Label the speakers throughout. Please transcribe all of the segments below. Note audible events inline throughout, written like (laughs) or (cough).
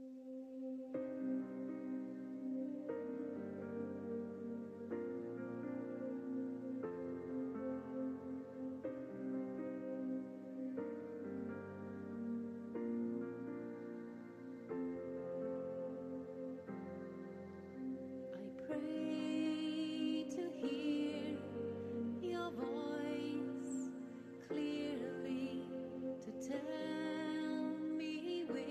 Speaker 1: Oh. Oh. I pray to hear your voice clearly to tell me which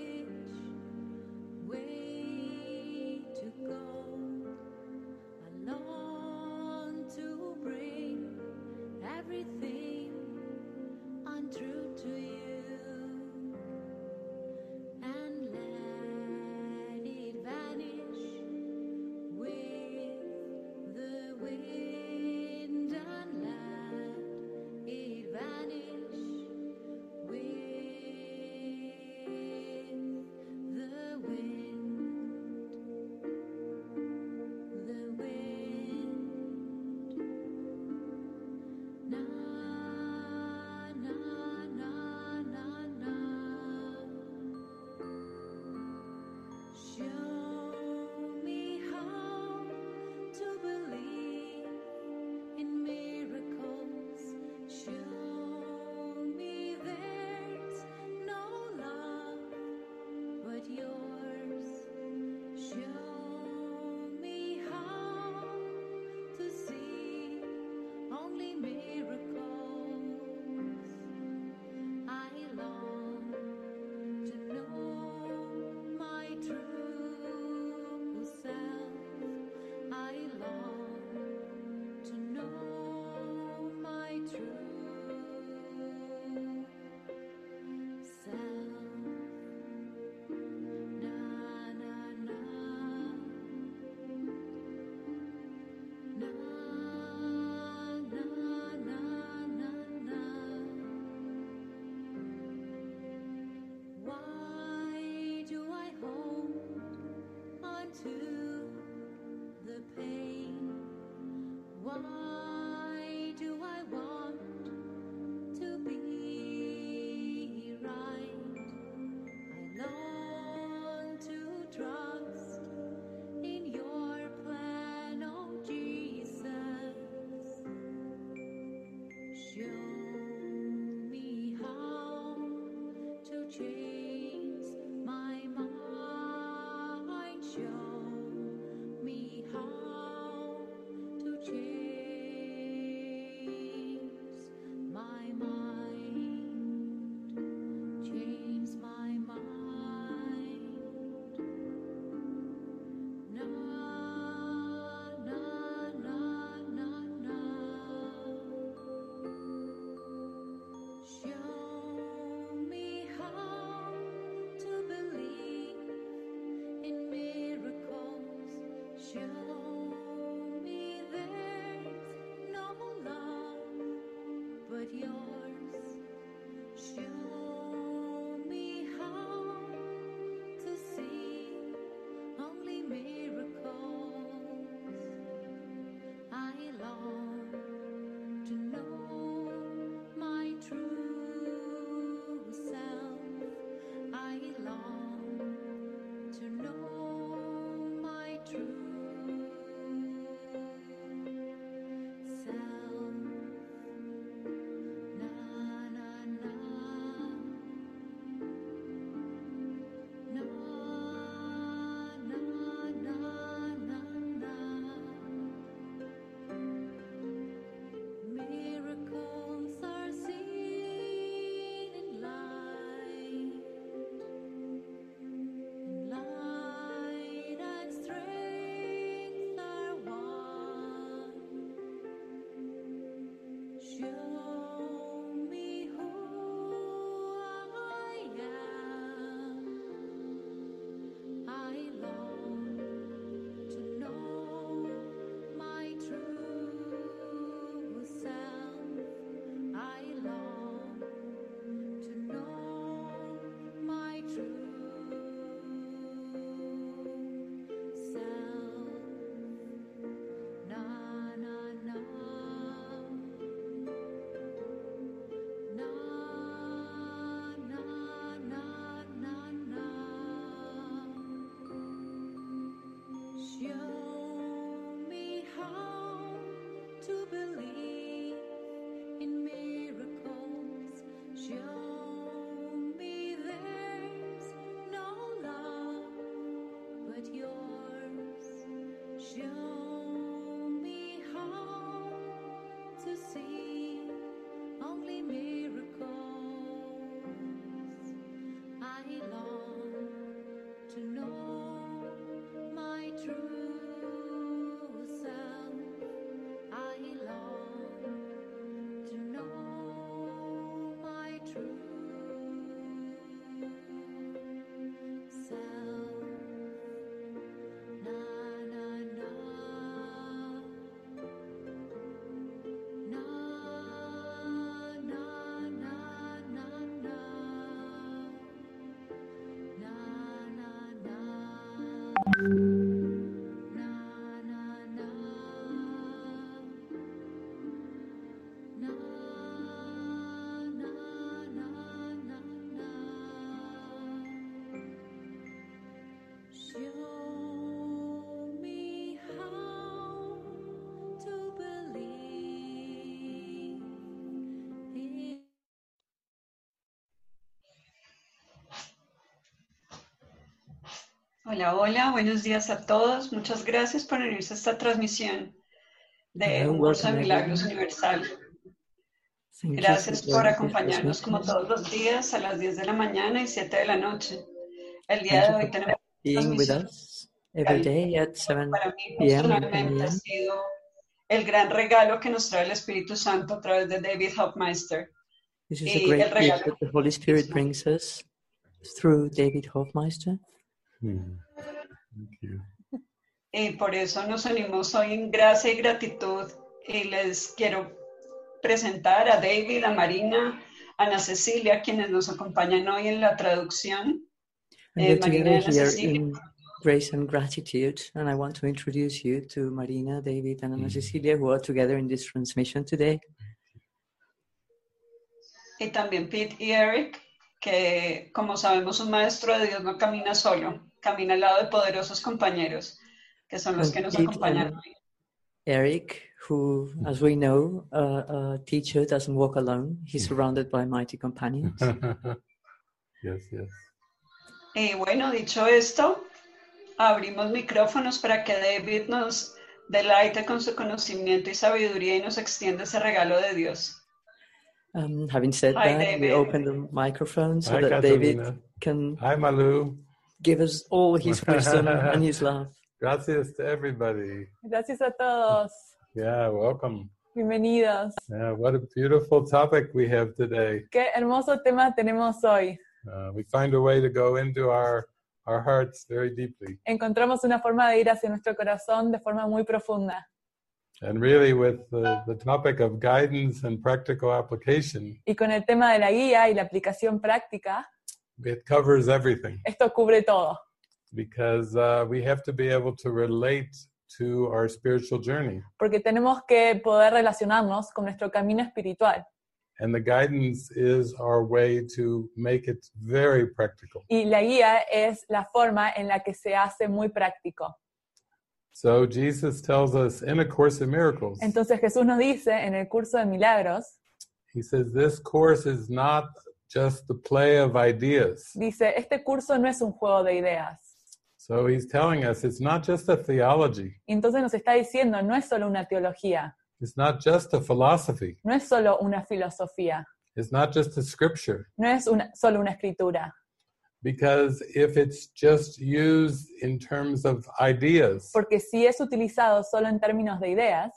Speaker 2: Hola, hola, buenos días a todos. Muchas gracias por unirse a esta transmisión de
Speaker 3: Hello,
Speaker 2: Un Curso de
Speaker 3: welcome
Speaker 2: Milagros Universal.
Speaker 3: Thank you
Speaker 2: Gracias
Speaker 3: for
Speaker 2: por
Speaker 3: joining
Speaker 2: acompañarnos
Speaker 3: this
Speaker 2: como
Speaker 3: witness.
Speaker 2: todos los días a las 10 de la mañana y 7 de la noche. El día
Speaker 3: Thank
Speaker 2: de
Speaker 3: you
Speaker 2: hoy
Speaker 3: for
Speaker 2: tenemos
Speaker 3: Being with
Speaker 2: transmisión.
Speaker 3: us every day at 7
Speaker 2: Para mí
Speaker 3: p.m. and
Speaker 2: personalmente ha
Speaker 3: 10
Speaker 2: sido el gran regalo que nos trae el Espíritu Santo a través de David Hopmeister.
Speaker 3: This is
Speaker 2: Y
Speaker 3: a
Speaker 2: eh, el
Speaker 3: great
Speaker 2: regalo
Speaker 3: gift that the Holy Spirit brings us through David Hofmeister.
Speaker 4: Hmm. Thank you.
Speaker 2: Y por eso nos unimos hoy en gracia y gratitud. Y les quiero presentar a David, a Marina, a Ana Cecilia, quienes nos acompañan hoy en la traducción.
Speaker 3: And
Speaker 2: Eh,
Speaker 3: we're
Speaker 2: Marina
Speaker 3: together
Speaker 2: Ana
Speaker 3: here
Speaker 2: Cecilia.
Speaker 3: in grace and gratitude. And I want to introduce you to Marina, David, and Ana
Speaker 4: Mm.
Speaker 3: Cecilia, who are together in this transmission today.
Speaker 2: Y también Pete y Eric, que como sabemos un maestro de Dios no camina solo, camina al lado de poderosos compañeros, que son los que nos
Speaker 3: Pete
Speaker 2: acompañan
Speaker 3: and-
Speaker 2: hoy.
Speaker 3: Eric, who, as we know, uh, a teacher doesn't walk alone, he's surrounded by mighty companions.
Speaker 4: yes, yes.
Speaker 2: Y bueno, dicho esto, abrimos micrófonos para que David nos deleite con su conocimiento y sabiduría y nos extienda ese regalo de Dios.
Speaker 3: Um, having said
Speaker 2: Hi,
Speaker 3: that, we
Speaker 2: David.
Speaker 3: open the microphone so
Speaker 4: Hi,
Speaker 3: that David
Speaker 4: Catalina.
Speaker 3: can
Speaker 4: Hi, Malu.
Speaker 3: give us all his
Speaker 4: (laughs)
Speaker 3: wisdom and his love.
Speaker 4: Gracias to everybody.
Speaker 5: Gracias a todos.
Speaker 4: Yeah, welcome.
Speaker 5: Bienvenidos.
Speaker 4: Yeah, what a beautiful topic we have today.
Speaker 5: Qué hermoso tema tenemos hoy.
Speaker 4: Uh, we find a way to go into our our hearts very deeply,
Speaker 5: Encontramos una forma de ir hacia nuestro corazón de forma muy profunda.
Speaker 4: and really with the, the topic of guidance and practical application,
Speaker 5: Y con el tema de la guía y la aplicación práctica,
Speaker 4: it covers everything
Speaker 5: esto cubre todo.
Speaker 4: because uh, we have to be able to relate to our spiritual journey.
Speaker 5: Porque tenemos que poder relacionarnos con nuestro camino espiritual.
Speaker 4: And the guidance is our way to make it very practical.
Speaker 5: Y la guía es la forma en la que se hace muy práctico.
Speaker 4: So Jesus tells us in A Course in Miracles,
Speaker 5: Entonces Jesús nos dice en el curso de milagros,
Speaker 4: he says, This course is not just the play of ideas.
Speaker 5: dice, este curso no es un juego de ideas.
Speaker 4: So he's telling us it's not just a theology,
Speaker 5: Y entonces nos está diciendo, no es solo una teología,
Speaker 4: it's not just a philosophy,
Speaker 5: no es solo una filosofía,
Speaker 4: it's not just a scripture.
Speaker 5: no es una- solo una escritura,
Speaker 4: Because if it's just used in terms of ideas,
Speaker 5: porque si es utilizado solo en términos de ideas,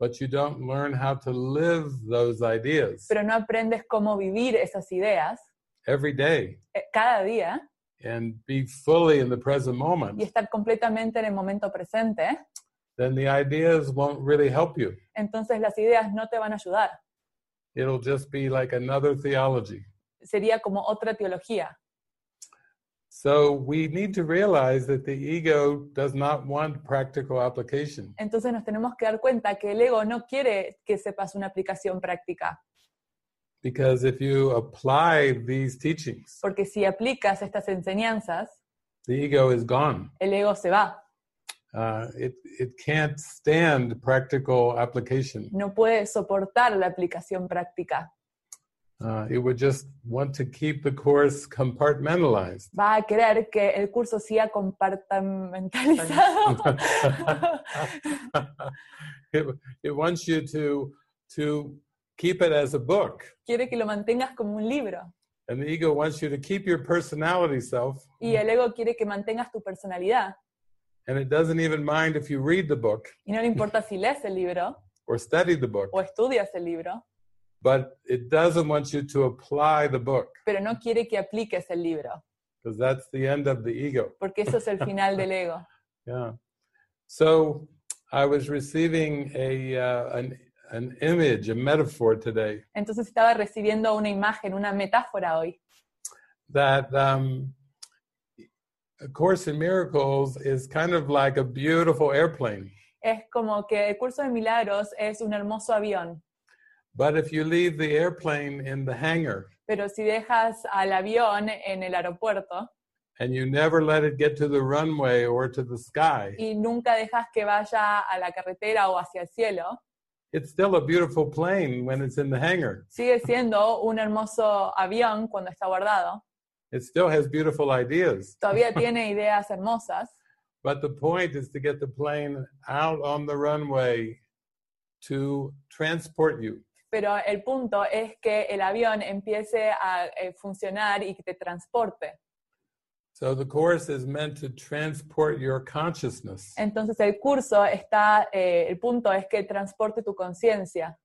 Speaker 4: but you don't learn how to live those ideas
Speaker 5: pero no aprendes cómo vivir esas ideas
Speaker 4: every day
Speaker 5: eh, cada día
Speaker 4: and be fully in the present moment,
Speaker 5: y estar completamente en el momento presente,
Speaker 4: then the ideas won't really help you.
Speaker 5: entonces las ideas no te van a ayudar.
Speaker 4: It'll just be like another theology.
Speaker 5: Sería como otra teología.
Speaker 4: So we need to realize that the ego does not want practical application.
Speaker 5: Entonces nos tenemos que dar cuenta que el ego no quiere que sepas una aplicación práctica,
Speaker 4: Because if you apply these teachings,
Speaker 5: porque si aplicas estas enseñanzas,
Speaker 4: the ego is gone.
Speaker 5: el ego se va,
Speaker 4: Uh, it, it can't stand practical application.
Speaker 5: no puede soportar la aplicación práctica,
Speaker 4: Uh, it would just want to keep the course compartmentalized.
Speaker 5: va a querer que el curso siga compartamentalizado.
Speaker 4: it, it wants you to, to keep it as a book.
Speaker 5: Quiere que lo mantengas como un libro.
Speaker 4: And the ego wants you to keep your personality self,
Speaker 5: Y el ego quiere que mantengas tu personalidad.
Speaker 4: and it doesn't even mind if you read the book
Speaker 5: Y no le importa si lees el libro
Speaker 4: or study the book,
Speaker 5: o estudias el libro,
Speaker 4: but it doesn't want you to apply the book
Speaker 5: pero no quiere que apliques el libro,
Speaker 4: because that's the end of the ego.
Speaker 5: porque eso es el final del ego.
Speaker 4: (laughs) Yeah. So I was receiving a uh, an an image, a metaphor today
Speaker 5: Entonces estaba recibiendo una imagen, una metáfora hoy,
Speaker 4: that um, a course in miracles is kind of like a beautiful airplane,
Speaker 5: es como que el curso de milagros es un hermoso avión,
Speaker 4: but if you leave the airplane in the hangar
Speaker 5: pero si dejas al avión en el aeropuerto
Speaker 4: and you never let it get to the runway or to the sky,
Speaker 5: y nunca dejas que vaya a la carretera o hacia el cielo,
Speaker 4: it's still a beautiful plane when it's in the hangar.
Speaker 5: sigue siendo un hermoso avión cuando está guardado,
Speaker 4: It still has beautiful ideas. (laughs)
Speaker 5: Todavía tiene ideas hermosas,
Speaker 4: But the point is to get the plane out on the runway to transport you.
Speaker 5: pero el punto es que el avión empiece a eh, funcionar y que te transporte.
Speaker 4: So the course is meant to transport your consciousness,
Speaker 5: Entonces el curso está, eh, el punto es que transporte tu conciencia,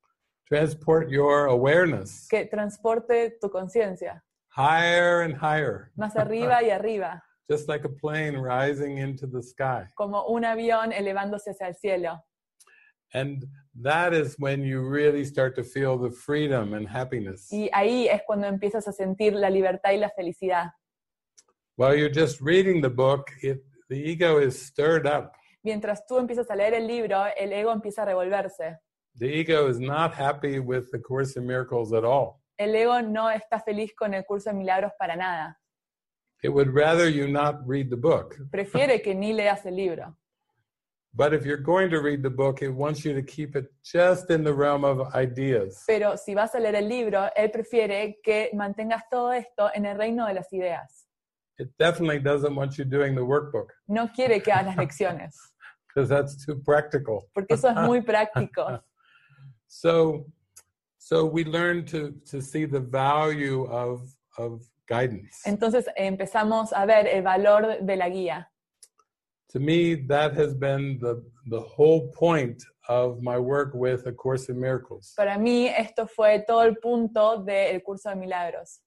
Speaker 4: transport your awareness
Speaker 5: que transporte tu conciencia
Speaker 4: higher and higher,
Speaker 5: más arriba y arriba,
Speaker 4: just like a plane rising into the sky.
Speaker 5: como un avión elevándose hacia el cielo.
Speaker 4: And that is when you really start to feel the freedom and happiness.
Speaker 5: Y ahí es cuando empiezas a sentir la libertad y la felicidad.
Speaker 4: While you're just reading the book, it, the ego is stirred up.
Speaker 5: Mientras tú empiezas a leer el libro, el ego empieza a revolverse.
Speaker 4: The ego is not happy with the Course in Miracles at all.
Speaker 5: El ego no está feliz con el curso de milagros para nada.
Speaker 4: It would rather you not read the book.
Speaker 5: Prefiere que ni leas el libro.
Speaker 4: But if you're going to read the book, it wants you to keep it just in the realm of ideas.
Speaker 5: Pero si vas a leer el libro, él prefiere que mantengas todo esto en el reino de las ideas.
Speaker 4: It definitely doesn't want you doing the workbook
Speaker 5: No quiere que hagas lecciones,
Speaker 4: because that's too practical.
Speaker 5: porque eso es muy práctico.
Speaker 4: (laughs) So, so we learn to, to see the value of, of guidance.
Speaker 5: Entonces empezamos a ver el valor de la guía.
Speaker 4: to me, that has been the, the whole point of my work with A Course in Miracles.
Speaker 5: Para mí esto fue todo el punto del curso de milagros.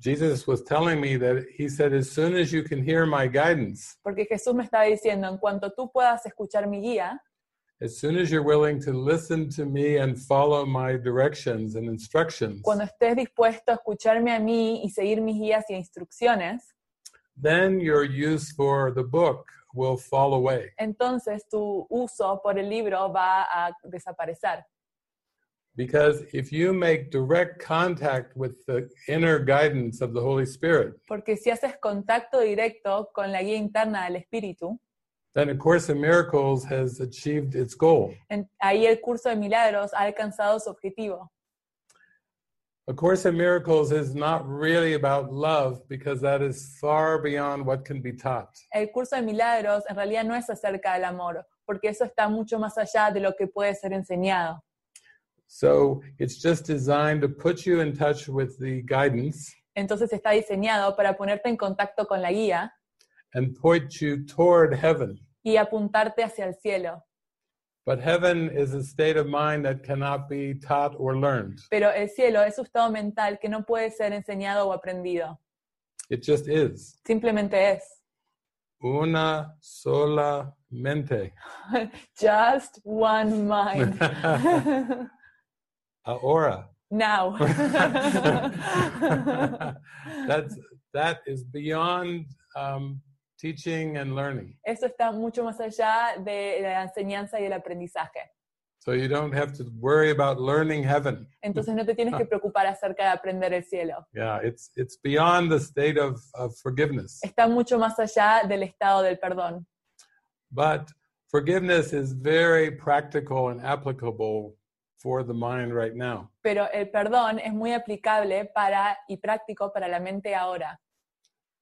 Speaker 4: Jesus was telling me that he said, as soon as you can hear my guidance,
Speaker 5: Porque Jesús me estaba diciendo, en cuanto tú puedas escuchar mi guía,
Speaker 4: as soon as you're willing to listen to me and follow my directions and instructions,
Speaker 5: cuando estés dispuesto a escucharme a mí y seguir mis guías y instrucciones,
Speaker 4: then your use for the book will fall away.
Speaker 5: entonces tu uso por el libro va a desaparecer.
Speaker 4: Because if you make direct contact with the inner guidance of the Holy Spirit,
Speaker 5: Porque si haces contacto directo con la guía interna del espíritu,
Speaker 4: then A Course in Miracles has achieved its goal.
Speaker 5: en- ahí el curso de milagros ha alcanzado su objetivo.
Speaker 4: A Course in Miracles is not really about love because that is far beyond what can be taught.
Speaker 5: El curso de milagros en realidad no es acerca del amor, porque eso está mucho más allá de lo que puede ser enseñado.
Speaker 4: So it's just designed to put you in touch with the guidance
Speaker 5: Entonces está diseñado para ponerte en contacto con la guía
Speaker 4: and point you toward heaven.
Speaker 5: y apuntarte hacia el cielo.
Speaker 4: But heaven is a state of mind that cannot be taught or learned.
Speaker 5: Pero el cielo es un estado mental que no puede ser enseñado o aprendido.
Speaker 4: It just is.
Speaker 5: Simplemente es. (laughs)
Speaker 4: Una sola mente.
Speaker 5: Just one
Speaker 4: (laughs)
Speaker 5: mind.
Speaker 4: Ahora.
Speaker 5: Now.
Speaker 4: (laughs) That's, that is beyond um, teaching and learning.
Speaker 5: Eso está mucho más allá de la enseñanza y el aprendizaje.
Speaker 4: So you don't have to worry about learning heaven.
Speaker 5: Entonces no te tienes que preocupar acerca de aprender el cielo.
Speaker 4: Yeah, it's, it's beyond the state of, of forgiveness.
Speaker 5: Está mucho más allá del estado del perdón.
Speaker 4: But forgiveness is very practical and applicable for the mind right now.
Speaker 5: Pero el perdón es muy aplicable para y práctico para la mente ahora.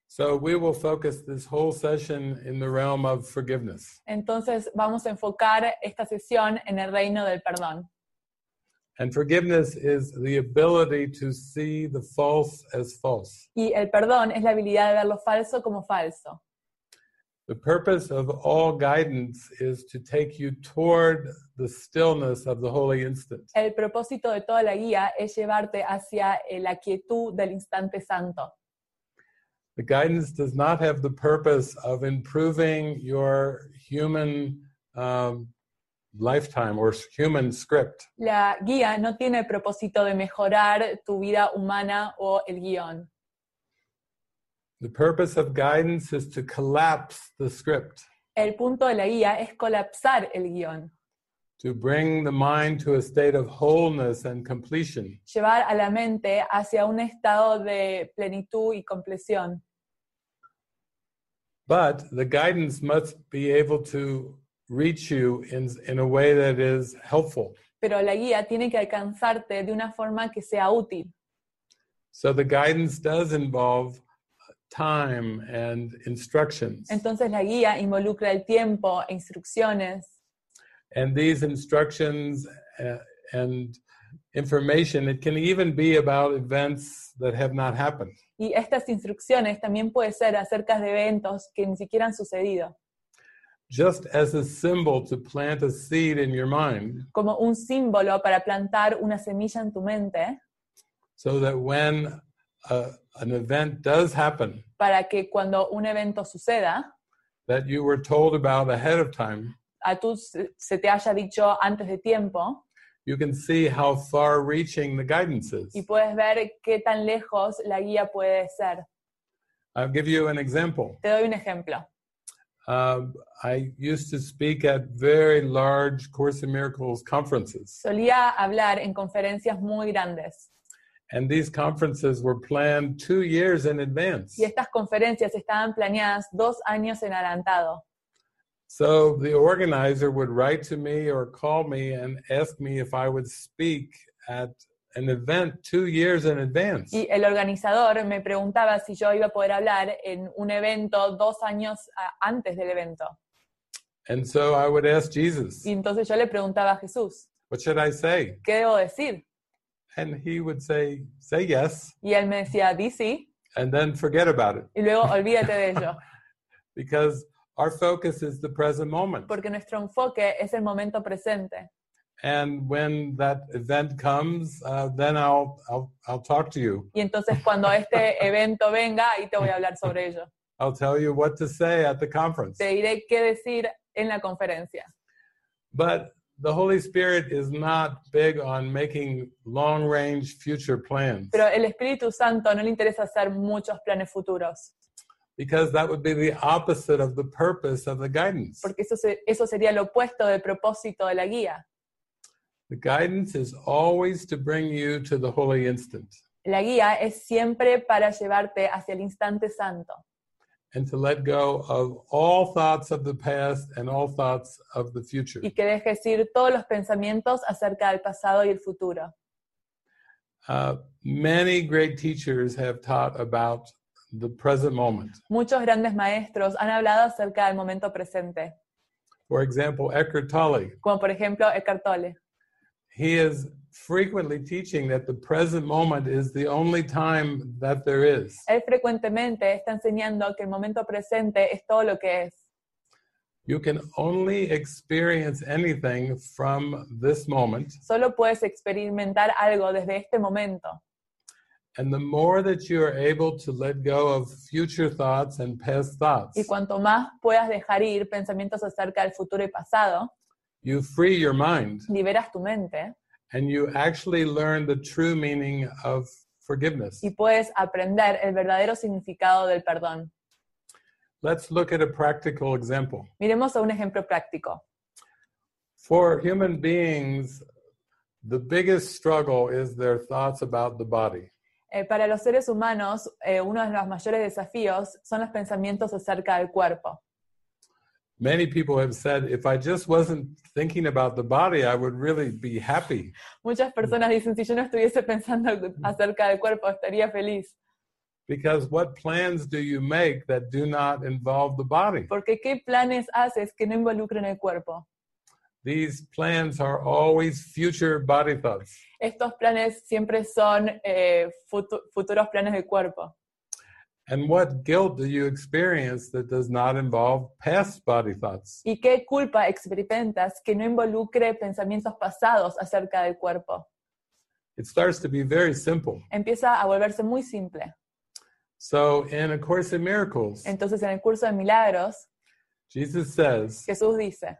Speaker 4: So we will focus this whole session in the realm of forgiveness.
Speaker 5: Entonces vamos a enfocar esta sesión en el reino del perdón.
Speaker 4: And forgiveness is the ability to see the false as false.
Speaker 5: Y el perdón es la habilidad de ver lo falso como falso.
Speaker 4: The purpose of all guidance is to take you toward the stillness of the holy instant.
Speaker 5: El propósito de toda la guía es llevarte hacia eh, la quietud del instante santo.
Speaker 4: The guidance does not have the purpose of improving your human um, lifetime or human script.
Speaker 5: La guía no tiene el propósito de mejorar tu vida humana o el guión.
Speaker 4: The purpose of guidance is to collapse the script,
Speaker 5: El punto de la guía es colapsar el guión,
Speaker 4: to bring the mind to a state of wholeness and completion.
Speaker 5: llevar a la mente hacia un estado de plenitud y compleción.
Speaker 4: But the guidance must be able to reach you in, in a way that is helpful.
Speaker 5: Pero la guía tiene que alcanzarte de una forma que sea útil.
Speaker 4: So the guidance does involve time and instructions.
Speaker 5: Entonces la guía involucra el tiempo e instrucciones
Speaker 4: and these instructions uh, and information, it can even be about events that have not happened.
Speaker 5: y estas instrucciones también puede ser acerca de eventos que ni siquiera han sucedido,
Speaker 4: Just as a symbol to plant a seed in your mind
Speaker 5: como un símbolo para plantar una semilla en tu mente
Speaker 4: so that when uh an event does happen
Speaker 5: para que cuando un evento suceda,
Speaker 4: that you were told about ahead of time,
Speaker 5: a tú se se te haya dicho antes de tiempo
Speaker 4: you can see how far reaching the guidance is.
Speaker 5: y puedes ver qué tan lejos la guía puede ser.
Speaker 4: I'll give you an example.
Speaker 5: Te doy un ejemplo.
Speaker 4: Uh, I used to speak at very large Course in Miracles conferences.
Speaker 5: Solía hablar en conferencias muy grandes
Speaker 4: And these conferences were planned two years in advance.
Speaker 5: y estas conferencias estaban planeadas dos años en adelantado.
Speaker 4: So the organizer would write to me or call me and ask me if I would speak at an event two years in advance.
Speaker 5: Y el organizador me preguntaba si yo iba a poder hablar en un evento dos años a- antes del evento.
Speaker 4: And so I would ask Jesus,
Speaker 5: Y entonces yo le preguntaba a Jesús,
Speaker 4: What should I say?
Speaker 5: ¿qué debo decir?
Speaker 4: And he would say, Say yes,
Speaker 5: Y él me decía, di sí,
Speaker 4: and then forget about it.
Speaker 5: y luego olvídate de ello, (laughs)
Speaker 4: Because our focus is the present moment.
Speaker 5: porque nuestro enfoque es el momento presente.
Speaker 4: And when that event comes, uh, then I'll, I'll, I'll talk to you.
Speaker 5: Y entonces cuando este evento venga, ahí te voy a hablar sobre ello.
Speaker 4: I'll tell you what to say at the conference.
Speaker 5: Te diré qué decir en la conferencia.
Speaker 4: But the Holy Spirit is not big on making long range future plans
Speaker 5: Pero el Espíritu Santo no le interesa hacer muchos planes futuros,
Speaker 4: because that would be the opposite of the purpose of the guidance.
Speaker 5: porque eso, se- eso sería lo opuesto del propósito de la guía.
Speaker 4: The guidance is always to bring you to the holy instant
Speaker 5: La guía es siempre para llevarte hacia el instante santo
Speaker 4: and to let go of all thoughts of the past and all thoughts of the future.
Speaker 5: y que dejes ir todos los pensamientos acerca del pasado y el futuro.
Speaker 4: Uh, many great teachers have taught about the present moment.
Speaker 5: Muchos grandes maestros han hablado acerca del momento presente,
Speaker 4: For example, Eckhart Tolle,
Speaker 5: como por ejemplo Eckhart Tolle.
Speaker 4: he is frequently teaching that the present moment is the only time that there is.
Speaker 5: Él frecuentemente está enseñando que el momento presente es todo lo que es.
Speaker 4: You can only experience anything from this moment.
Speaker 5: Solo puedes experimentar algo desde este momento.
Speaker 4: And the more that you are able to let go of future thoughts and past thoughts,
Speaker 5: Y cuanto más puedas dejar ir pensamientos acerca del futuro y pasado,
Speaker 4: you free your mind
Speaker 5: liberas tu mente
Speaker 4: and you actually learn the true meaning of forgiveness.
Speaker 5: y puedes aprender el verdadero significado del perdón.
Speaker 4: Let's look at a practical example.
Speaker 5: Miremos a un ejemplo práctico.
Speaker 4: For human beings, the biggest struggle is their thoughts about the body.
Speaker 5: Eh, para los seres humanos, eh, uno de los mayores desafíos son los pensamientos acerca del cuerpo.
Speaker 4: Many people have said, if I just wasn't thinking about the body, I would really be happy.
Speaker 5: Muchas personas dicen, si yo no estuviese (laughs) pensando acerca del cuerpo, estaría feliz.
Speaker 4: Because what plans do you make that do not involve the body?
Speaker 5: Porque ¿qué planes haces que no involucren el cuerpo?
Speaker 4: These plans are always future body thoughts.
Speaker 5: Estos planes siempre son eh, futu- futuros planes del cuerpo.
Speaker 4: And what guilt do you experience that does not involve past body thoughts?
Speaker 5: ¿Y qué culpa experimentas que no involucre pensamientos pasados acerca del cuerpo?
Speaker 4: It starts to be very simple.
Speaker 5: Empieza a volverse muy simple.
Speaker 4: So, in A Course in Miracles,
Speaker 5: Entonces, en el curso de milagros,
Speaker 4: Jesus says,
Speaker 5: Jesús dice,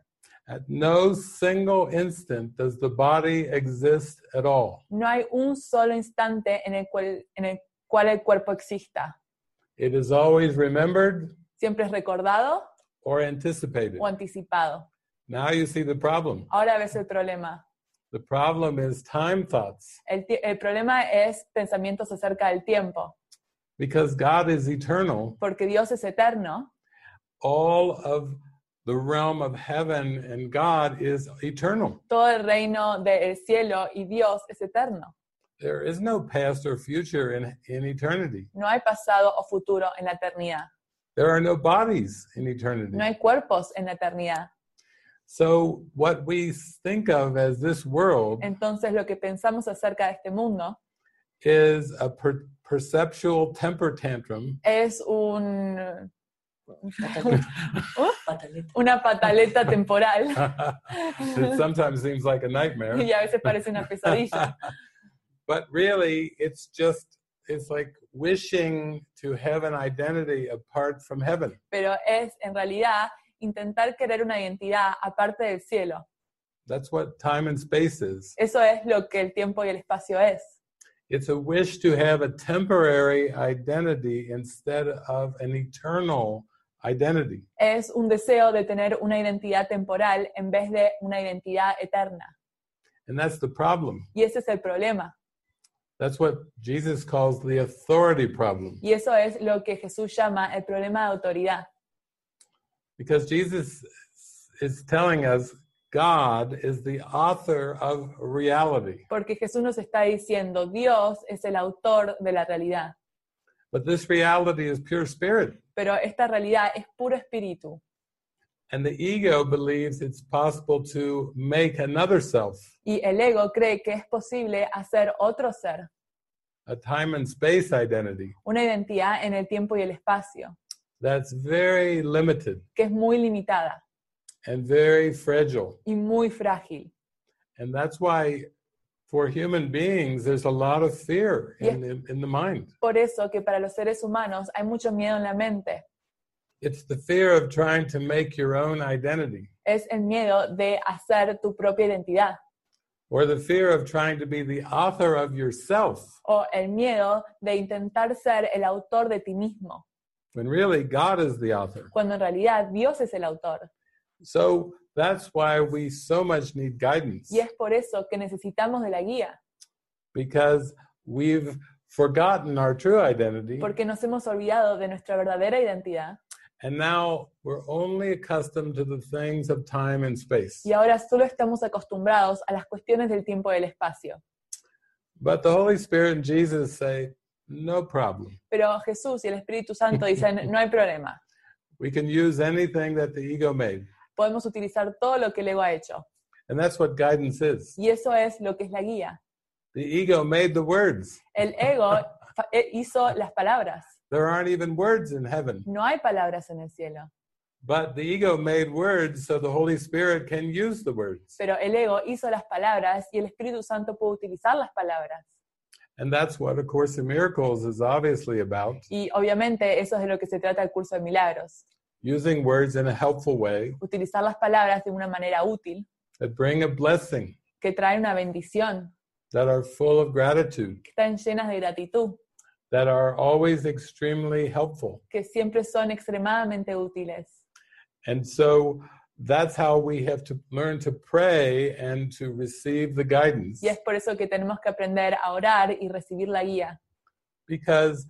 Speaker 4: At no single instant does the body exist at all.
Speaker 5: no hay un solo instante en el cual, en el, cual el cuerpo exista.
Speaker 4: It is always remembered
Speaker 5: Siempre es recordado
Speaker 4: or anticipated.
Speaker 5: o anticipado.
Speaker 4: Now you see the problem.
Speaker 5: Ahora ves el problema.
Speaker 4: The problem is time thoughts
Speaker 5: El, ti- el problema es pensamientos acerca del tiempo,
Speaker 4: because God is eternal.
Speaker 5: porque Dios es eterno.
Speaker 4: All of the realm of heaven and God is eternal.
Speaker 5: Todo el reino del cielo y Dios es eterno.
Speaker 4: there is no past or future in, in eternity.
Speaker 5: No hay pasado o futuro en la eternidad.
Speaker 4: There are no bodies in eternity.
Speaker 5: No hay cuerpos en la eternidad.
Speaker 4: So, what we think of as this world
Speaker 5: Entonces lo que pensamos acerca de este mundo
Speaker 4: is a per- perceptual temper tantrum (laughs)
Speaker 5: es un,
Speaker 3: Pataleta.
Speaker 5: ¿Oh?
Speaker 3: Pataleta.
Speaker 5: una pataleta
Speaker 4: (laughs)
Speaker 5: temporal (laughs)
Speaker 4: it sometimes seems like a nightmare.
Speaker 5: y a
Speaker 4: (laughs)
Speaker 5: veces parece una pesadilla.
Speaker 4: but really, it's just, it's like wishing to have an identity apart from heaven.
Speaker 5: Pero es en realidad intentar querer una identidad aparte del cielo.
Speaker 4: That's what time and space is.
Speaker 5: Eso es lo que el tiempo y el espacio es.
Speaker 4: It's a wish to have a temporary identity instead of an eternal identity.
Speaker 5: Es un deseo de tener una identidad temporal en vez de una identidad eterna.
Speaker 4: And that's the problem.
Speaker 5: Y ese es el problema.
Speaker 4: That's what Jesus calls the authority problem.
Speaker 5: Y eso es lo que Jesús llama el problema de autoridad.
Speaker 4: Because Jesus is telling us God is the author of reality.
Speaker 5: Porque Jesús nos está diciendo, Dios es el autor de la realidad.
Speaker 4: But this reality is pure spirit.
Speaker 5: Pero esta realidad es puro espíritu.
Speaker 4: And the ego believes it's possible to make another self,
Speaker 5: Y el ego cree que es posible hacer otro ser,
Speaker 4: a time and space identity
Speaker 5: una identidad en el tiempo y el espacio,
Speaker 4: that's very limited
Speaker 5: que es muy limitada
Speaker 4: and very fragile.
Speaker 5: y muy frágil.
Speaker 4: And that's why for human beings, there's a lot of fear in, the, in the mind.
Speaker 5: Por eso que para los seres humanos hay mucho miedo en la mente.
Speaker 4: It's the fear of trying to make your own identity
Speaker 5: Es el miedo de hacer tu propia identidad
Speaker 4: or the fear of trying to be the author of yourself
Speaker 5: o el miedo de intentar ser el autor de ti mismo,
Speaker 4: when really God is the author.
Speaker 5: cuando en realidad Dios es el autor.
Speaker 4: So that's why we so much need guidance
Speaker 5: Y es por eso que necesitamos de la guía,
Speaker 4: because we've forgotten our true identity
Speaker 5: porque nos hemos olvidado de nuestra verdadera identidad
Speaker 4: and now we're only accustomed to the things of time and space.
Speaker 5: y ahora solo estamos acostumbrados a las cuestiones del tiempo y del espacio.
Speaker 4: But the Holy Spirit and Jesus say, no problem.
Speaker 5: Pero Jesús y el Espíritu Santo dicen, no hay problema,
Speaker 4: We can use anything that the ego made.
Speaker 5: podemos utilizar todo lo que el ego ha hecho.
Speaker 4: And that's what guidance is.
Speaker 5: Y eso es lo que es la guía.
Speaker 4: The ego made the words.
Speaker 5: El ego fa- eh, hizo las palabras.
Speaker 4: There aren't even words in heaven.
Speaker 5: No hay palabras en el cielo,
Speaker 4: But the ego made words so the Holy Spirit can use the words.
Speaker 5: pero el ego hizo las palabras y el Espíritu Santo pudo utilizar las palabras.
Speaker 4: And that's what A Course in Miracles is obviously about
Speaker 5: Y obviamente eso es de lo que se trata el curso de milagros,
Speaker 4: using words in a helpful way
Speaker 5: utilizar las palabras de una manera útil,
Speaker 4: that bring a blessing,
Speaker 5: que trae una bendición,
Speaker 4: that are full of gratitude,
Speaker 5: que están llenas de gratitud,
Speaker 4: that are always extremely helpful.
Speaker 5: que siempre son extremadamente útiles.
Speaker 4: And so that's how we have to learn to pray and to receive the guidance
Speaker 5: Y es por eso que tenemos que aprender a orar y recibir la guía,
Speaker 4: because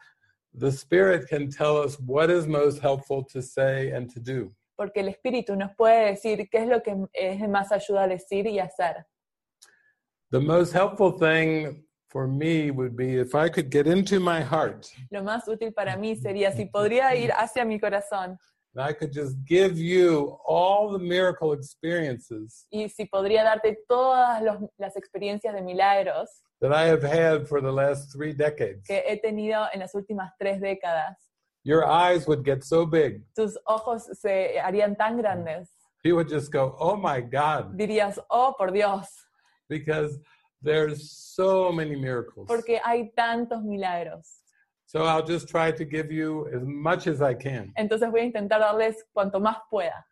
Speaker 4: the Spirit can tell us what is most helpful to say and to do.
Speaker 5: porque el Espíritu nos puede decir qué es lo que es de más ayuda a decir y hacer.
Speaker 4: The most helpful thing for me would be if I could get into my heart
Speaker 5: Lo más útil para mí sería si podría ir hacia mi corazón
Speaker 4: and I could just give you all the miracle experiences
Speaker 5: y si podría darte todas los- las experiencias de milagros
Speaker 4: that I have had for the last three decades.
Speaker 5: que he tenido en las últimas tres décadas.
Speaker 4: Your eyes would get so big.
Speaker 5: Tus ojos se harían tan grandes.
Speaker 4: You would just go, oh my God,
Speaker 5: Dirías, oh, por Dios,
Speaker 4: because there's so many miracles.
Speaker 5: porque hay tantos milagros.
Speaker 4: So I'll just try to give you as much as I can.
Speaker 5: Entonces voy a intentar darles cuanto más pueda.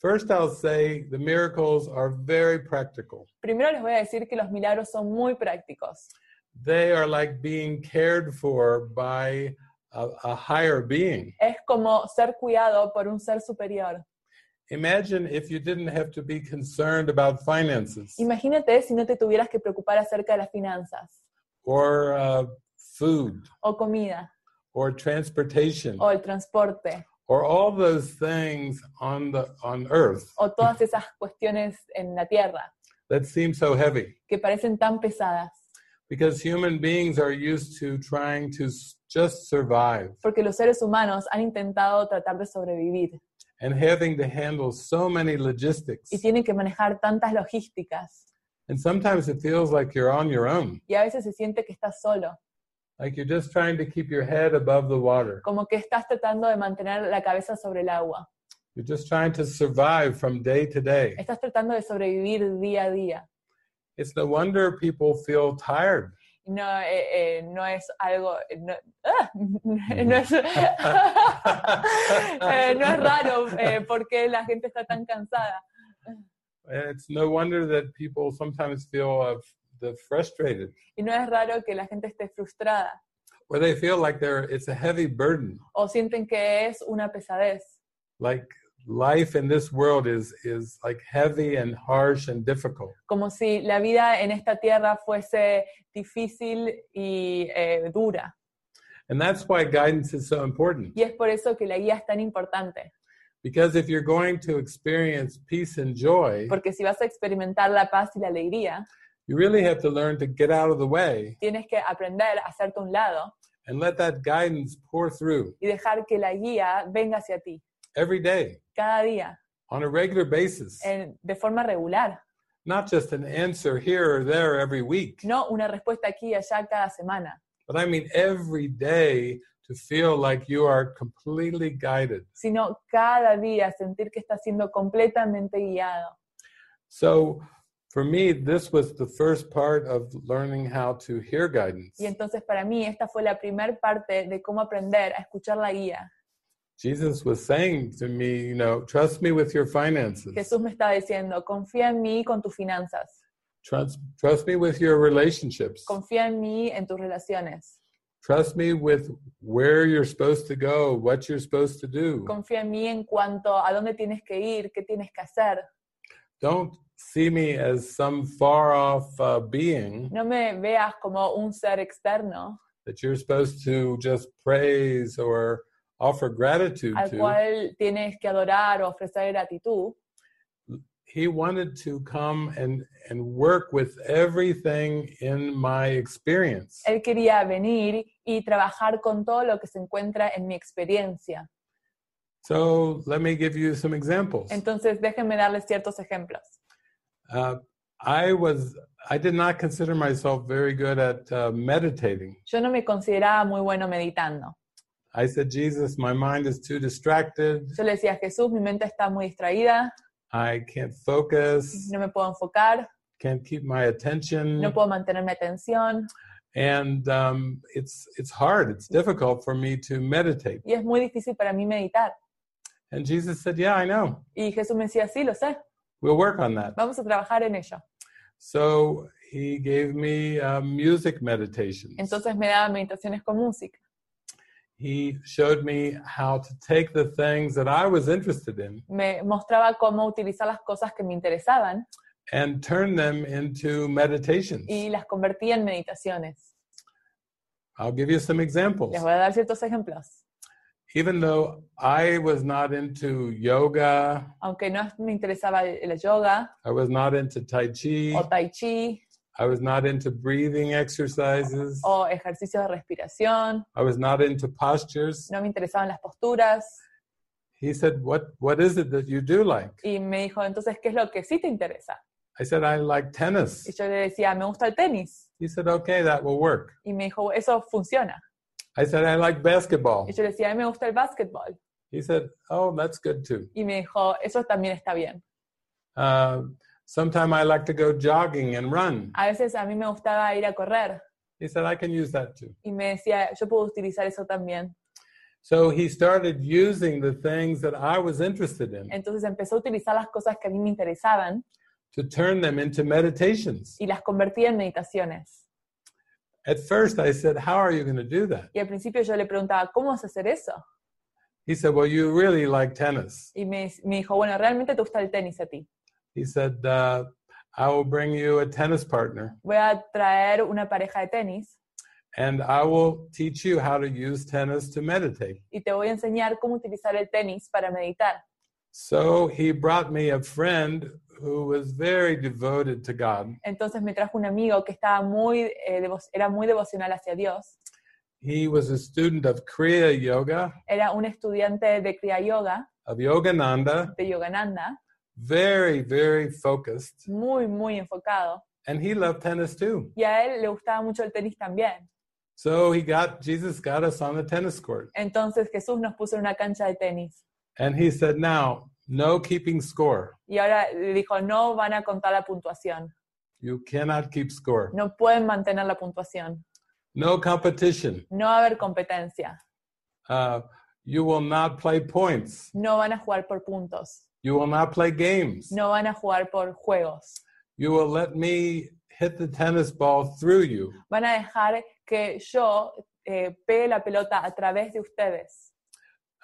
Speaker 4: First, I'll say the miracles are very practical.
Speaker 5: Primero les voy a decir que los milagros son muy prácticos.
Speaker 4: They are like being cared for by a, a higher being.
Speaker 5: Es como ser cuidado por un ser superior.
Speaker 4: Imagine if you didn't have to be concerned about finances
Speaker 5: Imagínate si no te tuvieras que preocupar acerca de las finanzas
Speaker 4: or uh, food
Speaker 5: o comida
Speaker 4: or transportation
Speaker 5: o el transporte
Speaker 4: or all those things on the on earth
Speaker 5: o todas esas cuestiones en la tierra
Speaker 4: that seem so heavy.
Speaker 5: que parecen tan pesadas.
Speaker 4: because human beings are used to trying to s- just survive
Speaker 5: porque los seres humanos han intentado tratar de sobrevivir
Speaker 4: and having to handle so many logistics.
Speaker 5: y tienen que manejar tantas logísticas
Speaker 4: And sometimes it feels like you're on your own,
Speaker 5: y a veces se siente que estás solo,
Speaker 4: like you're just trying to keep your head above the water.
Speaker 5: como que estás tratando de mantener la cabeza sobre el agua,
Speaker 4: You're just trying to survive from day to day.
Speaker 5: estás tratando de sobrevivir día a día.
Speaker 4: It's no wonder people feel tired.
Speaker 5: No, eh, eh, no es algo, no, ¡Ah! (laughs) no es, Eh, no es raro eh, porque la gente está tan cansada.
Speaker 4: And it's no wonder that people sometimes feel uh, the frustrated
Speaker 5: Y no es raro que la gente esté frustrada
Speaker 4: or they feel like they're it's a heavy burden.
Speaker 5: o sienten que es una pesadez,
Speaker 4: Like life in this world is is like heavy and harsh and difficult.
Speaker 5: como si la vida en esta tierra fuese difícil y eh, dura.
Speaker 4: And that's why guidance is so important.
Speaker 5: Y es por eso que la guía es tan importante,
Speaker 4: Because if you're going to experience peace and joy,
Speaker 5: porque si vas a experimentar la paz y la alegría,
Speaker 4: you really have to learn to get out of the way
Speaker 5: tienes que aprender a hacerte un lado
Speaker 4: and let that guidance pour through
Speaker 5: y dejar que la guía venga hacia ti
Speaker 4: every day
Speaker 5: cada día,
Speaker 4: on a regular basis,
Speaker 5: en- de forma regular,
Speaker 4: not just an answer here or there every week.
Speaker 5: no una respuesta aquí y allá cada semana.
Speaker 4: But I mean every day to feel like you are completely guided.
Speaker 5: sino cada día sentir que está siendo completamente guiado.
Speaker 4: So for me, this was the first part of learning how to hear guidance.
Speaker 5: Y entonces para mí esta fue la primera parte de cómo aprender a escuchar la guía.
Speaker 4: Jesus was saying to me, you know, trust me with your finances.
Speaker 5: Jesús me estaba diciendo, confía en mí con tus finanzas,
Speaker 4: Trust, trust me with your relationships.
Speaker 5: confía en mí en tus relaciones,
Speaker 4: Trust me with where you're supposed to go, what you're supposed to do.
Speaker 5: confía en mí en cuanto a dónde tienes que ir, qué tienes que hacer.
Speaker 4: Don't see me as some far off uh, being
Speaker 5: No me veas como un ser externo
Speaker 4: that you're supposed to just praise or offer gratitude
Speaker 5: al
Speaker 4: to.
Speaker 5: cual tienes que adorar o ofrecer gratitud,
Speaker 4: he wanted to come and and work with everything in my experience
Speaker 5: Él quería venir y trabajar con todo lo que se encuentra en mi experiencia.
Speaker 4: so let me give you some examples
Speaker 5: Entonces, déjenme darles ciertos ejemplos.
Speaker 4: uh, i was i did not consider myself very good at uh, meditating
Speaker 5: Yo no me consideraba muy bueno meditando.
Speaker 4: i said jesus my mind is too distracted
Speaker 5: Yo le decía a Jesús, mi mente está muy distraída,
Speaker 4: i can't focus
Speaker 5: no me puedo enfocar,
Speaker 4: can't keep my attention
Speaker 5: Mm-hmm. no puedo mantener mi atención
Speaker 4: and um, it's it's hard it's difficult for me to meditate
Speaker 5: y es muy difícil para mí meditar.
Speaker 4: and jesus said yeah i know
Speaker 5: Y Jesús me decía, sí, lo sé,
Speaker 4: we'll work on that
Speaker 5: vamos a trabajar en ello.
Speaker 4: So he gave me uh, music meditations.
Speaker 5: Entonces me daba meditaciones con música.
Speaker 4: he showed me how to take the things that I was interested in
Speaker 5: Me mostraba cómo utilizar las cosas que me interesaban
Speaker 4: and turn them into meditations.
Speaker 5: y las convertía en meditaciones.
Speaker 4: I'll give you some examples.
Speaker 5: Les voy a dar ciertos ejemplos.
Speaker 4: Even though I was not into yoga,
Speaker 5: Aunque no me interesaba el el yoga
Speaker 4: I was not into Tai Chi,
Speaker 5: o tai chi
Speaker 4: I was not into breathing exercises,
Speaker 5: o ejercicios de respiración,
Speaker 4: I was not into postures.
Speaker 5: no me interesaban las posturas
Speaker 4: He said, what, what is it that you do like?
Speaker 5: y me dijo, entonces, ¿qué es lo que sí te interesa?
Speaker 4: I said, I like tennis.
Speaker 5: Y yo le decía, me gusta el tenis.
Speaker 4: He said, okay, that will work.
Speaker 5: Y me dijo, eso funciona.
Speaker 4: I said, I like basketball.
Speaker 5: Y yo le decía, a mí me gusta el básquetbol.
Speaker 4: He said, "Oh, that's good too."
Speaker 5: Y me dijo, eso también está bien.
Speaker 4: Uh, Sometimes I like to go jogging and run.
Speaker 5: A veces a mí me gustaba ir a correr
Speaker 4: He said, "I can use that too."
Speaker 5: y me decía, yo puedo utilizar eso también.
Speaker 4: So he started using the things that I was interested in
Speaker 5: Entonces empezó a utilizar las cosas que a mí me interesaban
Speaker 4: to turn them into meditations.
Speaker 5: y las convertía en meditaciones.
Speaker 4: At first, I said, "How are you going to do that?"
Speaker 5: Y al principio yo le preguntaba, ¿cómo vas a hacer eso?
Speaker 4: He said, "Well, you really like tennis."
Speaker 5: Y me, me dijo, bueno, realmente te gusta el tenis a ti.
Speaker 4: He said, uh, "I will bring you a tennis partner,
Speaker 5: Voy a traer una pareja de tenis
Speaker 4: and I will teach you how to use tennis to meditate."
Speaker 5: y te voy a enseñar cómo utilizar el tenis para meditar.
Speaker 4: So he brought me a friend who was very devoted to God.
Speaker 5: Entonces me trajo un amigo que estaba muy, eh, devo- era muy devocional hacia Dios.
Speaker 4: He was a student of Kriya Yoga,
Speaker 5: Era un estudiante de Kriya Yoga,
Speaker 4: of Yogananda,
Speaker 5: de Yogananda,
Speaker 4: very, very focused.
Speaker 5: muy, muy enfocado.
Speaker 4: And he loved tennis too.
Speaker 5: Y a él le gustaba mucho el tenis también.
Speaker 4: So he got, Jesus got us on the tennis court.
Speaker 5: Entonces Jesús nos puso en una cancha de tenis.
Speaker 4: And he said, now, no keeping score.
Speaker 5: Y ahora le dijo, no van a contar la puntuación.
Speaker 4: You cannot keep score.
Speaker 5: No pueden mantener la puntuación.
Speaker 4: No competition.
Speaker 5: No va a haber competencia.
Speaker 4: Uh, you will not play points.
Speaker 5: No van a jugar por puntos.
Speaker 4: You will not play games.
Speaker 5: No van a jugar por juegos.
Speaker 4: You will let me hit the tennis ball through you.
Speaker 5: Van a dejar que yo eh, pegue la pelota a través de ustedes.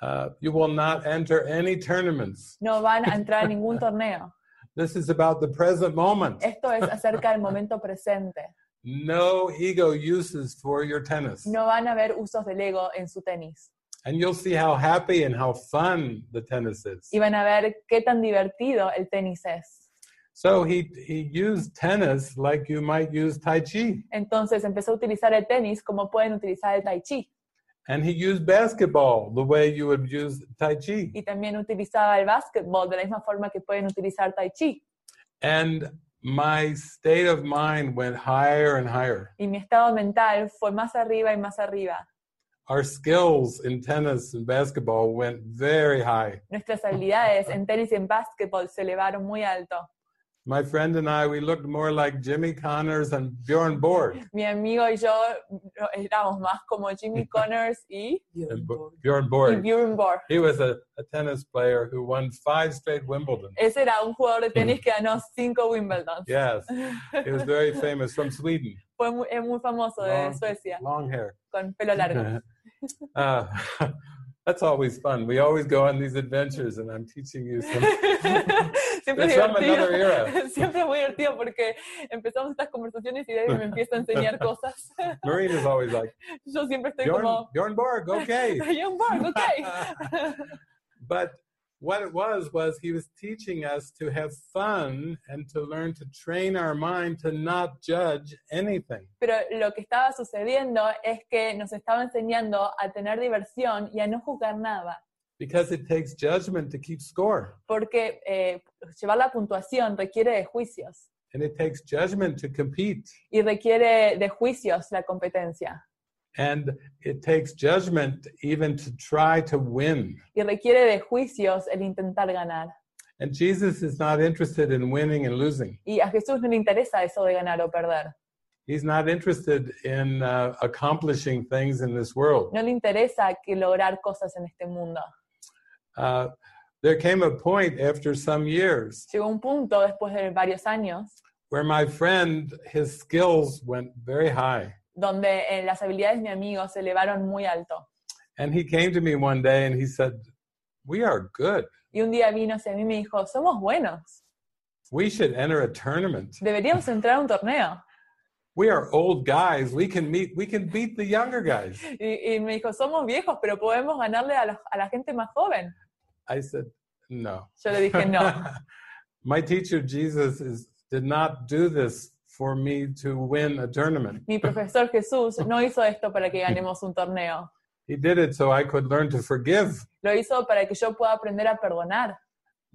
Speaker 4: Uh, you will not enter any tournaments.
Speaker 5: No van a entrar a ningún torneo.
Speaker 4: This is about the present moment.
Speaker 5: Esto es acerca del momento presente.
Speaker 4: No ego uses for your tennis.
Speaker 5: No van a haber usos del ego en su tenis.
Speaker 4: And you'll see how happy and how fun the tennis is.
Speaker 5: Y van a ver qué tan divertido el tenis es.
Speaker 4: So he, he used tennis like you might use Tai Chi.
Speaker 5: Entonces empezó a utilizar el tenis como pueden utilizar el tai chi.
Speaker 4: And he used basketball the way you would use Tai Chi.
Speaker 5: Y también utilizaba el básquetbol de la misma forma que pueden utilizar tai chi.
Speaker 4: And my state of mind went higher and higher.
Speaker 5: Y mi estado mental fue más arriba y más arriba.
Speaker 4: Our skills in tennis and basketball went very high.
Speaker 5: Nuestras habilidades en tenis y en básquetbol se elevaron muy alto.
Speaker 4: My friend and I, we looked more like Jimmy Connors and Bjorn Borg.
Speaker 5: Mi amigo y yo no, éramos más como
Speaker 4: (laughs)
Speaker 5: Jimmy Connors y,
Speaker 4: And Bo- Bjorn Borg.
Speaker 5: y Björn Borg.
Speaker 4: He was a, a tennis player who won five straight Wimbledon.
Speaker 5: Ese era un jugador de tenis que ganó cinco Wimbledons.
Speaker 4: Yes, he was very famous from (laughs) Sweden.
Speaker 5: (laughs) Fue muy, es muy famoso de
Speaker 4: Long-
Speaker 5: Suecia,
Speaker 4: Long hair.
Speaker 5: con
Speaker 4: (laughs)
Speaker 5: pelo largo. (laughs)
Speaker 4: Uh, (laughs) that's always fun. We always go on these adventures, and I'm teaching you (laughs) some.
Speaker 5: Siempre es
Speaker 4: It's from
Speaker 5: divertido.
Speaker 4: another era.
Speaker 5: (laughs) Siempre es muy divertido porque empezamos estas conversaciones y David me empieza a enseñar cosas.
Speaker 4: (laughs) Maureen is always like,
Speaker 5: (laughs) Yo siempre estoy
Speaker 4: Bjorn,
Speaker 5: como.
Speaker 4: Bjorn Borg, (laughs)
Speaker 5: (laughs)
Speaker 4: okay.
Speaker 5: Young Borg,
Speaker 4: (laughs)
Speaker 5: ok.
Speaker 4: But what it was, was he was teaching us to have fun and to learn to train our mind to not judge anything.
Speaker 5: Pero lo que estaba sucediendo es que nos estaba enseñando a tener diversión y a no juzgar nada.
Speaker 4: Because it takes judgment to keep score.
Speaker 5: Porque eh, llevar la puntuación requiere de juicios.
Speaker 4: And it takes judgment to compete.
Speaker 5: Y requiere de juicios la competencia.
Speaker 4: And it takes judgment even to try to win.
Speaker 5: Y requiere de juicios el intentar ganar.
Speaker 4: And Jesus is not interested in winning and losing.
Speaker 5: Y a Jesús no le interesa eso de ganar o perder.
Speaker 4: He's not interested in uh, accomplishing things in this world.
Speaker 5: No le interesa que lograr cosas en este mundo.
Speaker 4: Uh, there came a point after some years
Speaker 5: Llegó un punto después de varios años
Speaker 4: where my friend, his skills went very high.
Speaker 5: donde eh, las habilidades de mi amigo se elevaron muy alto.
Speaker 4: And he came to me one day and he said, We are good.
Speaker 5: Y un día vino hacia mí y me dijo, somos buenos,
Speaker 4: We should enter a tournament.
Speaker 5: deberíamos entrar a un torneo.
Speaker 4: We are old guys. We can meet, we can beat the younger guys.
Speaker 5: Y, y me dijo, somos viejos, pero podemos ganarle a, los- a la gente más joven.
Speaker 4: I said, No.
Speaker 5: Yo le
Speaker 4: (laughs)
Speaker 5: dije, no,
Speaker 4: My teacher Jesus is, did not do this for me to win a tournament.
Speaker 5: mi profesor Jesús no hizo esto para que ganemos un torneo.
Speaker 4: He did it so I could learn to forgive.
Speaker 5: Lo hizo para que yo pueda aprender a perdonar.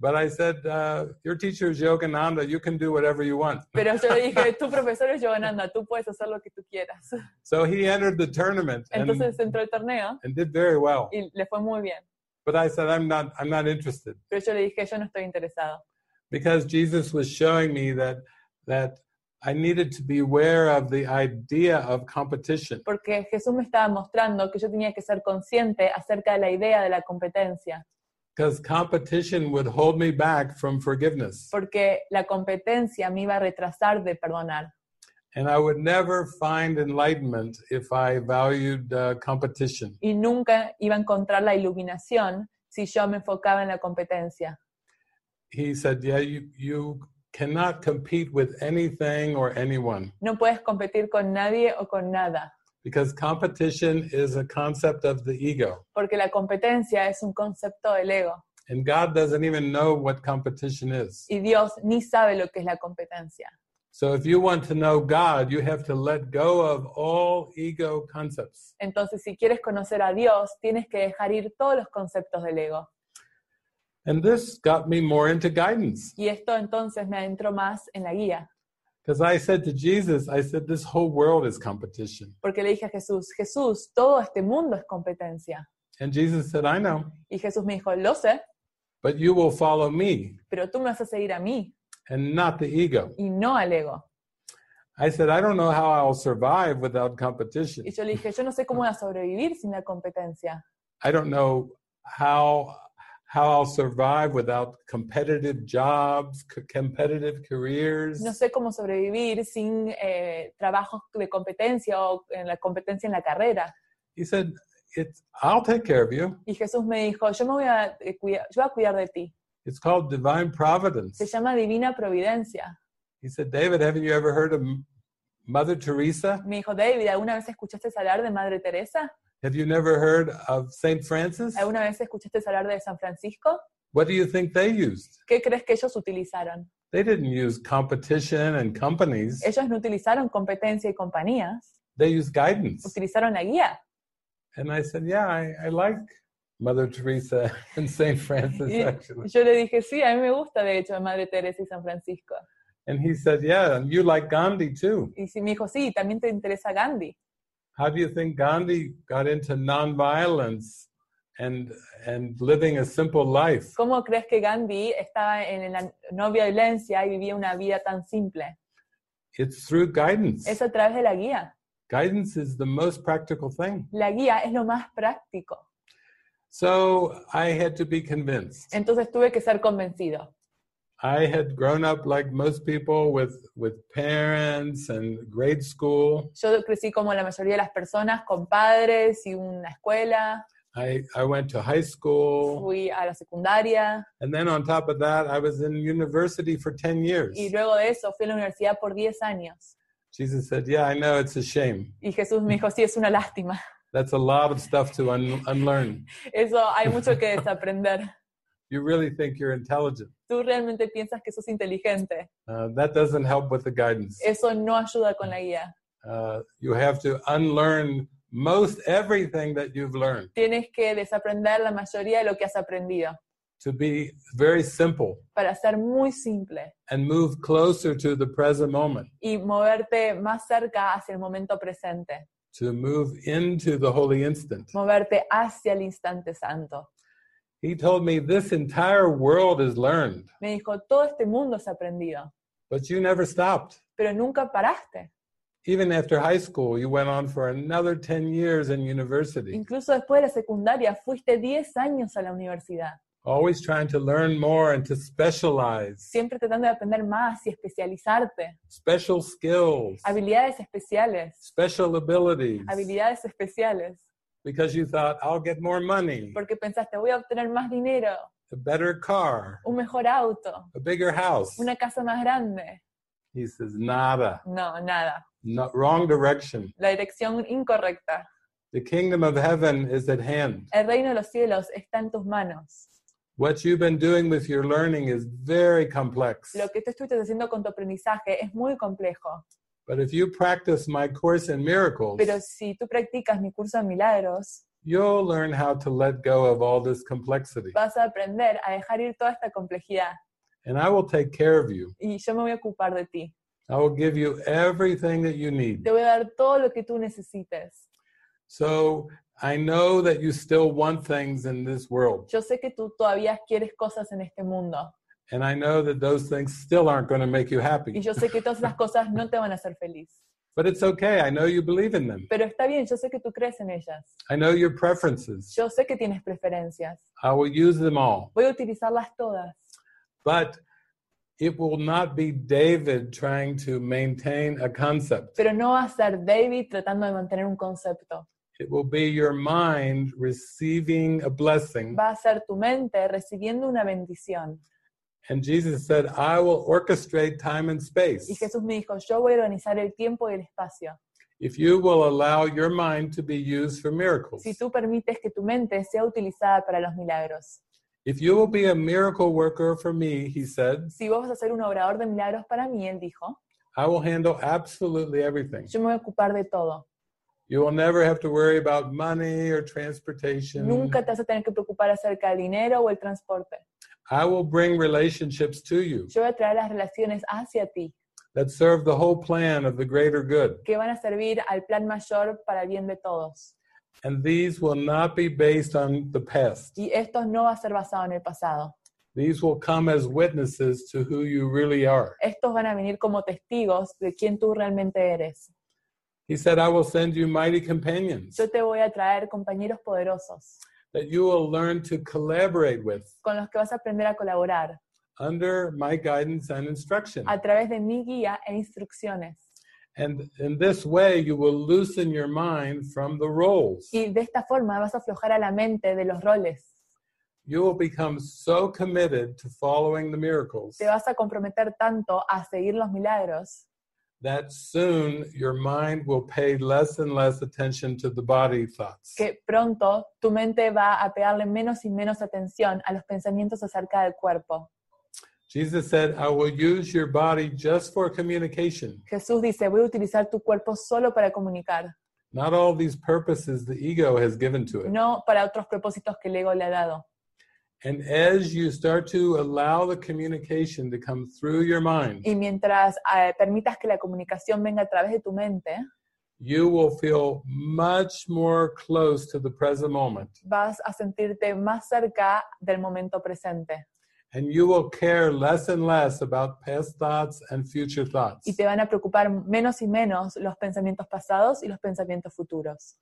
Speaker 4: But I said, uh, Your teacher is Yogananda. You can do whatever you want.
Speaker 5: Pero yo le dije, tu profesor es Giovanna, tú puedes hacer lo que tú quieras.
Speaker 4: (laughs) So he entered the tournament and,
Speaker 5: Entonces entró al torneo
Speaker 4: and did very well.
Speaker 5: y le fue muy bien.
Speaker 4: But I said, I'm not, I'm not interested
Speaker 5: Pero yo le dije, yo no estoy interesado.
Speaker 4: because Jesus was showing me that, that I needed to be aware of the idea of competition.
Speaker 5: Porque Jesús me estaba mostrando que yo tenía que ser consciente acerca de la idea de la competencia.
Speaker 4: Because competition would hold me back from forgiveness.
Speaker 5: Porque la competencia me iba a retrasar de perdonar.
Speaker 4: And I would never find enlightenment if I valued uh, competition.
Speaker 5: Y nunca iba a encontrar la iluminación si yo me enfocaba en la competencia.
Speaker 4: He said, Yeah, you, you cannot compete with anything or anyone
Speaker 5: No puedes competir con nadie o con nada.
Speaker 4: because competition is a concept of the ego.
Speaker 5: Porque la competencia es un concepto del ego.
Speaker 4: and God doesn't even know what competition is.
Speaker 5: y Dios ni sabe lo que es la competencia.
Speaker 4: So if you want to know God, you have to let go of all ego concepts.
Speaker 5: Entonces, si quieres conocer a Dios, tienes que dejar ir todos los conceptos del ego.
Speaker 4: And this got me more into guidance
Speaker 5: Y esto entonces me adentro más en la guía,
Speaker 4: because I said to Jesus, I said, this whole world is competition.
Speaker 5: porque le dije a Jesús, Jesús, todo este mundo es competencia.
Speaker 4: And Jesus said, I know,
Speaker 5: Y Jesús me dijo, lo sé,
Speaker 4: but you will follow me
Speaker 5: pero tú me vas a seguir a mí
Speaker 4: and not the ego.
Speaker 5: y no al ego.
Speaker 4: I said, I don't know how I'll survive without competition.
Speaker 5: Y yo le dije, yo no sé cómo voy a sobrevivir sin la competencia.
Speaker 4: I don't know how how I'll survive without competitive jobs, c- competitive careers.
Speaker 5: No sé cómo sobrevivir sin eh, trabajos de competencia o en la competencia en la carrera.
Speaker 4: He said, "It's I'll take care of you.
Speaker 5: Y Jesús me dijo, yo me voy a, eh, cuida- yo voy a cuidar de ti.
Speaker 4: It's called divine providence."
Speaker 5: Se llama divina providencia.
Speaker 4: He said, "David, haven't you ever heard of M- Mother Teresa?
Speaker 5: Me dijo, David, ¿alguna vez escuchaste hablar de Madre Teresa?
Speaker 4: Have you never heard of Saint Francis?
Speaker 5: ¿Alguna vez escuchaste hablar de San Francisco?
Speaker 4: What do you think they used?
Speaker 5: ¿Qué crees que ellos utilizaron?
Speaker 4: They didn't use competition and companies.
Speaker 5: Ellos no utilizaron competencia y compañías,
Speaker 4: They used guidance."
Speaker 5: utilizaron la guía.
Speaker 4: And I said, "Yeah, I, I like Mother Teresa (laughs) and Saint Francis
Speaker 5: Y
Speaker 4: actually."
Speaker 5: yo le dije, sí, a mí me gusta, de hecho, Madre Teresa y San Francisco.
Speaker 4: And he said, Yeah, and you like Gandhi too.
Speaker 5: Y sí, me dijo, sí, también te interesa Gandhi.
Speaker 4: How do you think Gandhi got into nonviolence and and living a simple life?
Speaker 5: ¿Cómo crees que Gandhi estaba en la no violencia y vivía una vida tan simple?
Speaker 4: It's through guidance.
Speaker 5: Es a través de la guía.
Speaker 4: Guidance is the most practical thing.
Speaker 5: La guía es lo más práctico.
Speaker 4: So I had to be convinced.
Speaker 5: Entonces tuve que ser convencido.
Speaker 4: I had grown up like most people with with parents and grade school.
Speaker 5: Yo crecí como la mayoría de las personas, con padres y una escuela,
Speaker 4: I, I went to high school
Speaker 5: fui a la secundaria
Speaker 4: and then on top of that I was in university for 10 years.
Speaker 5: y luego de eso fui a la universidad por 10 años.
Speaker 4: Jesus said, "Yeah, I know it's a shame.
Speaker 5: Y Jesús me dijo, sí, es una lástima,
Speaker 4: That's a lot of stuff to un- unlearn."
Speaker 5: eso hay mucho que desaprender.
Speaker 4: you really think you're intelligent.
Speaker 5: Tú realmente piensas que sos inteligente,
Speaker 4: Uh, that doesn't help with the guidance.
Speaker 5: eso no ayuda con la guía.
Speaker 4: Uh, you have to unlearn most everything that you've learned
Speaker 5: Tienes que desaprender la mayoría de lo que has aprendido
Speaker 4: to be very simple
Speaker 5: para ser muy simple
Speaker 4: and move closer to the present moment,
Speaker 5: y moverte más cerca hacia el momento presente,
Speaker 4: to move into the holy instant.
Speaker 5: moverte hacia el instante santo.
Speaker 4: He told me this entire world is learned,
Speaker 5: Me dijo, todo este mundo es aprendido.
Speaker 4: but you never stopped.
Speaker 5: pero nunca paraste.
Speaker 4: Even after high school, you went on for another 10 years in university,
Speaker 5: Incluso después de la secundaria fuiste 10 años a la universidad,
Speaker 4: always trying to learn more and to specialize,
Speaker 5: siempre tratando de aprender más y especializarte.
Speaker 4: special skills,
Speaker 5: Habilidades especiales,
Speaker 4: special abilities.
Speaker 5: habilidades especiales,
Speaker 4: because you thought I'll get more money,
Speaker 5: porque pensaste, voy a obtener más dinero,
Speaker 4: a better car,
Speaker 5: un mejor auto,
Speaker 4: a bigger house.
Speaker 5: una casa más grande.
Speaker 4: He says, nada,
Speaker 5: No, nada,
Speaker 4: no, wrong direction.
Speaker 5: la dirección incorrecta.
Speaker 4: The kingdom of heaven is at hand.
Speaker 5: El reino de los cielos está en tus manos.
Speaker 4: What you've been doing with your learning is very complex.
Speaker 5: Lo que tú estuviste haciendo con tu aprendizaje es muy complejo,
Speaker 4: But if you practice my course in miracles,
Speaker 5: pero si tú practicas mi curso de milagros,
Speaker 4: you'll learn how to let go of all this complexity.
Speaker 5: vas a aprender a dejar ir toda esta complejidad
Speaker 4: And I will take care of you.
Speaker 5: y yo me voy a ocupar de ti.
Speaker 4: I will give you everything that you need.
Speaker 5: Te voy a dar todo lo que tú necesites.
Speaker 4: So I know that you still want things in this world.
Speaker 5: Yo sé que tú todavía quieres cosas en este mundo
Speaker 4: And I know that those things still aren't going to make you
Speaker 5: y
Speaker 4: happy.
Speaker 5: yo sé que todas esas cosas no te van a hacer feliz.
Speaker 4: But it's okay. I know you believe in them.
Speaker 5: Pero está bien, yo sé que tú crees en ellas.
Speaker 4: I know your preferences.
Speaker 5: Yo sé que tienes preferencias.
Speaker 4: I will use them all.
Speaker 5: Voy a utilizarlas todas.
Speaker 4: But it will not be David trying to maintain a concept.
Speaker 5: Pero no va a ser David tratando de mantener un concepto.
Speaker 4: It will be your mind receiving a blessing.
Speaker 5: Va a ser tu mente recibiendo una bendición.
Speaker 4: And Jesus said, I will orchestrate time and
Speaker 5: Y
Speaker 4: space.
Speaker 5: Jesús me dijo, yo voy a organizar el tiempo y el espacio.
Speaker 4: If you will allow your mind to be used for miracles,
Speaker 5: Si tú permites que tu mente sea utilizada para los milagros.
Speaker 4: If you will be a miracle worker for me, he said,
Speaker 5: Si vos vas a ser un obrador de milagros para mí, él dijo,
Speaker 4: I will handle absolutely everything.
Speaker 5: yo me voy a ocupar de todo.
Speaker 4: You will never have to worry about money or transportation.
Speaker 5: Nunca te vas a tener que preocupar acerca del dinero o el transporte.
Speaker 4: I will bring relationships to you
Speaker 5: Yo voy a traer las relaciones hacia ti,
Speaker 4: that serve the whole plan of the greater good.
Speaker 5: que van a servir al plan mayor para el bien de todos.
Speaker 4: And these will not be based on the past.
Speaker 5: Y esto no va a ser basado en el pasado.
Speaker 4: These will come as witnesses to who you really are.
Speaker 5: Estos van a venir como testigos de quién tú realmente eres.
Speaker 4: He said, I will send you mighty companions
Speaker 5: Yo te voy a traer compañeros poderosos
Speaker 4: that you will learn to collaborate with
Speaker 5: con los que vas a aprender a colaborar
Speaker 4: under my guidance and instruction.
Speaker 5: a través de mi guía e instrucciones.
Speaker 4: And in this way, you will loosen your mind from the roles.
Speaker 5: Y de esta forma vas a aflojar a la mente de los roles.
Speaker 4: You will become so committed to following the miracles
Speaker 5: Te vas a comprometer tanto a seguir los milagros
Speaker 4: that soon your mind will pay less and less attention to the body thoughts.
Speaker 5: que pronto tu mente va a pegarle menos y menos atención a los pensamientos acerca del cuerpo.
Speaker 4: Jesus said, I will use your body just for communication.
Speaker 5: Jesús dice, voy a utilizar tu cuerpo solo para comunicar,
Speaker 4: Not all these purposes the ego has given to it.
Speaker 5: no para otros propósitos que el ego le ha dado.
Speaker 4: And as you start to allow the communication to come through your mind,
Speaker 5: Y mientras eh, permitas que la comunicación venga a través de tu mente,
Speaker 4: you will feel much more close to the present moment.
Speaker 5: vas a sentirte más cerca del momento presente
Speaker 4: And you will care less and less about past thoughts and future thoughts.
Speaker 5: y te van a preocupar menos y menos los pensamientos pasados y los pensamientos futuros.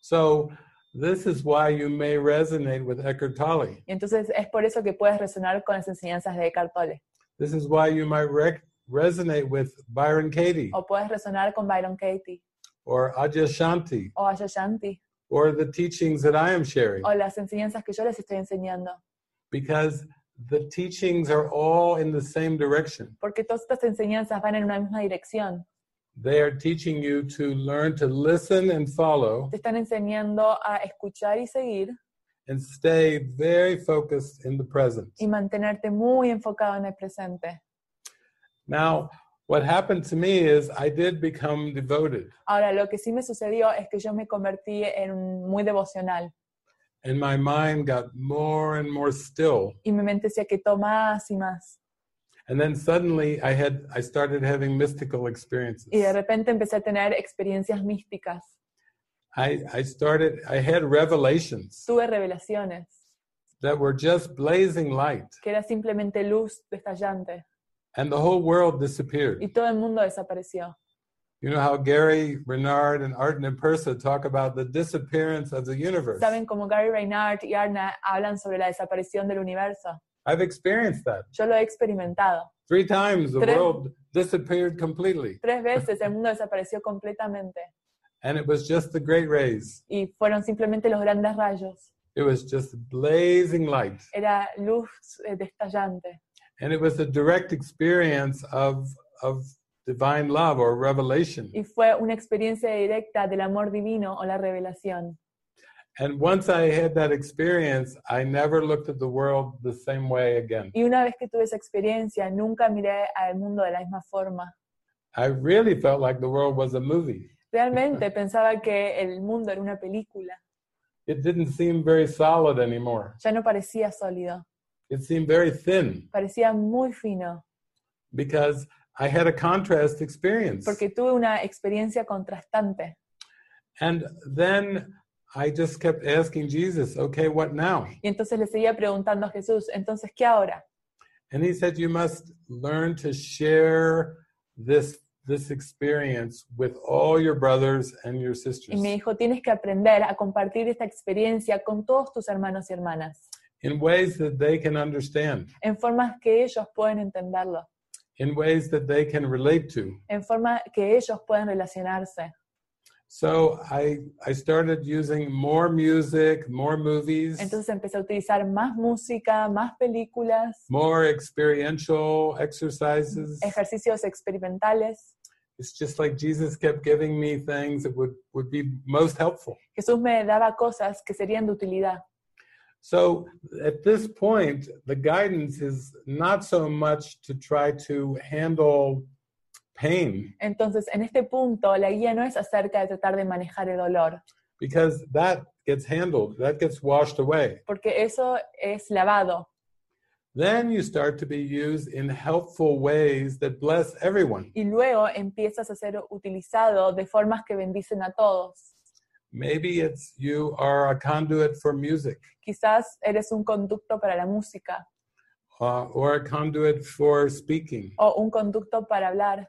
Speaker 4: So, this is why you may resonate with Eckhart Tolle.
Speaker 5: Y entonces es por eso que puedes resonar con las enseñanzas de Eckhart Tolle
Speaker 4: This is why you might rec- resonate with Byron Katie
Speaker 5: o puedes resonar con Byron Katie
Speaker 4: or Ajahn Shanti
Speaker 5: o Ayashanti
Speaker 4: or the teachings that I am sharing
Speaker 5: o las enseñanzas que yo les estoy enseñando,
Speaker 4: because the teachings are all in the same direction.
Speaker 5: porque todas estas enseñanzas van en una misma dirección.
Speaker 4: They are teaching you to learn to listen and follow
Speaker 5: Te están enseñando a escuchar y seguir
Speaker 4: and stay very focused in the present.
Speaker 5: y mantenerte muy enfocado en el presente.
Speaker 4: Now, what happened to me is I did become devoted.
Speaker 5: Ahora, lo que sí me sucedió es que yo me convertí en un- muy devocional
Speaker 4: and my mind got more and more still
Speaker 5: y mi mente se aquietó más y más.
Speaker 4: and then suddenly i had i started having mystical experiences
Speaker 5: Y de repente empecé a tener experiencias místicas.
Speaker 4: i i started i had revelations
Speaker 5: Tuve revelaciones,
Speaker 4: that were just blazing light
Speaker 5: que era simplemente luz estallante.
Speaker 4: and the whole world disappeared
Speaker 5: Y todo el mundo desapareció.
Speaker 4: you know how gary renard and art Persa talk about the disappearance of the universe
Speaker 5: Saben como Gary Reinhardt y Arna hablan sobre la desaparición del universo.
Speaker 4: i've experienced that
Speaker 5: Yo lo he experimentado.
Speaker 4: three times the
Speaker 5: Tres-
Speaker 4: world disappeared completely
Speaker 5: Tres veces el mundo desapareció completamente
Speaker 4: and it was just the great rays
Speaker 5: y fueron simplemente los grandes rayos.
Speaker 4: it was just blazing light
Speaker 5: Era luz eh, destallante.
Speaker 4: and it was a direct experience of of divine love or revelation
Speaker 5: y fue una experiencia directa del amor divino o la revelación.
Speaker 4: and once i had that experience i never looked at the world the same way again
Speaker 5: Y una vez que tuve esa experiencia, nunca miré al mundo de la misma forma.
Speaker 4: i really felt like the world was a movie
Speaker 5: Realmente pensaba que el mundo era una película.
Speaker 4: it didn't seem very solid anymore
Speaker 5: Ya no parecía sólido,
Speaker 4: it seemed very thin
Speaker 5: parecía muy fino,
Speaker 4: because i had a contrast experience
Speaker 5: porque tuve una experiencia contrastante.
Speaker 4: and then i just kept asking jesus okay what now
Speaker 5: Y entonces le seguía preguntando a Jesús, entonces, ¿qué ahora?
Speaker 4: and he said you must learn to share this this experience with all your brothers and your
Speaker 5: Y
Speaker 4: sisters
Speaker 5: me dijo, tienes que aprender a compartir esta experiencia con todos tus hermanos y hermanas,
Speaker 4: in ways that they can understand
Speaker 5: en formas que ellos pueden entenderlo,
Speaker 4: in ways that they can relate to
Speaker 5: en forma que ellos pueden relacionarse.
Speaker 4: so i i started using more music more movies
Speaker 5: Entonces empecé a utilizar más música, más películas,
Speaker 4: more experiential exercises
Speaker 5: ejercicios experimentales.
Speaker 4: it's just like jesus kept giving me things that would would be most helpful
Speaker 5: Jesús me daba cosas que serían de utilidad.
Speaker 4: So at this point, the guidance is not so much to try to handle pain,
Speaker 5: Entonces, en este punto, la guía no es acerca de tratar de manejar el dolor,
Speaker 4: because that gets handled, that gets washed away.
Speaker 5: porque eso es lavado.
Speaker 4: Then you start to be used in helpful ways that bless everyone.
Speaker 5: Y luego empiezas a ser utilizado de formas que bendicen a todos.
Speaker 4: Maybe it's you are a conduit for music,
Speaker 5: Quizás eres un conducto para la música
Speaker 4: uh, or a conduit for speaking.
Speaker 5: o un conducto para hablar.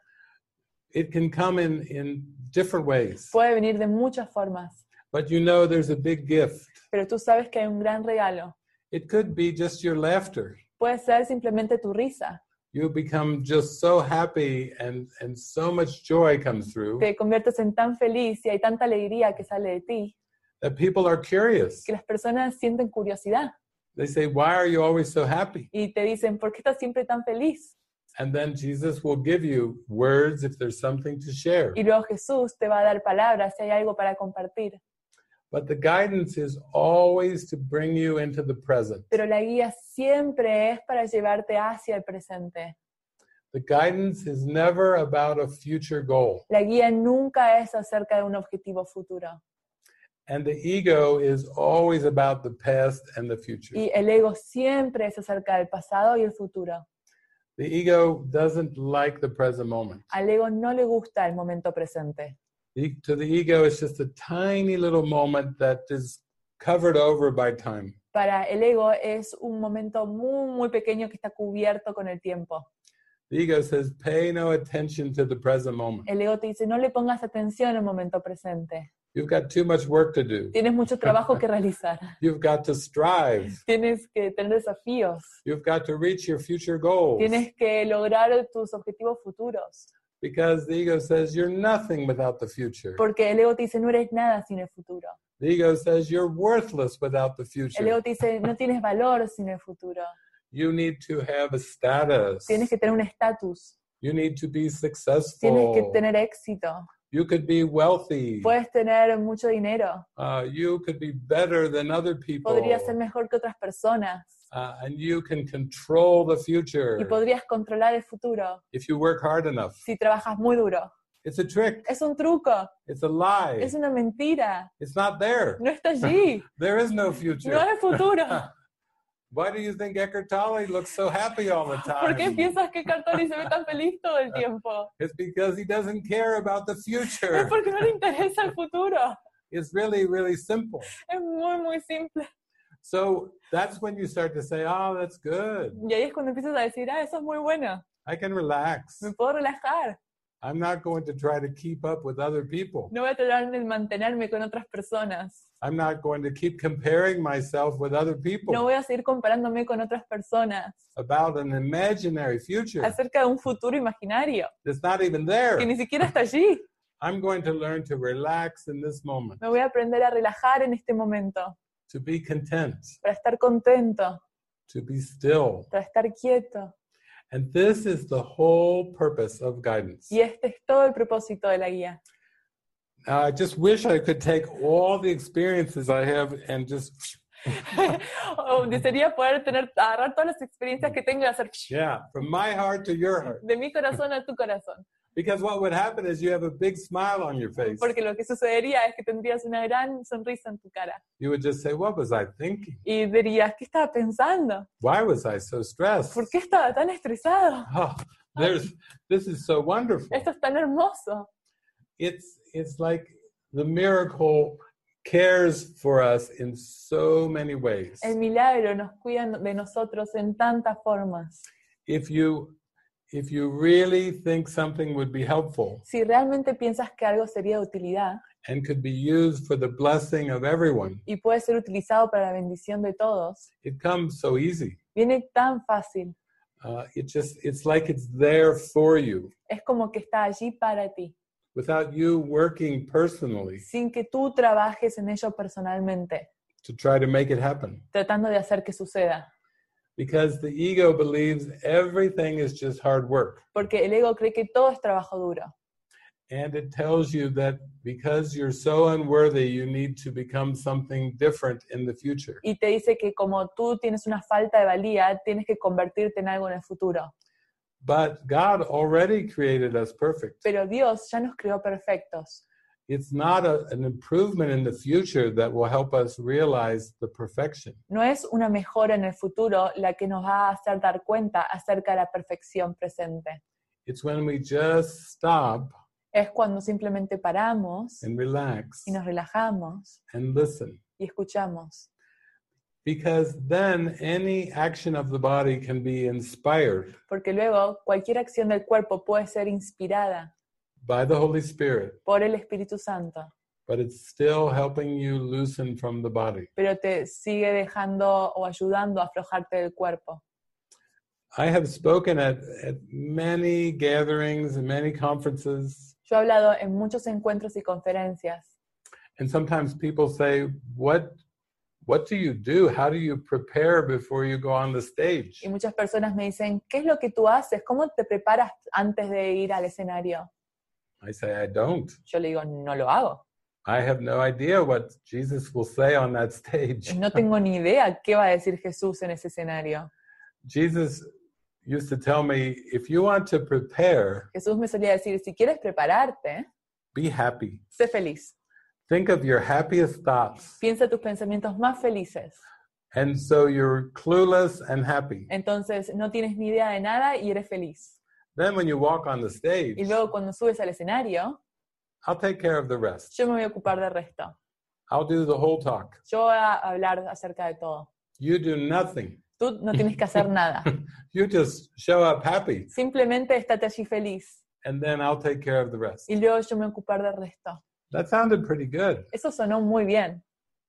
Speaker 4: It can come in, in different ways,
Speaker 5: Puede venir de muchas formas,
Speaker 4: but you know there's a big gift.
Speaker 5: pero tú sabes que hay un gran regalo.
Speaker 4: It could be just your laughter.
Speaker 5: Puede ser simplemente tu risa.
Speaker 4: You become just so happy and, and so much joy comes through
Speaker 5: Te conviertes en tan feliz y hay tanta alegría que sale de ti
Speaker 4: that people are curious.
Speaker 5: que las personas sienten curiosidad
Speaker 4: They say, Why are you always so happy?
Speaker 5: y te dicen, ¿por qué estás siempre tan feliz?
Speaker 4: And then Jesus will give you words if there's something to share.
Speaker 5: Y luego Jesús te va a dar palabras si hay algo para compartir.
Speaker 4: But the guidance is always to bring you into the present.
Speaker 5: Pero la guía siempre es para llevarte hacia el presente.
Speaker 4: The guidance is never about a future goal.
Speaker 5: La guía nunca es acerca de un objetivo futuro.
Speaker 4: And the ego is always about the past and the future.
Speaker 5: Y el ego siempre es acerca del pasado y el futuro.
Speaker 4: The ego doesn't like the present moment.
Speaker 5: Al ego no le gusta el momento presente.
Speaker 4: The- to the ego, it's just a tiny little moment that is covered over by time.
Speaker 5: Para el ego es un momento muy, muy pequeño que está cubierto con el tiempo.
Speaker 4: The ego says, pay no attention to the present moment.
Speaker 5: El ego te dice, no le pongas atención al momento presente.
Speaker 4: You've got too much work to do.
Speaker 5: Tienes mucho trabajo que realizar. (laughs)
Speaker 4: You've got to strive.
Speaker 5: Tienes que tener desafíos.
Speaker 4: You've got to reach your future goals.
Speaker 5: Tienes que lograr tus objetivos futuros.
Speaker 4: Because the ego says you're nothing without the future.
Speaker 5: Porque el ego te dice, no eres nada sin el futuro.
Speaker 4: The ego says you're worthless without the
Speaker 5: El
Speaker 4: future.
Speaker 5: ego te dice, no tienes valor sin el futuro.
Speaker 4: You need to have a status.
Speaker 5: Tienes que tener un estatus.
Speaker 4: You need to be
Speaker 5: Tienes que
Speaker 4: successful.
Speaker 5: tener éxito.
Speaker 4: You could be wealthy.
Speaker 5: Puedes tener mucho dinero.
Speaker 4: Uh, you could be better than other people.
Speaker 5: Podrías ser mejor que otras personas.
Speaker 4: Uh, and you can control the future
Speaker 5: Y podrías controlar el futuro
Speaker 4: if you work hard enough.
Speaker 5: si trabajas muy duro.
Speaker 4: It's a trick.
Speaker 5: Es un truco.
Speaker 4: It's a lie.
Speaker 5: Es una mentira.
Speaker 4: It's not there. (laughs)
Speaker 5: No está allí.
Speaker 4: There is no future.
Speaker 5: No es futuro.
Speaker 4: (laughs) Why do you think Eckhart Tolle looks so happy all
Speaker 5: (laughs)
Speaker 4: the time?
Speaker 5: ¿Por qué piensas que Cartoni se ve tan feliz todo el tiempo?
Speaker 4: It's because he doesn't care about the
Speaker 5: Es
Speaker 4: future.
Speaker 5: porque no le interesa el futuro.
Speaker 4: It's really, really simple.
Speaker 5: Es muy, muy simple.
Speaker 4: So that's when you start to say, oh, that's good.
Speaker 5: Y ahí es cuando empiezas a decir, ah, eso es muy bueno.
Speaker 4: I can relax.
Speaker 5: Me puedo relajar.
Speaker 4: I'm not going to try to keep up with other people.
Speaker 5: No voy a tratar de mantenerme con otras personas.
Speaker 4: I'm not going to keep comparing myself with other
Speaker 5: No eh.
Speaker 4: people
Speaker 5: voy a seguir comparándome con otras personas
Speaker 4: about an imaginary future
Speaker 5: acerca de un futuro imaginario
Speaker 4: that's not even
Speaker 5: que
Speaker 4: there.
Speaker 5: ni siquiera está allí.
Speaker 4: I'm going to learn to relax in this moment,
Speaker 5: Me voy a aprender a relajar en este momento
Speaker 4: to be content,
Speaker 5: para estar contento,
Speaker 4: to be still.
Speaker 5: para estar quieto.
Speaker 4: And this is the whole purpose of guidance.
Speaker 5: Y este es todo el propósito de la guía.
Speaker 4: Uh, I just wish I could take all the experiences I have and just,
Speaker 5: O desearía Oh, poder tener, agarrar todas las experiencias que tengo y hacer
Speaker 4: yeah, from my heart to your heart.
Speaker 5: de mi corazón a tu corazón.
Speaker 4: Because what would happen is you have a big smile on your face.
Speaker 5: Porque lo que sucedería es que tendrías una gran sonrisa en tu cara
Speaker 4: You would just say, What was I thinking?
Speaker 5: y dirías, ¿qué estaba pensando?
Speaker 4: Why was I so stressed?
Speaker 5: ¿Por qué estaba tan estresado?
Speaker 4: Oh, there's, this is so wonderful.
Speaker 5: Esto es tan hermoso.
Speaker 4: It's, it's like the miracle cares for us in so many ways.
Speaker 5: El milagro nos cuida de nosotros en tantas formas.
Speaker 4: If you, if you really think something would be helpful,
Speaker 5: Si realmente piensas que algo sería de utilidad
Speaker 4: and could be used for the blessing of everyone.
Speaker 5: y puede ser utilizado para la bendición de todos,
Speaker 4: It comes so easy.
Speaker 5: viene tan fácil.
Speaker 4: Uh, it just it's like it's there for you
Speaker 5: Es como que está allí para ti,
Speaker 4: without you working personally
Speaker 5: sin que tú trabajes en ello personalmente,
Speaker 4: to try to make it happen.
Speaker 5: tratando de hacer que suceda.
Speaker 4: Because the ego believes everything is just hard work
Speaker 5: Porque el ego cree que todo es trabajo duro
Speaker 4: And it tells you that because you're so unworthy, you need to become something different in the future.
Speaker 5: y te dice que como tú tienes una falta de valía, tienes que convertirte en algo en el futuro.
Speaker 4: But God already created us perfect.
Speaker 5: Pero Dios ya nos creó perfectos.
Speaker 4: It's not a, an improvement in the future that will help us realize the perfection.
Speaker 5: No es una mejora en el futuro la que nos va a hacer dar cuenta acerca de la perfección presente.
Speaker 4: It's when we just stop
Speaker 5: Es cuando simplemente paramos
Speaker 4: and relax
Speaker 5: y nos relajamos
Speaker 4: and listen.
Speaker 5: y escuchamos.
Speaker 4: Because then any action of the body can be inspired
Speaker 5: Porque luego cualquier acción del cuerpo puede ser inspirada
Speaker 4: by the Holy Spirit,
Speaker 5: por el Espíritu Santo,
Speaker 4: but it's still helping you loosen from the body.
Speaker 5: pero te sigue dejando o ayudando a aflojarte del cuerpo.
Speaker 4: I have spoken at, at many gatherings and many conferences,
Speaker 5: Yo he hablado en muchos encuentros y conferencias
Speaker 4: and sometimes people say, What what do you do? How do you prepare before you go on the stage?
Speaker 5: Y muchas personas me dicen, ¿qué es lo que tú haces? ¿Cómo te preparas antes de ir al escenario?
Speaker 4: I say, I don't.
Speaker 5: Yo le digo, no lo hago.
Speaker 4: I have no idea what Jesus will say on that stage.
Speaker 5: No tengo ni idea qué va a decir Jesús en ese escenario.
Speaker 4: Jesus used to tell me, if you want to prepare,
Speaker 5: Jesús me solía decir, si quieres prepararte,
Speaker 4: be happy.
Speaker 5: sé feliz.
Speaker 4: Think of your happiest thoughts.
Speaker 5: Piensa tus pensamientos más felices.
Speaker 4: And so you're clueless and happy.
Speaker 5: Entonces no tienes ni idea de nada y eres feliz.
Speaker 4: Then when you walk on the stage,
Speaker 5: Y luego cuando subes al escenario,
Speaker 4: I'll take care of the rest.
Speaker 5: yo me voy a ocupar del resto.
Speaker 4: I'll do the whole talk.
Speaker 5: Yo voy a hablar acerca de todo.
Speaker 4: You do nothing.
Speaker 5: Tú no tienes
Speaker 4: (laughs)
Speaker 5: que hacer nada.
Speaker 4: You just show up happy,
Speaker 5: Simplemente estate allí feliz.
Speaker 4: and then I'll take care of the rest.
Speaker 5: Y luego yo me voy a ocupar del resto.
Speaker 4: That sounded pretty good.
Speaker 5: Eso sonó muy bien.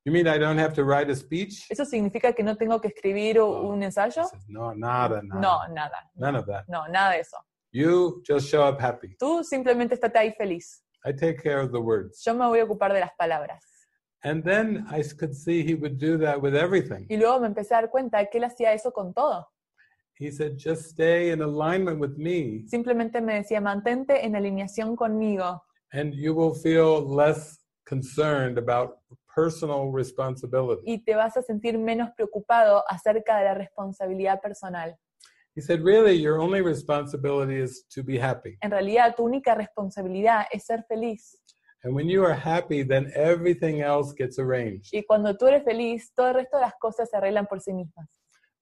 Speaker 4: You mean I don't have to write a speech?
Speaker 5: ¿Eso significa que no tengo que escribir u-
Speaker 4: Oh,
Speaker 5: un
Speaker 4: He
Speaker 5: ensayo?
Speaker 4: says, no, nada, nada.
Speaker 5: No, nada.
Speaker 4: None of that.
Speaker 5: No, nada de eso.
Speaker 4: You just show up happy.
Speaker 5: Tú simplemente estate ahí feliz.
Speaker 4: I take care of the words.
Speaker 5: Yo me voy a ocupar de las palabras.
Speaker 4: And then I could see he would do that with everything.
Speaker 5: Y luego me empecé a dar cuenta de que él hacía eso con todo.
Speaker 4: He said, just stay in alignment with me,
Speaker 5: Simplemente me decía, mantente en alineación conmigo
Speaker 4: and you will feel less concerned about personal responsibility.
Speaker 5: y te vas a sentir menos preocupado acerca de la responsabilidad personal.
Speaker 4: He said, really, your only responsibility is to be happy.
Speaker 5: En realidad, tu única responsabilidad es ser feliz.
Speaker 4: And when you are happy, then everything else gets arranged.
Speaker 5: Y cuando tú eres feliz, todo el resto de las cosas se arreglan por sí mismas.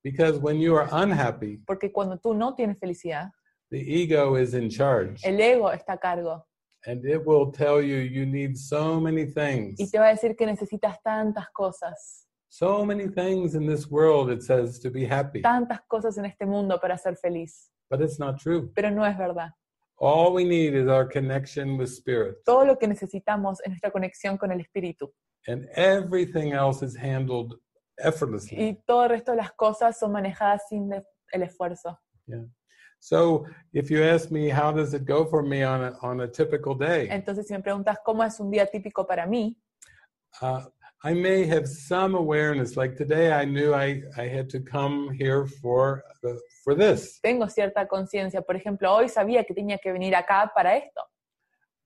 Speaker 4: Because when you are unhappy,
Speaker 5: Porque cuando tú no tienes felicidad,
Speaker 4: the ego is in charge
Speaker 5: el ego está a cargo.
Speaker 4: and it will tell you you need so many things.
Speaker 5: y te va a decir que necesitas tantas cosas,
Speaker 4: So many things in this world, it says, to be happy.
Speaker 5: tantas cosas en este mundo para ser feliz.
Speaker 4: But it's not true.
Speaker 5: Pero no es verdad.
Speaker 4: All we need is our connection with spirit,
Speaker 5: Todo lo que necesitamos es nuestra conexión con el espíritu.
Speaker 4: and everything else is handled
Speaker 5: Y
Speaker 4: effortlessly.
Speaker 5: todo el resto de las cosas son manejadas sin de- el esfuerzo.
Speaker 4: So, if you ask me how does it go for me on a, on a typical day,
Speaker 5: Entonces, si me preguntas cómo es un día típico para mí,
Speaker 4: uh, I may have some awareness. Like today, I knew I, I had to come here for the, for this,
Speaker 5: tengo cierta conciencia. Por ejemplo, hoy sabía que tenía que venir acá para esto,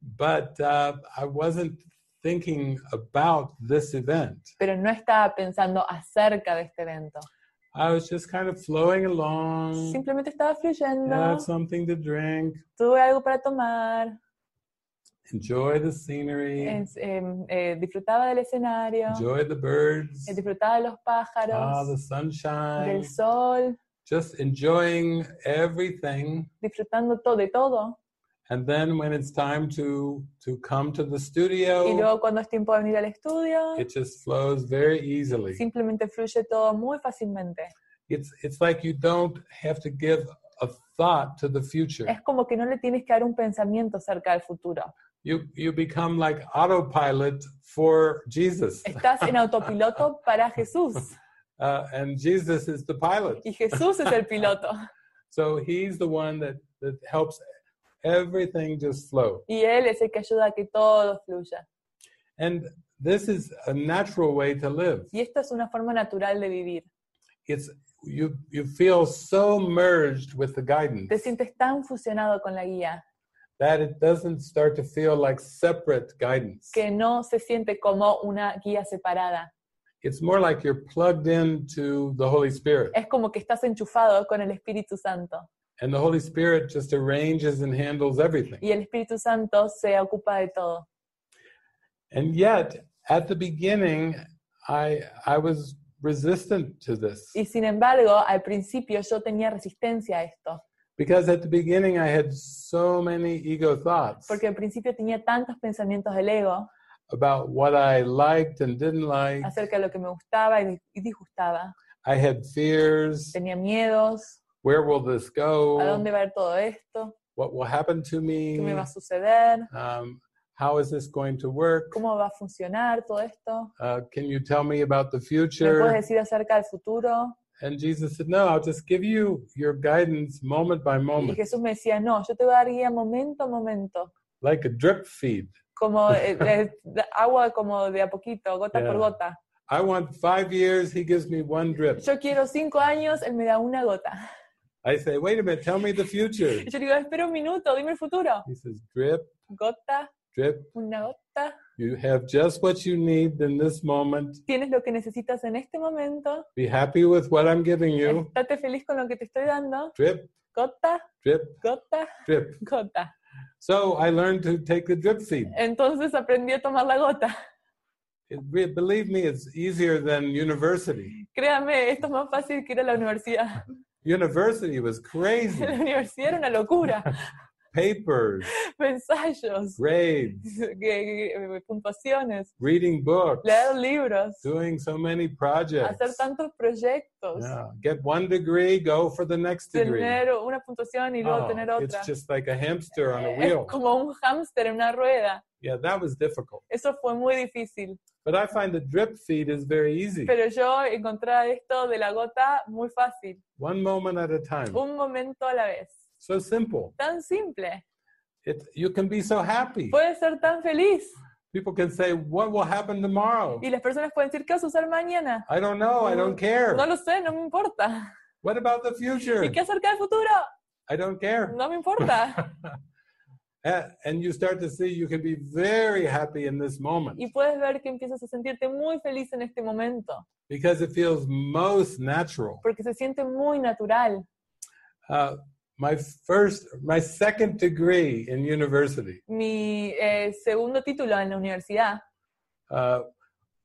Speaker 4: but uh, I wasn't thinking about this event.
Speaker 5: pero no estaba pensando acerca de este evento.
Speaker 4: I was just kind of flowing along.
Speaker 5: Simplemente estaba fluyendo,
Speaker 4: Have something to drink.
Speaker 5: tuve algo para tomar,
Speaker 4: Enjoy the scenery.
Speaker 5: es- em, eh, disfrutaba del escenario.
Speaker 4: Enjoy the birds.
Speaker 5: He disfrutado de los
Speaker 4: Ah, the
Speaker 5: pájaros,
Speaker 4: sunshine.
Speaker 5: del sol,
Speaker 4: Just enjoying everything.
Speaker 5: disfrutando todo de todo.
Speaker 4: And then when it's time to to come to the
Speaker 5: Y
Speaker 4: studio,
Speaker 5: luego cuando es tiempo de venir al estudio,
Speaker 4: it just flows very easily.
Speaker 5: simplemente fluye todo muy fácilmente.
Speaker 4: It's it's like you don't have to give a thought to the future.
Speaker 5: Es como que no le tienes que dar un pensamiento acerca del futuro.
Speaker 4: You you become like autopilot for Jesus,
Speaker 5: Estás en autopiloto para Jesús.
Speaker 4: (laughs) uh, and Jesus is the pilot.
Speaker 5: Y Jesús es el piloto.
Speaker 4: (laughs) So he's the one that that helps everything just flow.
Speaker 5: Y Él es el que ayuda a que todo fluya.
Speaker 4: And this is a natural way to live.
Speaker 5: Y esta es una forma natural de vivir.
Speaker 4: It's you you feel so merged with the guidance
Speaker 5: Te sientes tan fusionado con la guía
Speaker 4: that it doesn't start to feel like separate guidance.
Speaker 5: que no se siente como una guía separada.
Speaker 4: It's more like you're plugged into the Holy Spirit,
Speaker 5: Es como que estás enchufado con el Espíritu Santo
Speaker 4: and the Holy Spirit just arranges and handles everything.
Speaker 5: y el Espíritu Santo se ocupa de todo.
Speaker 4: And yet, at the beginning, I I was resistant to this
Speaker 5: Y sin embargo, al principio yo tenía resistencia a esto,
Speaker 4: because at the beginning I had so many ego thoughts
Speaker 5: porque al principio tenía tantos pensamientos del ego
Speaker 4: about what I liked and didn't like.
Speaker 5: acerca de lo que me gustaba y y disgustaba.
Speaker 4: I had fears.
Speaker 5: Tenía miedos,
Speaker 4: Where will this
Speaker 5: a
Speaker 4: go?
Speaker 5: dónde va a ir todo esto,
Speaker 4: What will happen to
Speaker 5: qué me
Speaker 4: me?
Speaker 5: va a suceder,
Speaker 4: Um, how is this going to work?
Speaker 5: cómo va a funcionar todo esto.
Speaker 4: Uh, can you tell me about the
Speaker 5: ¿Me puedes
Speaker 4: future?
Speaker 5: decir acerca del futuro?
Speaker 4: And Jesus said, No, I'll just give you your guidance moment by
Speaker 5: Y
Speaker 4: moment,
Speaker 5: Jesús me decía, no, yo te voy a dar guía momento a momento,
Speaker 4: like a drip feed. (laughs)
Speaker 5: como eh, de- de agua como de a poquito, gota
Speaker 4: Yeah.
Speaker 5: por gota.
Speaker 4: I want five years, he gives me one drip.
Speaker 5: Yo quiero cinco años, él me da una gota. (laughs)
Speaker 4: I say, Wait a minute, tell me the future.
Speaker 5: Y yo digo, espera un minuto, dime el futuro.
Speaker 4: He says, Drip,
Speaker 5: Gota,
Speaker 4: drip,
Speaker 5: una gota.
Speaker 4: you have just what you need in this moment.
Speaker 5: Tienes lo que necesitas en este momento.
Speaker 4: Be happy with what I'm giving you.
Speaker 5: Estate feliz con lo que te estoy dando.
Speaker 4: Drip,
Speaker 5: Gota,
Speaker 4: drip,
Speaker 5: gota,
Speaker 4: drip.
Speaker 5: gota.
Speaker 4: So I learned to take the drip feed.
Speaker 5: Entonces aprendí a tomar la gota.
Speaker 4: It, re- believe me, it's easier than university.
Speaker 5: Créame, esto es más fácil que ir a
Speaker 4: (laughs)
Speaker 5: la universidad.
Speaker 4: University was
Speaker 5: (laughs) La
Speaker 4: crazy.
Speaker 5: universidad era
Speaker 4: (laughs)
Speaker 5: una locura.
Speaker 4: Papers,
Speaker 5: Ensayos,
Speaker 4: grades,
Speaker 5: que- que- puntuaciones,
Speaker 4: reading books,
Speaker 5: leer libros,
Speaker 4: doing so many
Speaker 5: hacer
Speaker 4: projects.
Speaker 5: tantos proyectos,
Speaker 4: Yeah. Get one degree, go for the next degree.
Speaker 5: tener una puntuación y luego
Speaker 4: Oh,
Speaker 5: tener otra.
Speaker 4: it's just like a hamster on a
Speaker 5: Es
Speaker 4: wheel.
Speaker 5: como un hámster en una rueda.
Speaker 4: Yeah, that was difficult.
Speaker 5: Eso fue muy difícil.
Speaker 4: But I find the drip feed is very easy.
Speaker 5: Pero yo encontré esto de la gota muy fácil,
Speaker 4: One moment at a time.
Speaker 5: un momento a la vez.
Speaker 4: So simple.
Speaker 5: Tan simple.
Speaker 4: It, you can be so happy.
Speaker 5: Puedes ser tan feliz.
Speaker 4: People can say, What will happen tomorrow?
Speaker 5: Y las personas pueden decir, ¿qué vas a usar mañana?
Speaker 4: I don't know. Oh, I don't care.
Speaker 5: No lo sé, no me importa.
Speaker 4: What about the future?
Speaker 5: ¿Y qué acerca del futuro?
Speaker 4: I don't care.
Speaker 5: No me importa.
Speaker 4: A- And you start to see you can be very happy in this moment
Speaker 5: Y puedes ver que empiezas a sentirte muy feliz en este momento,
Speaker 4: because it feels most natural.
Speaker 5: porque se siente muy natural.
Speaker 4: Uh, my first, my second degree in university
Speaker 5: Mi eh, segundo título en la universidad
Speaker 4: uh,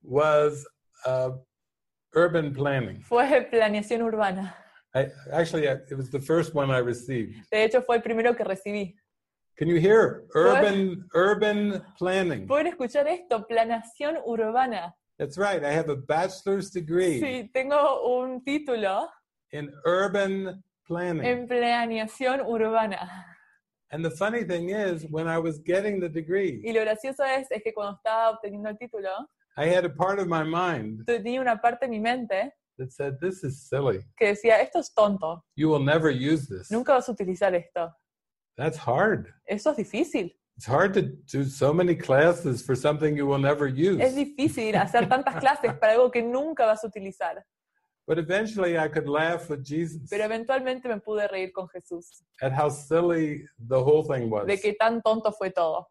Speaker 4: was uh, urban planning.
Speaker 5: fue planeación urbana.
Speaker 4: I, actually, I, it was the first one I received.
Speaker 5: De hecho, fue el primero que recibí.
Speaker 4: Can you hear urban urban planning?
Speaker 5: Pueden escuchar esto, planeación urbana.
Speaker 4: That's right. I have a bachelor's degree
Speaker 5: Sí, tengo un título
Speaker 4: in urban planning.
Speaker 5: en planeación urbana.
Speaker 4: And the funny thing is, when I was getting the degree,
Speaker 5: Y lo gracioso es, es que cuando estaba obteniendo el título,
Speaker 4: I had a part of my mind
Speaker 5: tenía una parte de mi mente
Speaker 4: that said, "This is silly.
Speaker 5: que decía, esto es tonto,
Speaker 4: You will never use this.
Speaker 5: nunca vas a utilizar esto.
Speaker 4: That's hard.
Speaker 5: Eso es difícil.
Speaker 4: It's hard to do so many classes for something you will never
Speaker 5: Es
Speaker 4: use."
Speaker 5: difícil hacer tantas clases para algo que nunca vas a utilizar.
Speaker 4: But eventually, I could laugh with Jesus
Speaker 5: Pero eventualmente me pude reír con Jesús
Speaker 4: at how silly the whole thing was.
Speaker 5: de que tan tonto fue todo.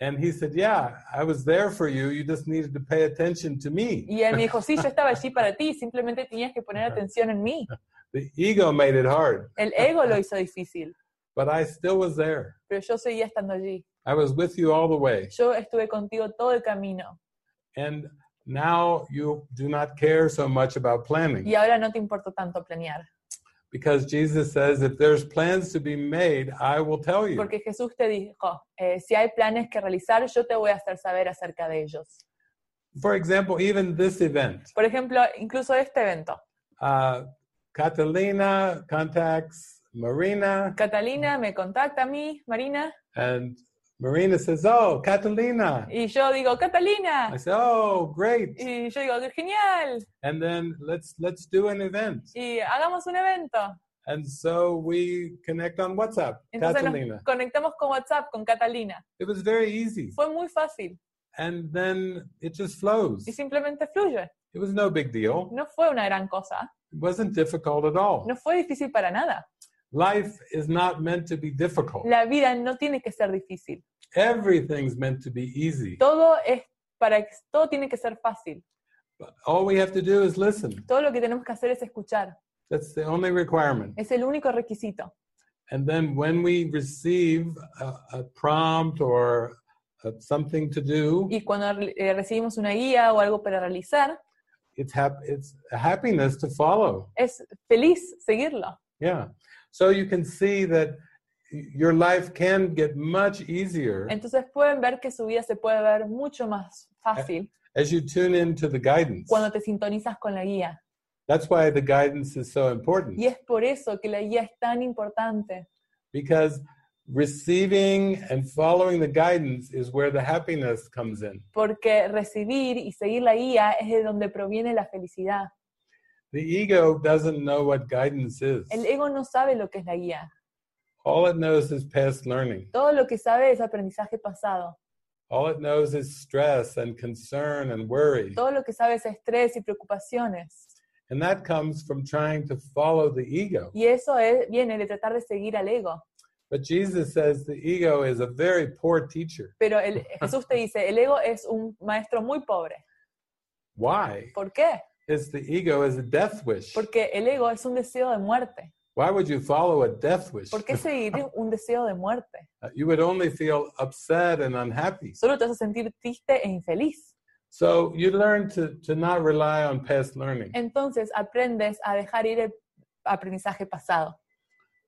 Speaker 4: And he said, "Yeah, I was there for you. You just needed to pay attention to me."
Speaker 5: Y él me dijo, sí, yo estaba allí para ti, simplemente tenías que poner atención en mí.
Speaker 4: (laughs) The ego made it hard,
Speaker 5: El ego lo hizo difícil,
Speaker 4: but I still was there.
Speaker 5: pero yo seguía estando allí.
Speaker 4: I was with you all the way.
Speaker 5: Yo estuve contigo todo el camino
Speaker 4: And now you do not care so much about planning
Speaker 5: y ahora no te importa tanto planear,
Speaker 4: because Jesus says, if there's plans to be made, I will tell you.
Speaker 5: porque Jesús te dijo, eh, si hay planes que realizar, yo te voy a hacer saber acerca de ellos.
Speaker 4: For example, even this event,
Speaker 5: Por ejemplo, incluso este evento.
Speaker 4: uh, Catalina contacts Marina,
Speaker 5: Catalina me contacta a mí, Marina,
Speaker 4: and Marina says, Oh, Catalina.
Speaker 5: y yo digo, Catalina,
Speaker 4: I say, Oh, great.
Speaker 5: y yo digo, genial,
Speaker 4: And then let's let's do an event.
Speaker 5: y hagamos un evento.
Speaker 4: And so we connect on WhatsApp,
Speaker 5: Entonces
Speaker 4: Catalina.
Speaker 5: nos conectamos con WhatsApp con Catalina.
Speaker 4: It was very easy.
Speaker 5: Fue muy fácil
Speaker 4: and then it just flows.
Speaker 5: y simplemente fluye.
Speaker 4: It was no big deal.
Speaker 5: No fue una gran cosa,
Speaker 4: It wasn't difficult at all.
Speaker 5: no fue difícil para nada.
Speaker 4: Life is not meant to be difficult.
Speaker 5: La vida no tiene que ser difícil.
Speaker 4: Everything's meant to be easy.
Speaker 5: Todo es para todo tiene que ser fácil.
Speaker 4: All we have to do is listen.
Speaker 5: Todo lo que tenemos que hacer es escuchar.
Speaker 4: That's the only requirement.
Speaker 5: Es el único requisito.
Speaker 4: And then when we receive a, a prompt or uh something to do,
Speaker 5: Y cuando eh, recibimos una guía o algo para realizar,
Speaker 4: it's hap- it's a happiness to follow.
Speaker 5: es feliz seguirlo.
Speaker 4: Yeah. So you can see that y- your life can get much easier
Speaker 5: Entonces pueden ver que su vida se puede ver mucho más fácil
Speaker 4: as you tune into the guidance.
Speaker 5: cuando te sintonizas con la guía.
Speaker 4: That's why the guidance is so important.
Speaker 5: Y es por eso que la guía es tan importante,
Speaker 4: Because receiving and following the guidance is where the happiness comes in.
Speaker 5: porque recibir y seguir la guía es de donde proviene la felicidad.
Speaker 4: The ego doesn't know what guidance is.
Speaker 5: El ego no sabe lo que es la guía.
Speaker 4: All it knows is past learning.
Speaker 5: Todo lo que sabe es aprendizaje pasado.
Speaker 4: All it knows is stress and concern and worry.
Speaker 5: Todo lo que sabe es estrés y preocupaciones.
Speaker 4: And that comes from trying to follow the ego.
Speaker 5: Y eso es- viene de tratar de seguir al ego.
Speaker 4: But Jesus says the ego is a very poor teacher.
Speaker 5: Pero el- Jesús te dice, el ego es un maestro muy pobre.
Speaker 4: Why?
Speaker 5: ¿Por qué?
Speaker 4: It's the ego is a death wish.
Speaker 5: Porque el ego es un deseo de muerte.
Speaker 4: Why would you follow a death wish? Uh,
Speaker 5: ¿Por qué seguir un deseo de muerte?
Speaker 4: You would only feel upset and unhappy.
Speaker 5: Solo te hace sentir triste e infeliz.
Speaker 4: So you learn to, to not rely on past learning.
Speaker 5: Entonces aprendes a dejar ir el aprendizaje pasado.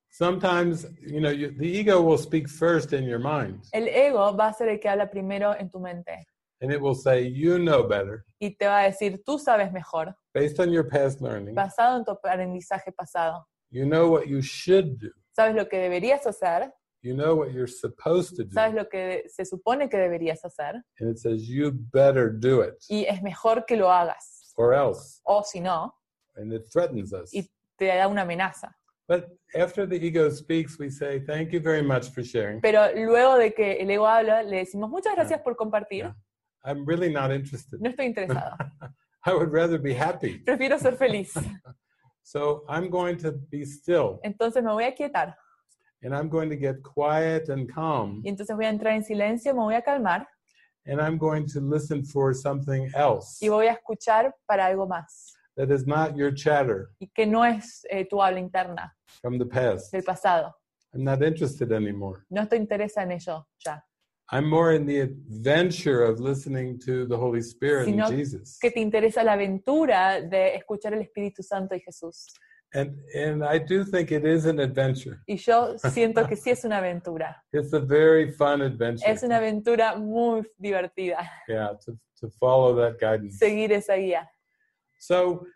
Speaker 4: Sometimes, you know, you, the ego will speak first in your mind
Speaker 5: El ego va a ser el que habla primero en tu mente
Speaker 4: and it will say, you know better
Speaker 5: y te va a decir, tú sabes mejor,
Speaker 4: based on your past learning.
Speaker 5: basado en tu aprendizaje pasado.
Speaker 4: You know what you should do.
Speaker 5: Sabes lo que deberías hacer,
Speaker 4: You know what you're supposed to do.
Speaker 5: sabes lo que se supone que deberías hacer
Speaker 4: And it says, you better do it
Speaker 5: y es mejor que lo hagas.
Speaker 4: or else.
Speaker 5: O si no,
Speaker 4: And it threatens us.
Speaker 5: y te da una amenaza.
Speaker 4: But after the ego speaks, we say, thank you very much for sharing.
Speaker 5: Pero luego de que el ego habla, le decimos, muchas gracias por compartir,
Speaker 4: I'm really not interested.
Speaker 5: no estoy interesado,
Speaker 4: I would rather be happy.
Speaker 5: prefiero ser feliz.
Speaker 4: (laughs) So I'm going to be still
Speaker 5: Entonces me voy a quietar.
Speaker 4: and I'm going to get quiet and calm
Speaker 5: Y entonces voy a entrar en silencio, me voy a calmar
Speaker 4: and I'm going to listen for something else
Speaker 5: y voy a escuchar para algo más.
Speaker 4: that is not your chatter
Speaker 5: Y que no es eh, tu habla interna
Speaker 4: from the past.
Speaker 5: del pasado.
Speaker 4: I'm not interested anymore.
Speaker 5: No te interesa en ello ya.
Speaker 4: I'm more in the adventure of listening to the Holy Spirit
Speaker 5: Sino
Speaker 4: and Jesus.
Speaker 5: Que te interesa la aventura de escuchar el Espíritu Santo y Jesús.
Speaker 4: And and I do think it is an adventure.
Speaker 5: Y yo siento que sí es una aventura.
Speaker 4: It's a very fun adventure.
Speaker 5: Es una aventura muy divertida
Speaker 4: Yeah, to, to follow that guidance.
Speaker 5: seguir esa guía.
Speaker 4: So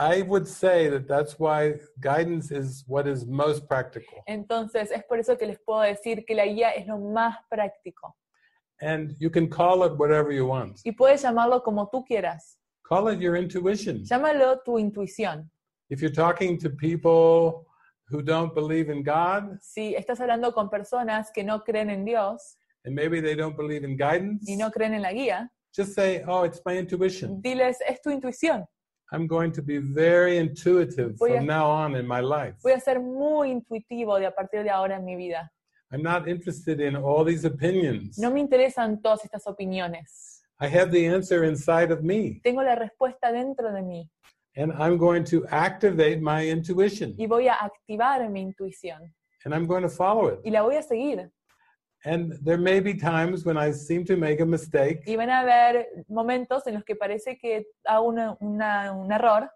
Speaker 4: I would say that that's why guidance is what is most practical.
Speaker 5: Entonces, es por eso que les puedo decir que la guía es lo más práctico.
Speaker 4: And you can call it whatever you want.
Speaker 5: Y puedes llamarlo como tú quieras.
Speaker 4: Call it your intuition.
Speaker 5: Llámalo tu intuición.
Speaker 4: If you're talking to people who don't believe in God
Speaker 5: Si estás hablando con personas que no creen en Dios
Speaker 4: and maybe they don't believe in guidance,
Speaker 5: y no creen en la guía,
Speaker 4: just say, "Oh, it's my intuition.
Speaker 5: diles, es tu intuición.
Speaker 4: I'm going to be very intuitive
Speaker 5: Voy a-
Speaker 4: from now on in my life.
Speaker 5: Voy a ser muy intuitivo de a partir de ahora en mi vida.
Speaker 4: I'm not interested in all these opinions.
Speaker 5: No me interesan todas estas opiniones.
Speaker 4: I have the answer inside of me,
Speaker 5: Tengo la respuesta dentro de mí
Speaker 4: and I'm going to activate my intuition."
Speaker 5: y voy a activar mi intuición
Speaker 4: and I'm going to follow it.
Speaker 5: y la voy a seguir.
Speaker 4: And there may be times when I seem to make a mistake
Speaker 5: Y van a haber momentos en los que parece que hago una- una- un error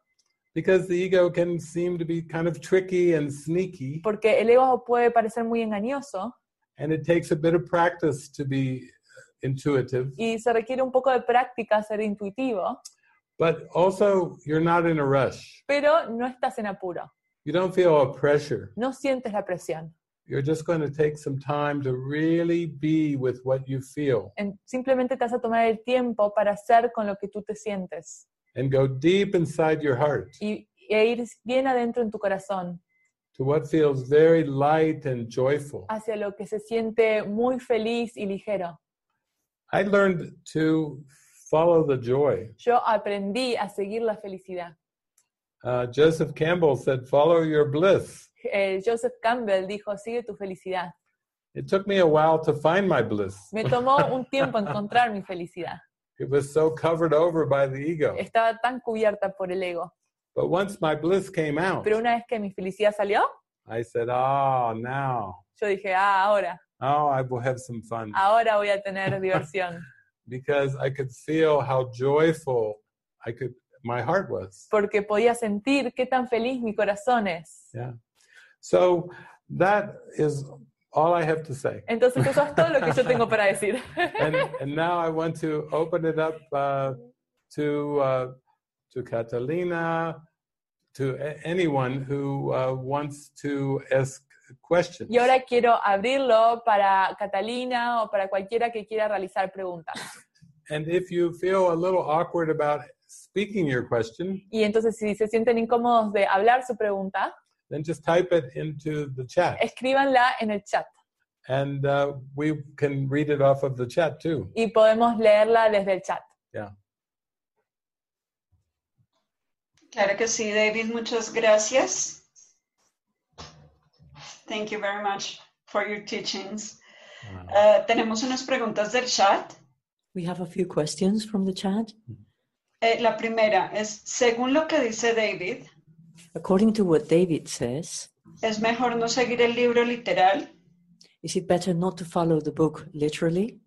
Speaker 4: because the ego can seem to be kind of tricky and sneaky,
Speaker 5: porque el ego puede parecer muy engañoso
Speaker 4: and it takes a bit of practice to be uh, intuitive.
Speaker 5: y se requiere un poco de práctica ser intuitivo,
Speaker 4: But also, you're not in a rush.
Speaker 5: pero no estás en apuro,
Speaker 4: You don't feel a pressure.
Speaker 5: no sientes la presión.
Speaker 4: You're just going to take some time to really be with what you feel
Speaker 5: En- simplemente te vas a tomar el tiempo para hacer con lo que tú te sientes
Speaker 4: and go deep inside your heart
Speaker 5: y, e ir bien adentro en tu corazón
Speaker 4: to what feels very light and joyful.
Speaker 5: hacia lo que se siente muy feliz y ligero.
Speaker 4: I learned to follow the joy.
Speaker 5: Yo aprendí a seguir la felicidad.
Speaker 4: Uh, Joseph Campbell said, Follow your bliss.
Speaker 5: eh, Joseph Campbell dijo, sigue tu felicidad.
Speaker 4: It took me a while to find my bliss.
Speaker 5: Me tomó un tiempo encontrar mi felicidad.
Speaker 4: (laughs) It was so covered over by the ego.
Speaker 5: Estaba tan cubierta por el ego.
Speaker 4: But once my bliss came out,
Speaker 5: Pero una vez que mi felicidad salió,
Speaker 4: I said, "Ah, now,
Speaker 5: yo dije, ah, ahora,
Speaker 4: oh, I will have some fun
Speaker 5: ahora voy a tener diversión.
Speaker 4: because I could feel how joyful I could my heart was."
Speaker 5: Porque podía sentir qué tan feliz mi corazón es.
Speaker 4: So that is all I have to say.
Speaker 5: Entonces eso es todo lo que yo tengo para decir. (laughs)
Speaker 4: And and now I want to open it up uh, to uh, to Catalina, to a- anyone who uh, wants to ask questions.
Speaker 5: Y ahora quiero abrirlo para Catalina o para cualquiera que quiera realizar preguntas.
Speaker 4: And if you feel a little awkward about speaking your question,
Speaker 5: Y entonces si se sienten incómodos de hablar su pregunta,
Speaker 4: then just type it into the chat,
Speaker 5: escríbanla en el chat
Speaker 4: and uh, we can read it off of the chat too.
Speaker 5: y podemos leerla desde el chat.
Speaker 2: Claro que sí, David, muchas gracias. Thank you very much for your teachings. Ah, tenemos unas preguntas del chat.
Speaker 3: We have a few questions from the chat.
Speaker 2: Eh, la primera es, según lo que dice David,
Speaker 3: According to what David says,
Speaker 2: ¿es mejor no seguir el libro literal,
Speaker 3: is it better not to follow the book literally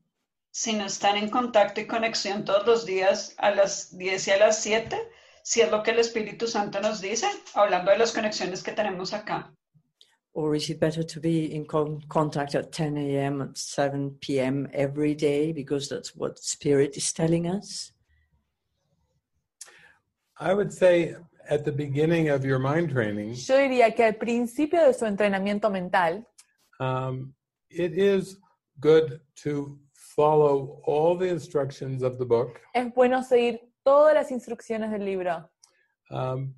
Speaker 2: sino estar en contacto y conexión todos los días a las 10 y a las 7? Si es lo que el Espíritu Santo nos dice, hablando de las conexiones que tenemos acá.
Speaker 3: Or is it better to be in con- contact at 10 a.m., at 7 p.m. every day because that's what Spirit is telling us?
Speaker 4: I would say at the beginning of your mind training,
Speaker 5: Yo diría que al principio de su entrenamiento mental
Speaker 4: um, it is good to follow all the instructions of the book.
Speaker 5: es bueno seguir todas las instrucciones del libro.
Speaker 4: Um,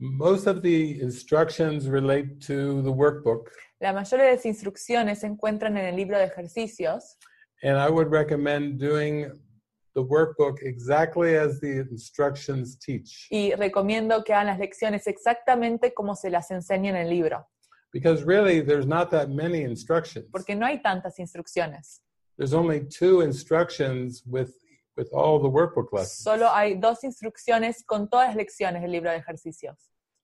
Speaker 4: most of the instructions relate to the workbook,
Speaker 5: La mayoría de las instrucciones se encuentran en el libro de ejercicios
Speaker 4: and I would recommend doing the workbook exactly as the instructions teach.
Speaker 5: y recomiendo que hagan las lecciones exactamente como se las enseña en el libro,
Speaker 4: Because really, there's not that many instructions.
Speaker 5: porque no hay tantas instrucciones.
Speaker 4: There's only two instructions with with all the workbook lessons,
Speaker 5: Solo hay dos instrucciones con todas las lecciones del libro de ejercicios.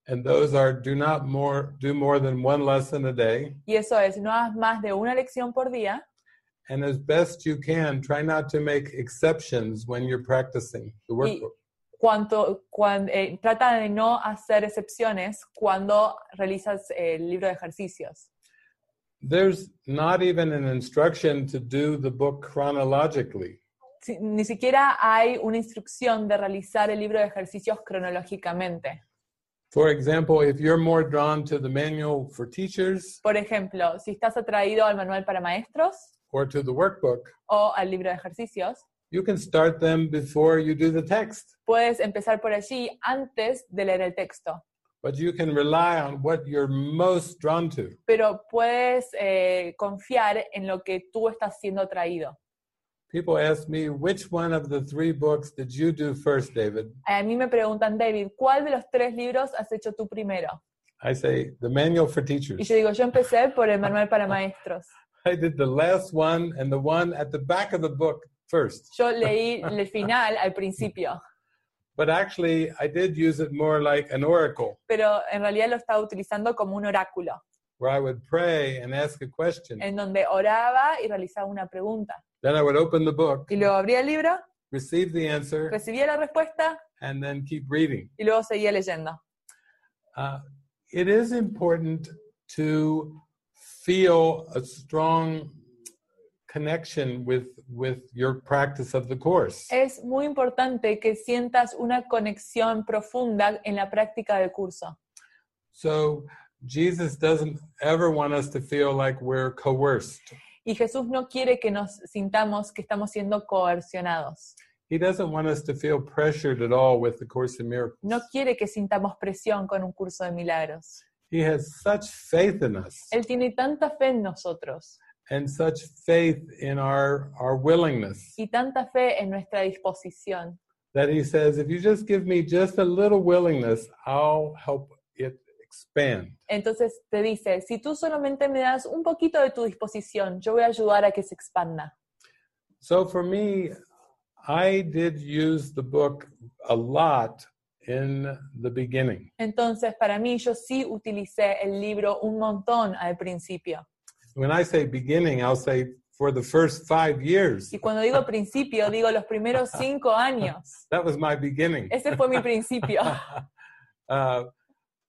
Speaker 4: and those are do not more do more than one lesson a day,
Speaker 5: Y eso es, no hagas más de una lección por día
Speaker 4: and as best you can, try not to make exceptions when you're practicing the workbook.
Speaker 5: cuanto, cuan- eh, trata de no hacer excepciones cuando realizas eh, el libro de ejercicios.
Speaker 4: There's not even an instruction to do the book chronologically.
Speaker 5: Si- ni siquiera hay una instrucción de realizar el libro de ejercicios cronológicamente.
Speaker 4: For example, if you're more drawn to the manual for teachers
Speaker 5: Por ejemplo, si estás atraído al manual para maestros
Speaker 4: or to the workbook,
Speaker 5: o al libro de ejercicios,
Speaker 4: you can start them before you do the text,
Speaker 5: puedes empezar por allí antes de leer el texto,
Speaker 4: but you can rely on what you're most drawn to.
Speaker 5: pero puedes eh, confiar en lo que tú estás siendo atraído.
Speaker 4: People ask me, which one of the three books did you do first, David?
Speaker 5: A mí me preguntan, David, ¿cuál de los tres libros has hecho tú primero?
Speaker 4: I say, the manual for
Speaker 5: Y
Speaker 4: teachers.
Speaker 5: yo digo, yo empecé por el manual para maestros.
Speaker 4: I did the last one and the one at the back of the book first.
Speaker 5: Yo leí el final al principio,
Speaker 4: But actually, I did use it more like an oracle,
Speaker 5: pero en realidad lo estaba utilizando como un oráculo.
Speaker 4: where I would pray and ask a question.
Speaker 5: en donde oraba y realizaba una pregunta.
Speaker 4: Then I would open the book,
Speaker 5: Y luego abría el libro,
Speaker 4: receive the answer,
Speaker 5: recibía la respuesta
Speaker 4: and then keep reading.
Speaker 5: y luego seguía leyendo.
Speaker 4: Uh, it is important to feel a strong connection with with your practice of the course.
Speaker 5: Es muy importante que sientas una conexión profunda en la práctica del curso.
Speaker 4: So Jesus doesn't ever want us to feel like we're coerced.
Speaker 5: Y Jesús no quiere que nos sintamos que estamos siendo coercionados.
Speaker 4: He doesn't want us to feel pressured at all with the Course in Miracles.
Speaker 5: No quiere que sintamos presión con un curso de milagros.
Speaker 4: He has such faith in us
Speaker 5: Él tiene tanta fe en nosotros
Speaker 4: and such faith in our our willingness
Speaker 5: y tanta fe en nuestra disposición
Speaker 4: that he says, if you just give me just a little willingness, I'll help it expand.
Speaker 5: Entonces te dice, si tú solamente me das un poquito de tu disposición, yo voy a ayudar a que se expanda.
Speaker 4: So for me, I did use the book a lot in the beginning.
Speaker 5: Entonces, para mí, yo sí utilicé el libro un montón al principio.
Speaker 4: When I say beginning, I'll say for the first five years.
Speaker 5: Y cuando digo principio, digo los primeros cinco años.
Speaker 4: That was my beginning.
Speaker 5: Ese fue mi principio.
Speaker 4: Uh,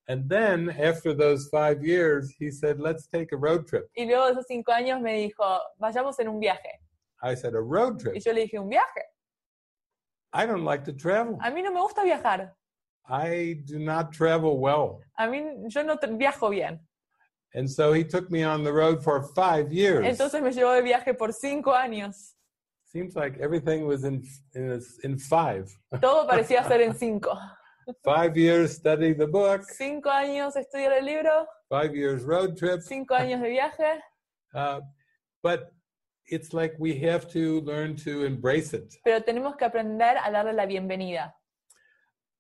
Speaker 4: and then after those five years, he said, let's take a road trip.
Speaker 5: Y luego de esos cinco años me dijo, vayamos en un viaje.
Speaker 4: I said, a road
Speaker 5: Y
Speaker 4: trip?
Speaker 5: yo le dije, ¿un viaje?
Speaker 4: I don't like to travel.
Speaker 5: A mí no me gusta viajar.
Speaker 4: I do not travel well.
Speaker 5: A mí, yo no tra- viajo bien.
Speaker 4: And so he took me on the road for five years.
Speaker 5: Entonces me llevó de viaje por cinco años.
Speaker 4: Seems like everything was in, in, in five.
Speaker 5: Todo parecía ser en cinco.
Speaker 4: (laughs) Five years study the book,
Speaker 5: Cinco años estudiar el libro,
Speaker 4: five years road trip.
Speaker 5: cinco años de viaje.
Speaker 4: Uh, but it's like we have to learn to embrace it.
Speaker 5: pero tenemos que aprender a darle la bienvenida.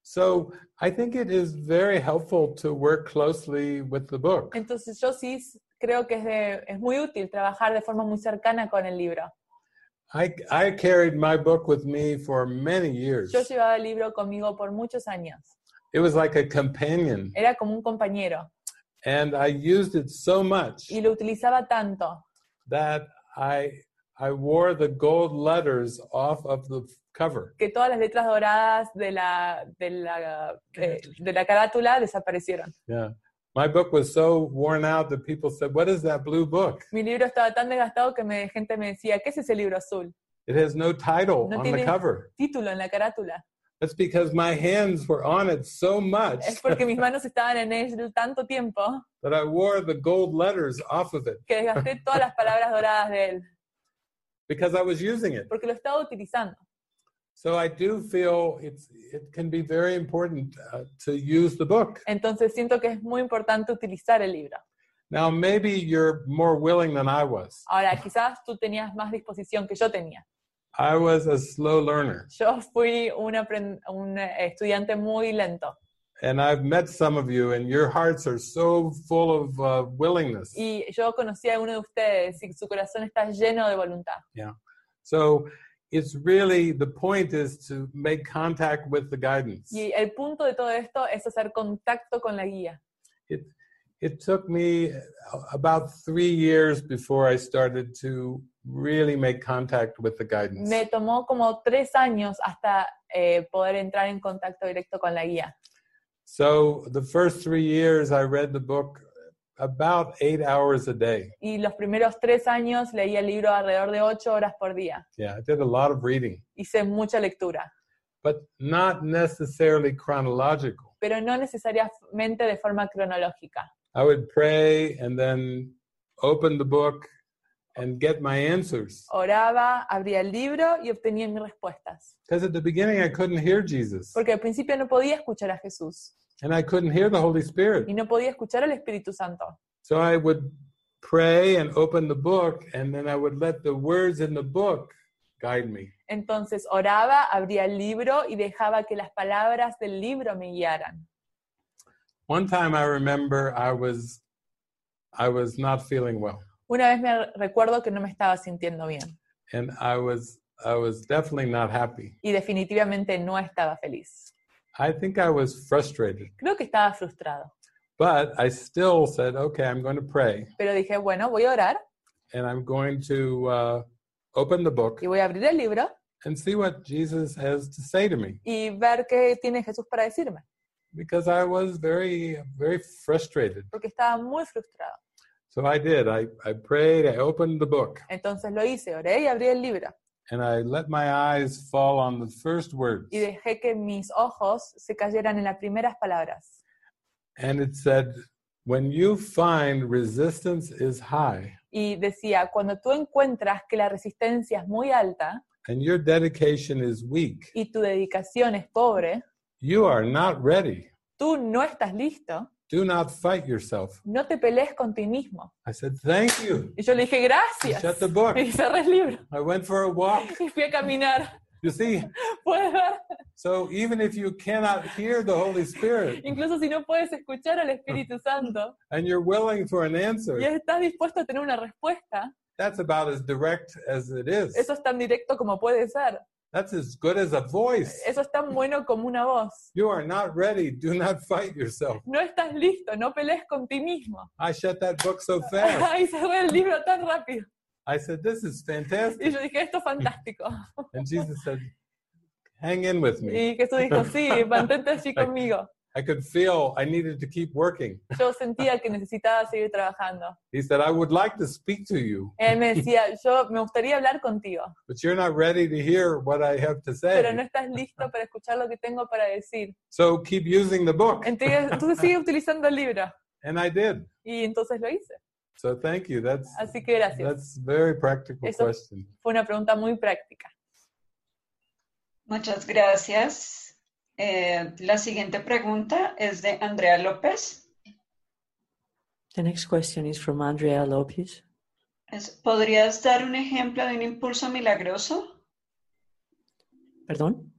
Speaker 4: So I think it is very helpful to work closely with the book.
Speaker 5: Entonces yo sí s- creo que es, de- es muy útil trabajar de forma muy cercana con el libro.
Speaker 4: I, I carried my book with me for many years.
Speaker 5: Yo llevaba el libro conmigo por muchos años.
Speaker 4: It was like a companion,
Speaker 5: Era como un compañero
Speaker 4: and I used it so much
Speaker 5: y lo utilizaba tanto
Speaker 4: that I I wore the gold letters off of the cover.
Speaker 5: que todas las letras doradas de la, de la, eh, de la carátula desaparecieron.
Speaker 4: Yeah. My book was so worn out that people said, "What is that blue book?
Speaker 5: Mi libro estaba tan desgastado que me, gente me decía, ¿qué es ese libro azul?
Speaker 4: It has no title
Speaker 5: No
Speaker 4: Oh, on the
Speaker 5: tiene-
Speaker 4: cover."
Speaker 5: Título en la
Speaker 4: (laughs)
Speaker 5: carátula.
Speaker 4: That's because my hands were on it so much
Speaker 5: Es porque mis manos estaban en él tanto tiempo
Speaker 4: (laughs) that I wore the gold letters off of it
Speaker 5: que desgasté todas las palabras doradas de él,
Speaker 4: because I was using it.
Speaker 5: porque lo estaba utilizando.
Speaker 4: So I do feel it's it can be very important uh, to use the book.
Speaker 5: Entonces siento que es muy importante utilizar el libro.
Speaker 4: Now maybe you're more willing than I was.
Speaker 5: Ahora, quizás tú tenías más disposición que yo tenía.
Speaker 4: I was a slow learner,
Speaker 5: Yo fui un, apren- un eh, estudiante muy lento
Speaker 4: and I've met some of you, and your hearts are so full of uh, willingness.
Speaker 5: y yo conocí a uno de ustedes y su corazón está lleno de voluntad.
Speaker 4: So it's really the point is to make contact with the guidance.
Speaker 5: Y el punto de todo esto es hacer contacto con la guía.
Speaker 4: It took me uh, about three years before I started to really make contact with the guidance.
Speaker 5: Me tomó como tres años hasta eh, poder entrar en contacto directo con la guía.
Speaker 4: So the first three years, I read the book about eight hours a day.
Speaker 5: Y los primeros tres años leía el libro alrededor de ocho horas por día.
Speaker 4: Yeah, I did a lot of reading,
Speaker 5: Hice mucha lectura.
Speaker 4: but not necessarily chronological.
Speaker 5: pero no necesariamente de forma cronológica.
Speaker 4: I would pray and then open the book and get my answers.
Speaker 5: Oraba, abría el libro y obtenía mis respuestas.
Speaker 4: Because at the beginning, I couldn't hear Jesus
Speaker 5: Porque al principio no podía escuchar a Jesús
Speaker 4: and I couldn't hear the Holy
Speaker 5: y
Speaker 4: Spirit.
Speaker 5: no podía escuchar al Espíritu Santo.
Speaker 4: So I would pray and open the book, and then I would let the words in the book guide me.
Speaker 5: Entonces oraba, abría el libro y dejaba que las palabras del libro me guiaran.
Speaker 4: One time I remember I was I was not feeling well.
Speaker 5: Una vez me recuerdo que no me estaba sintiendo bien
Speaker 4: and I was I was definitely not happy.
Speaker 5: y definitivamente no estaba feliz.
Speaker 4: I think I was frustrated,
Speaker 5: Creo que estaba frustrado,
Speaker 4: but I still said, "Okay, I'm going to pray,
Speaker 5: pero dije, bueno, voy a orar
Speaker 4: and I'm going to uh, open the book
Speaker 5: y voy a abrir el libro
Speaker 4: and see what Jesus has to say to me,"
Speaker 5: y ver qué tiene Jesús para decirme,
Speaker 4: because I was very very frustrated.
Speaker 5: porque estaba muy frustrado.
Speaker 4: So I did. I I prayed. I opened the book,
Speaker 5: Entonces lo hice, oré y abrí el libro.
Speaker 4: and I let my eyes fall on the first words,
Speaker 5: Y dejé que mis ojos se cayeran en las primeras palabras.
Speaker 4: and it said. When you find resistance is high
Speaker 5: Y decía, cuando tú encuentras que la resistencia es muy alta
Speaker 4: and your dedication is weak,
Speaker 5: y tu dedicación es pobre,
Speaker 4: you are not ready.
Speaker 5: tú no estás listo,
Speaker 4: Do not fight yourself.
Speaker 5: no te pelees con ti mismo.
Speaker 4: I said, Thank you. (laughs)
Speaker 5: Y yo le dije, gracias.
Speaker 4: Shut the book.
Speaker 5: Y cerré el libro.
Speaker 4: I went for a walk.
Speaker 5: Y fui a caminar. (laughs)
Speaker 4: You see,
Speaker 5: Puedes ver,
Speaker 4: so even if you cannot hear the Holy Spirit
Speaker 5: incluso si no puedes escuchar al Espíritu Santo
Speaker 4: and you're willing for an
Speaker 5: y
Speaker 4: answer,
Speaker 5: estás dispuesto a tener una respuesta,
Speaker 4: that's about as direct as it is.
Speaker 5: eso es tan directo como puede ser.
Speaker 4: That's as good as a voice.
Speaker 5: Eso es tan bueno como una voz.
Speaker 4: You are not ready. Do not fight yourself.
Speaker 5: No estás listo, no pelees con ti mismo.
Speaker 4: I shut that book so fast.
Speaker 5: (laughs) Ay, cerré el libro tan rápido.
Speaker 4: I said, This is fantastic.
Speaker 5: Y yo dije, esto es fantástico.
Speaker 4: And Jesus said, Hang in with me.
Speaker 5: Y Jesús dijo, sí,
Speaker 4: (laughs)
Speaker 5: mantente así conmigo.
Speaker 4: I could feel I needed to keep working.
Speaker 5: Yo sentía que necesitaba seguir trabajando.
Speaker 4: He said, I would like to speak to you,
Speaker 5: Él me decía, yo me gustaría hablar contigo,
Speaker 4: but you're not ready to hear what I have to
Speaker 5: pero no
Speaker 4: say.
Speaker 5: estás listo para escuchar lo que tengo para decir.
Speaker 4: So keep using the book.
Speaker 5: Entonces, entonces sigue utilizando el libro.
Speaker 4: (laughs) And I did.
Speaker 5: Y entonces lo hice.
Speaker 4: So thank you. That's
Speaker 5: Así que gracias.
Speaker 4: that's very practical
Speaker 5: Eso-
Speaker 4: question.
Speaker 5: Fue una pregunta muy práctica.
Speaker 2: Muchas gracias. Eh, la siguiente pregunta es de Andrea López.
Speaker 3: The next question is from Andrea Lopez.
Speaker 2: Es, ¿Podrías dar un ejemplo de un impulso milagroso?
Speaker 3: Perdón.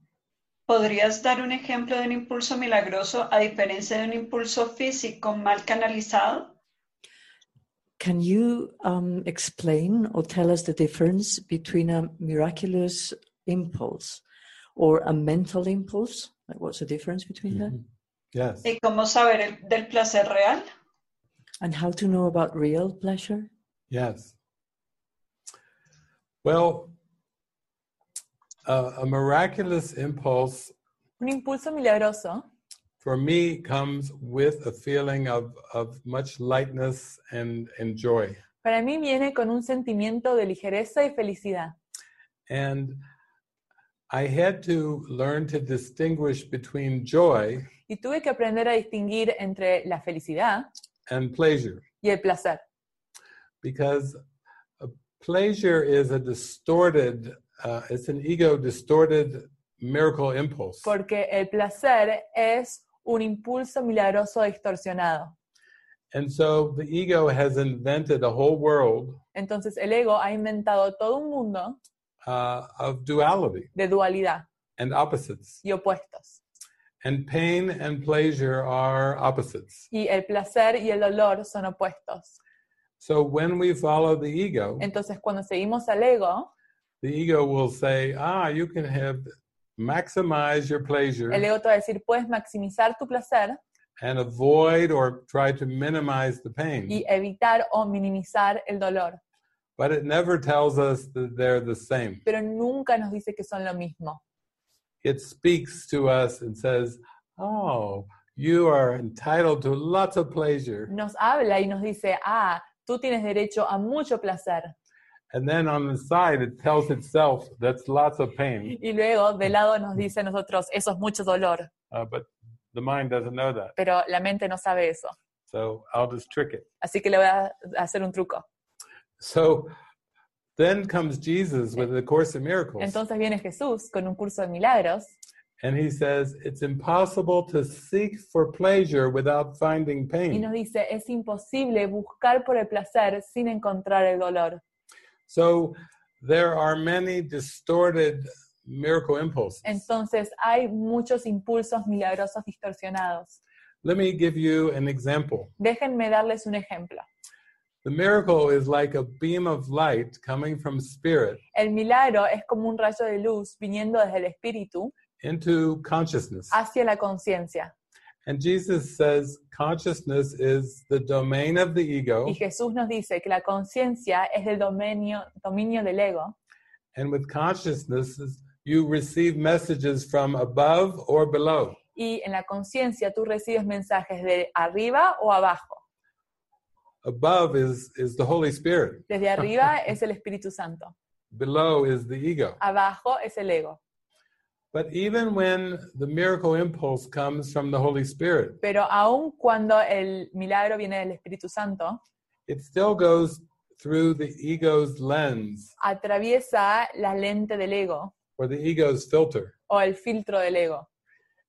Speaker 2: ¿Podrías dar un ejemplo de un impulso milagroso a diferencia de un impulso físico mal canalizado?
Speaker 3: Can you um, explain or tell us the difference between a miraculous impulse or a mental impulse? Like, what's the difference between that?
Speaker 4: Yes.
Speaker 2: ¿Y cómo saber el- del placer real?
Speaker 3: And how to know about real pleasure?
Speaker 4: Yes. Well, uh, a miraculous impulse
Speaker 5: Un impulso milagroso
Speaker 4: for me comes with a feeling of, of much lightness and, and joy.
Speaker 5: para mí viene con un sentimiento de ligereza y felicidad.
Speaker 4: And I had to learn to distinguish between joy
Speaker 5: Y tuve que aprender a distinguir entre la felicidad
Speaker 4: and pleasure
Speaker 5: y el placer,
Speaker 4: because uh, pleasure is a distorted, uh, it's an ego distorted miracle impulse.
Speaker 5: porque el placer es un impulso milagroso distorsionado.
Speaker 4: And so the ego has invented a whole world
Speaker 5: Entonces el ego ha inventado todo un mundo
Speaker 4: uh, of duality
Speaker 5: de dualidad
Speaker 4: and opposites.
Speaker 5: y opuestos.
Speaker 4: And pain and pleasure are opposites.
Speaker 5: Y el placer y el dolor son opuestos.
Speaker 4: So when we follow the ego,
Speaker 5: Entonces cuando seguimos al ego,
Speaker 4: the ego will say, ah, you can have maximize your
Speaker 5: el
Speaker 4: pleasure
Speaker 5: ego te va a decir, puedes maximizar tu placer
Speaker 4: and avoid or try to minimize the
Speaker 5: y
Speaker 4: pain.
Speaker 5: evitar o minimizar el dolor,
Speaker 4: But it never tells us that they're the same.
Speaker 5: pero nunca nos dice que son lo mismo.
Speaker 4: It speaks to us and says, oh, you are entitled to lots of pleasure.
Speaker 5: Nos habla y nos dice, ah, tú tienes derecho a mucho placer.
Speaker 4: And then on the side, it tells itself that's lots of pain,
Speaker 5: Y luego de lado nos dice a nosotros, eso es mucho dolor,
Speaker 4: uh, but the mind doesn't know that.
Speaker 5: pero la mente no sabe eso.
Speaker 4: So I'll just trick it.
Speaker 5: Así que le voy a hacer un truco.
Speaker 4: So then comes Jesus with the Course in Miracles,
Speaker 5: Entonces viene Jesús con un curso de milagros
Speaker 4: and he says it's impossible to seek for pleasure without finding
Speaker 5: y
Speaker 4: pain.
Speaker 5: nos dice, es imposible buscar por el placer sin encontrar el dolor.
Speaker 4: So there are many distorted miracle impulses.
Speaker 5: Entonces hay muchos impulsos milagrosos distorsionados.
Speaker 4: Let me give you an example.
Speaker 5: Déjenme darles un ejemplo.
Speaker 4: The miracle is like a beam of light coming from spirit
Speaker 5: El milagro es como un rayo de luz viniendo desde el espíritu
Speaker 4: into consciousness.
Speaker 5: hacia la conciencia.
Speaker 4: And Jesus says consciousness is the domain of the ego,
Speaker 5: (laughs) Y Jesús nos dice que la conciencia es del dominio, dominio del ego
Speaker 4: and with consciousness, you receive messages from above or below.
Speaker 5: y en la conciencia tú recibes mensajes de arriba o abajo.
Speaker 4: Above is, is the Holy Spirit,
Speaker 5: Desde arriba es el Espíritu Santo,
Speaker 4: below is the ego.
Speaker 5: abajo es el ego.
Speaker 4: But even when the miracle impulse comes from the Holy Spirit,
Speaker 5: Pero aun cuando el milagro viene del Espíritu Santo,
Speaker 4: it still goes through the ego's lens
Speaker 5: atraviesa la lente del ego
Speaker 4: or the ego's filter.
Speaker 5: o el filtro del ego.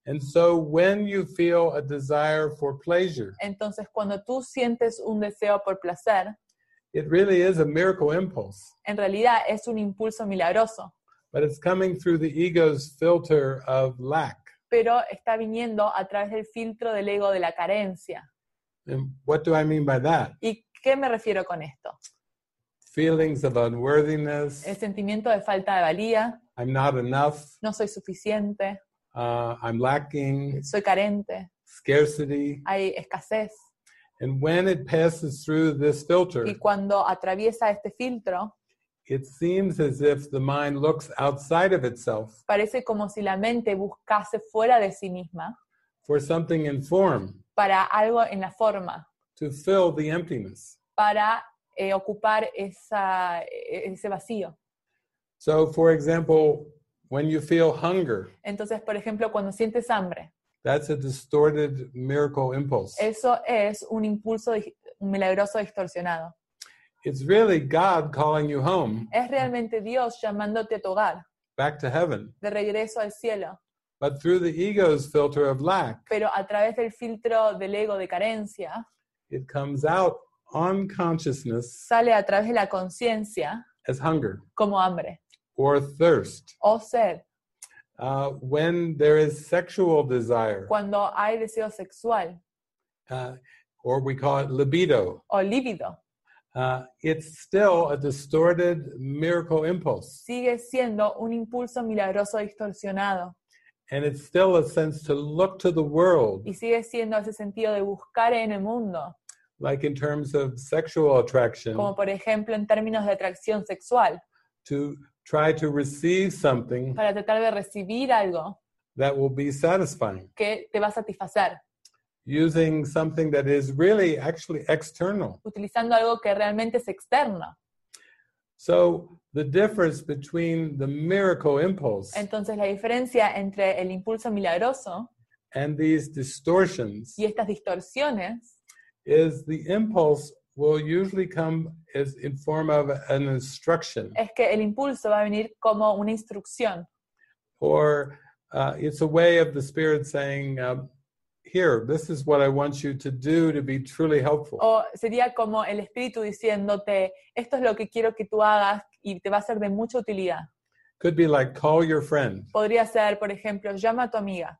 Speaker 4: And so when you feel a desire for pleasure,
Speaker 5: Entonces, cuando tú sientes un deseo por placer,
Speaker 4: it really is a miracle impulse.
Speaker 5: en realidad es un impulso milagroso,
Speaker 4: but it's coming through the ego's filter of lack.
Speaker 5: pero está viniendo a través del filtro del ego de la carencia.
Speaker 4: And what do I mean by that?
Speaker 5: ¿Y qué me refiero con esto?
Speaker 4: Feelings of unworthiness.
Speaker 5: El sentimiento de falta de valía,
Speaker 4: I'm not enough.
Speaker 5: no soy suficiente,
Speaker 4: Uh, I'm lacking.
Speaker 5: soy carente,
Speaker 4: Scarcity.
Speaker 5: hay escasez.
Speaker 4: And when it passes through this filter,
Speaker 5: Y cuando atraviesa este filtro,
Speaker 4: it seems as if the mind looks outside of itself
Speaker 5: parece como si la mente buscase fuera de sí misma
Speaker 4: for something in form
Speaker 5: para algo en la forma,
Speaker 4: to fill the emptiness.
Speaker 5: para eh, ocupar esa- e- ese vacío.
Speaker 4: So, for example, when you feel hunger,
Speaker 5: Entonces, por ejemplo, cuando sientes hambre,
Speaker 4: that's a distorted miracle impulse.
Speaker 5: eso es un impulso dis- milagroso distorsionado.
Speaker 4: It's really God calling you home
Speaker 5: Es realmente Dios llamándote a tu hogar,
Speaker 4: back to heaven.
Speaker 5: de regreso al cielo,
Speaker 4: But through the ego's filter of lack,
Speaker 5: pero a través del filtro del ego de carencia,
Speaker 4: it comes out on consciousness
Speaker 5: sale a través de la conciencia
Speaker 4: as hunger
Speaker 5: como hambre
Speaker 4: or thirst.
Speaker 5: o sed,
Speaker 4: Uh, when there is sexual desire,
Speaker 5: cuando hay deseo sexual
Speaker 4: uh, or we call it libido,
Speaker 5: o líbido,
Speaker 4: uh, it's still a distorted miracle impulse.
Speaker 5: sigue siendo un impulso milagroso distorsionado
Speaker 4: And it's still a sense to look to the world,
Speaker 5: y sigue siendo ese sentido de buscar en el mundo,
Speaker 4: like in terms of sexual attraction,
Speaker 5: como por ejemplo en términos de atracción sexual,
Speaker 4: to try to receive something
Speaker 5: para tratar de recibir algo
Speaker 4: that will be satisfying,
Speaker 5: que te va a satisfacer,
Speaker 4: using something that is really actually external.
Speaker 5: utilizando algo que realmente es externo.
Speaker 4: So the difference between the miracle impulse
Speaker 5: Entonces la diferencia entre el impulso milagroso
Speaker 4: and these distortions
Speaker 5: y estas distorsiones
Speaker 4: is the impulse will usually come as in form of an instruction
Speaker 5: es que el impulso va a venir como una instrucción
Speaker 4: or uh, it's a way of the spirit saying uh, here this is what i want you to do to be truly helpful
Speaker 5: o sería como el espíritu diciéndote, esto es lo que quiero que tú hagas y te va a ser de mucha utilidad.
Speaker 4: could be like call your friend
Speaker 5: Podría ser, por ejemplo, llama a tu amiga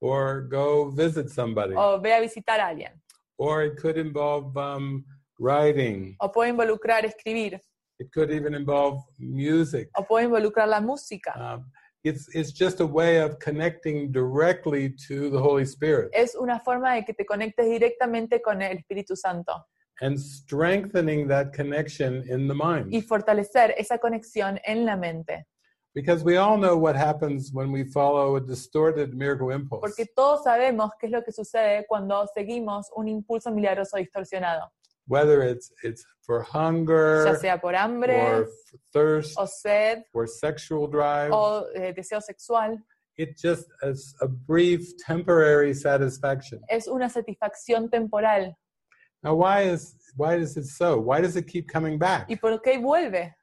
Speaker 4: or go visit somebody
Speaker 5: o ve a visitar a alguien
Speaker 4: or it could involve um, writing
Speaker 5: o puede involucrar escribir
Speaker 4: it could even involve music
Speaker 5: o puede involucrar la música.
Speaker 4: um, it's, it's just a way of connecting directly to the holy spirit
Speaker 5: Es una forma de que te conectes directamente con el Espíritu Santo
Speaker 4: and strengthening that connection in the mind
Speaker 5: y fortalecer esa conexión en la mente.
Speaker 4: Because we all know what happens when we follow a distorted miracle impulse.
Speaker 5: Porque todos sabemos qué es lo que sucede cuando seguimos un impulso milagroso distorsionado,
Speaker 4: Whether it's it's for
Speaker 5: ya
Speaker 4: hunger
Speaker 5: sea por
Speaker 4: or
Speaker 5: hambre
Speaker 4: f- thirst
Speaker 5: o sed
Speaker 4: or sexual drive,
Speaker 5: o eh, deseo sexual,
Speaker 4: it just is a brief temporary satisfaction.
Speaker 5: es una satisfacción temporal.
Speaker 4: Now why is why is it so? Why does it keep coming back?
Speaker 5: ¿Y por qué vuelve?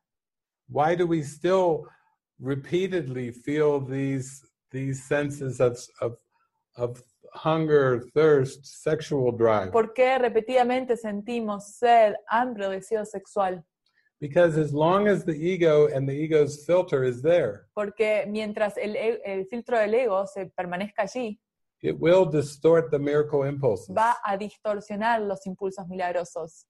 Speaker 4: Why do we still repeatedly feel these these senses of of of hunger, thirst, sexual drive?
Speaker 5: ¿Por qué repetidamente sentimos sed, hambre o deseo sexual?
Speaker 4: Because as long as the ego and the ego's filter is there,
Speaker 5: Porque mientras el, e- el filtro del ego se permanezca allí,
Speaker 4: it will distort the miracle impulses.
Speaker 5: va a distorsionar los impulsos milagrosos.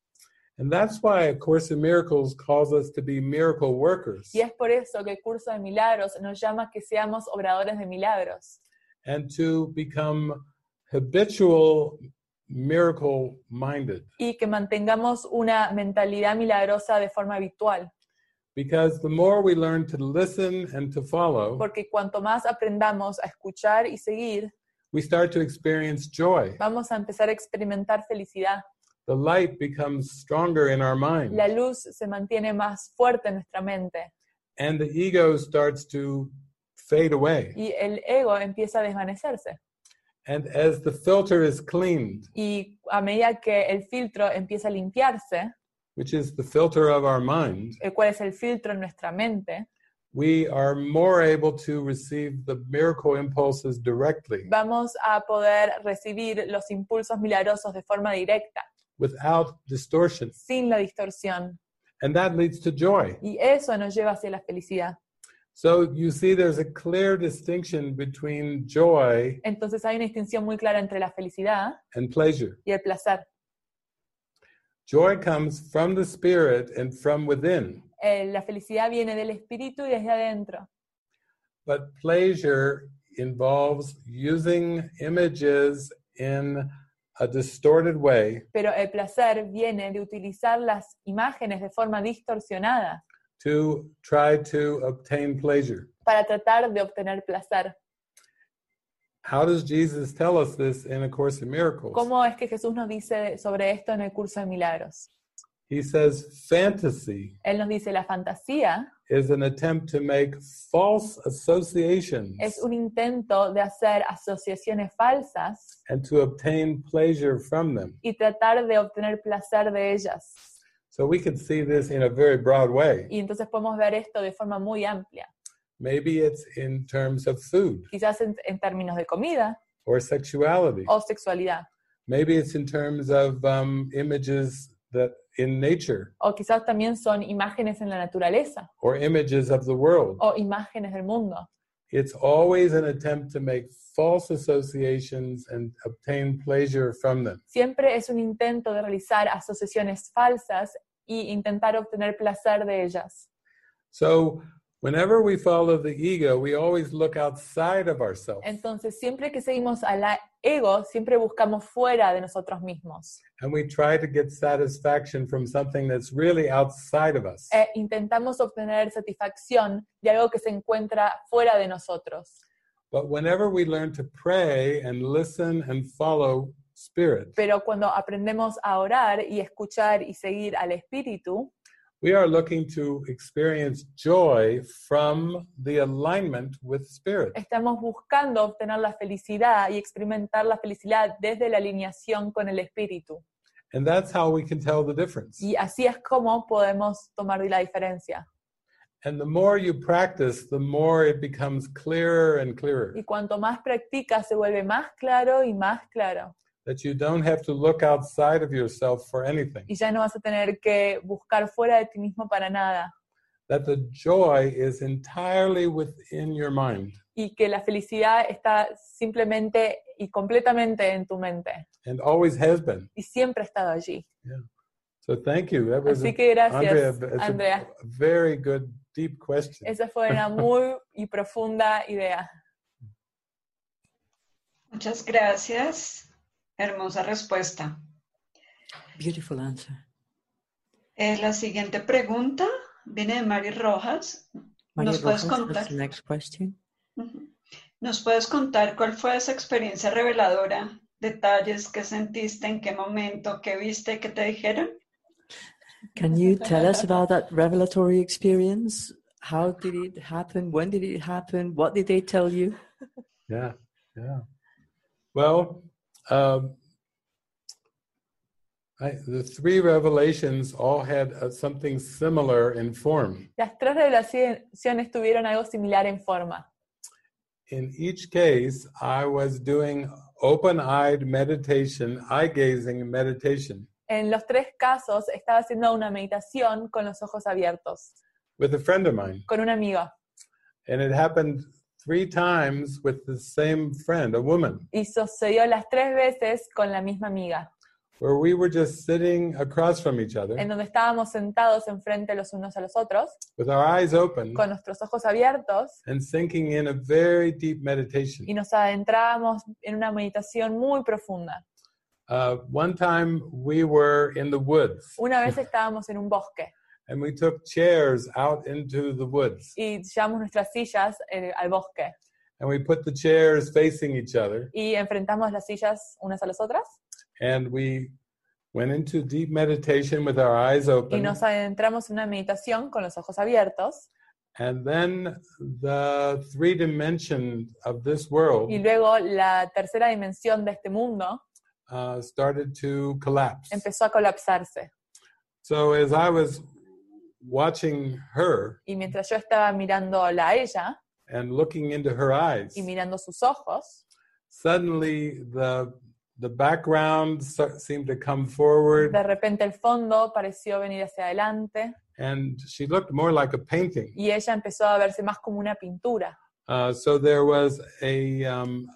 Speaker 4: And that's why A Course in Miracles calls us to be miracle workers
Speaker 5: Y es por eso que el curso de milagros nos llama que seamos obradores de milagros.
Speaker 4: and to become habitual miracle minded.
Speaker 5: y que mantengamos una mentalidad milagrosa de forma habitual,
Speaker 4: Because the more we learn to listen and to follow,
Speaker 5: porque cuanto más aprendamos a escuchar y seguir,
Speaker 4: we start to experience joy.
Speaker 5: vamos a empezar a experimentar felicidad.
Speaker 4: The light becomes stronger in our mind,
Speaker 5: La luz se mantiene más fuerte en nuestra mente
Speaker 4: and the ego starts to fade away.
Speaker 5: y el ego empieza a desvanecerse.
Speaker 4: And as the filter is cleaned,
Speaker 5: Y a medida que el filtro empieza a limpiarse,
Speaker 4: which is the filter of our mind,
Speaker 5: el cual es el filtro en nuestra mente,
Speaker 4: we are more able to receive the miracle impulses directly
Speaker 5: vamos a poder recibir los impulsos milagrosos de forma directa,
Speaker 4: without distortion.
Speaker 5: sin la distorsión.
Speaker 4: And that leads to joy.
Speaker 5: Y eso nos lleva hacia la felicidad.
Speaker 4: So you see, there's a clear distinction between joy
Speaker 5: Entonces hay una distinción muy clara entre la felicidad
Speaker 4: and pleasure.
Speaker 5: y el placer.
Speaker 4: Joy comes from the spirit and from within,
Speaker 5: Eh, la felicidad viene del espíritu y desde adentro,
Speaker 4: but pleasure involves using images in a distorted way
Speaker 5: pero el placer viene de utilizar las imágenes de forma distorsionada
Speaker 4: to try to obtain pleasure.
Speaker 5: para tratar de obtener placer.
Speaker 4: How does Jesus tell us this in A Course in Miracles?
Speaker 5: ¿Cómo es que Jesús nos dice sobre esto en el curso de milagros?
Speaker 4: He says fantasy
Speaker 5: Él nos dice, la fantasía
Speaker 4: is an attempt to make false associations
Speaker 5: es un intento de hacer asociaciones falsas
Speaker 4: and to obtain pleasure from them.
Speaker 5: y tratar de obtener placer de ellas.
Speaker 4: So we can see this in a very broad way.
Speaker 5: Y entonces podemos ver esto de forma muy amplia,
Speaker 4: Maybe it's in terms of food
Speaker 5: quizás en, en términos de comida
Speaker 4: or sexuality.
Speaker 5: o sexualidad,
Speaker 4: Maybe it's in terms of um, images that in nature
Speaker 5: o quizás también son imágenes en la naturaleza
Speaker 4: or images of the world.
Speaker 5: o imágenes del mundo.
Speaker 4: It's always an attempt to make false associations and obtain pleasure from them.
Speaker 5: Siempre es un intento de realizar asociaciones falsas y intentar obtener placer de ellas.
Speaker 4: So whenever we follow the ego, we always look outside of ourselves
Speaker 5: Entonces, siempre que seguimos al ego, siempre buscamos fuera de nosotros mismos.
Speaker 4: and we try to get satisfaction from something that's really outside of us.
Speaker 5: e intentamos obtener satisfacción de algo que se encuentra fuera de nosotros.
Speaker 4: But whenever we learn to pray and listen and follow spirit,
Speaker 5: Pero cuando aprendemos a orar y escuchar y seguir al Espíritu,
Speaker 4: we are looking to experience joy from the alignment with spirit.
Speaker 5: estamos buscando obtener la felicidad y experimentar la felicidad desde la alineación con el Espíritu.
Speaker 4: And that's how we can tell the difference.
Speaker 5: Y así es como podemos tomar la diferencia.
Speaker 4: And the more you practice, the more it becomes clearer and clearer
Speaker 5: Y cuanto más practicas, se vuelve más claro y más claro.
Speaker 4: that you don't have to look outside of yourself for anything.
Speaker 5: Y ya no vas a tener que buscar fuera de ti mismo para nada.
Speaker 4: That the joy is entirely within your mind
Speaker 5: y que la felicidad está simplemente y completamente en tu mente
Speaker 4: and always has been.
Speaker 5: y siempre ha estado allí.
Speaker 4: So thank you. That was
Speaker 5: Así
Speaker 4: a,
Speaker 5: que
Speaker 4: Andrea,
Speaker 5: gracias,
Speaker 4: it's a-
Speaker 5: Andrea.
Speaker 4: a very good, deep question.
Speaker 5: Esa fue una muy y profunda idea.
Speaker 2: Muchas gracias. Hermosa respuesta.
Speaker 3: Beautiful answer.
Speaker 2: Eh, la siguiente pregunta viene de Mari Rojas.
Speaker 3: Maria
Speaker 2: Nos puedes
Speaker 3: Rojas,
Speaker 2: contar.
Speaker 3: that's the next question.
Speaker 2: Ujú. ¿Nos puedes contar cuál fue esa experiencia reveladora? Detalles, qué sentiste, en qué momento, qué viste, qué te dijeron.
Speaker 3: Can you tell us about that revelatory experience? How did it happen? When did it happen? What did they tell you?
Speaker 4: Yeah, yeah. Well, um, I, the three revelations all had uh, something similar in form.
Speaker 5: Las tres revelaciones tuvieron algo similar en forma.
Speaker 4: In each case, I was doing open eyed meditation, eye gazing meditation
Speaker 5: En los tres casos estaba haciendo una meditación con los ojos abiertos,
Speaker 4: with a friend of mine.
Speaker 5: con un amigo.
Speaker 4: And it happened three times with the same friend, a woman,
Speaker 5: Y sucedió las tres veces con la misma amiga,
Speaker 4: where we were just sitting across from each
Speaker 5: en
Speaker 4: other
Speaker 5: donde estábamos sentados enfrente los unos a los otros,
Speaker 4: with our eyes open
Speaker 5: con nuestros ojos abiertos,
Speaker 4: and sinking in a very deep meditation.
Speaker 5: y nos adentrábamos en una meditación muy profunda.
Speaker 4: Uh, one time we were in the woods
Speaker 5: Una
Speaker 4: (laughs)
Speaker 5: vez estábamos en un bosque
Speaker 4: and we took chairs out into the woods
Speaker 5: y llevamos nuestras sillas eh, al bosque
Speaker 4: and we put the chairs facing each other
Speaker 5: y enfrentamos las sillas unas a las otras
Speaker 4: and we went into deep meditation with our eyes
Speaker 5: y
Speaker 4: open
Speaker 5: nos adentramos en una meditación con los ojos abiertos
Speaker 4: and then the three dimension of this world
Speaker 5: y luego la tercera dimensión de este mundo
Speaker 4: uh, started to collapse
Speaker 5: empezó a colapsarse
Speaker 4: so as i was watching her
Speaker 5: y mientras yo estaba mirándola a ella
Speaker 4: and looking into her eyes
Speaker 5: y mirando sus ojos,
Speaker 4: suddenly the the background so- seemed to come forward,
Speaker 5: De repente el fondo pareció venir hacia adelante
Speaker 4: and she looked more like a painting.
Speaker 5: y ella empezó a verse más como una pintura.
Speaker 4: Uh, so there was a um,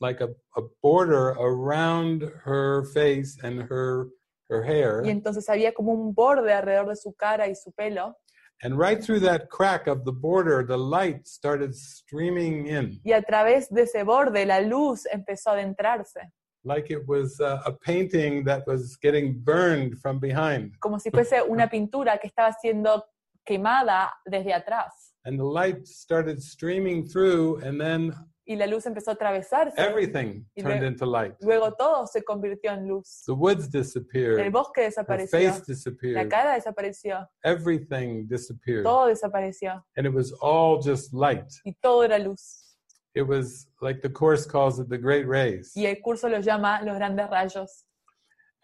Speaker 4: like a, a border around her face and her her hair,
Speaker 5: Y entonces había como un borde alrededor de su cara y su pelo.
Speaker 4: and right through that crack of the border, the light started streaming in,
Speaker 5: Y a través de ese borde la luz empezó a adentrarse,
Speaker 4: like it was uh, a painting that was getting burned from behind.
Speaker 5: como si fuese una pintura que estaba siendo quemada desde atrás.
Speaker 4: and the light started streaming through and then
Speaker 5: Y la luz empezó a atravesarse.
Speaker 4: everything
Speaker 5: Y
Speaker 4: turned
Speaker 5: luego-
Speaker 4: into light
Speaker 5: Luego todo se convirtió en luz.
Speaker 4: the woods
Speaker 5: El
Speaker 4: disappeared
Speaker 5: bosque
Speaker 4: her
Speaker 5: desapareció.
Speaker 4: face
Speaker 5: La
Speaker 4: disappeared
Speaker 5: cara desapareció.
Speaker 4: everything disappeared
Speaker 5: Todo desapareció.
Speaker 4: and it was all just light
Speaker 5: Y todo era luz.
Speaker 4: it was like the course calls it the great rays
Speaker 5: Y el curso lo llama los grandes rayos.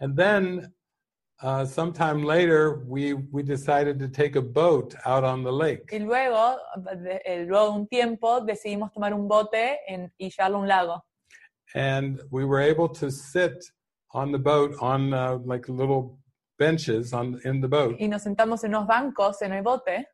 Speaker 4: and then uh, sometime later we we decided to take a boat out on the lake
Speaker 5: Y luego, de- eh, luego de un tiempo, decidimos tomar un bote en- y llevarlo a un lago.
Speaker 4: and we were able to sit on the boat on uh, like little benches on in the boat
Speaker 5: Y nos sentamos en unos bancos en el bote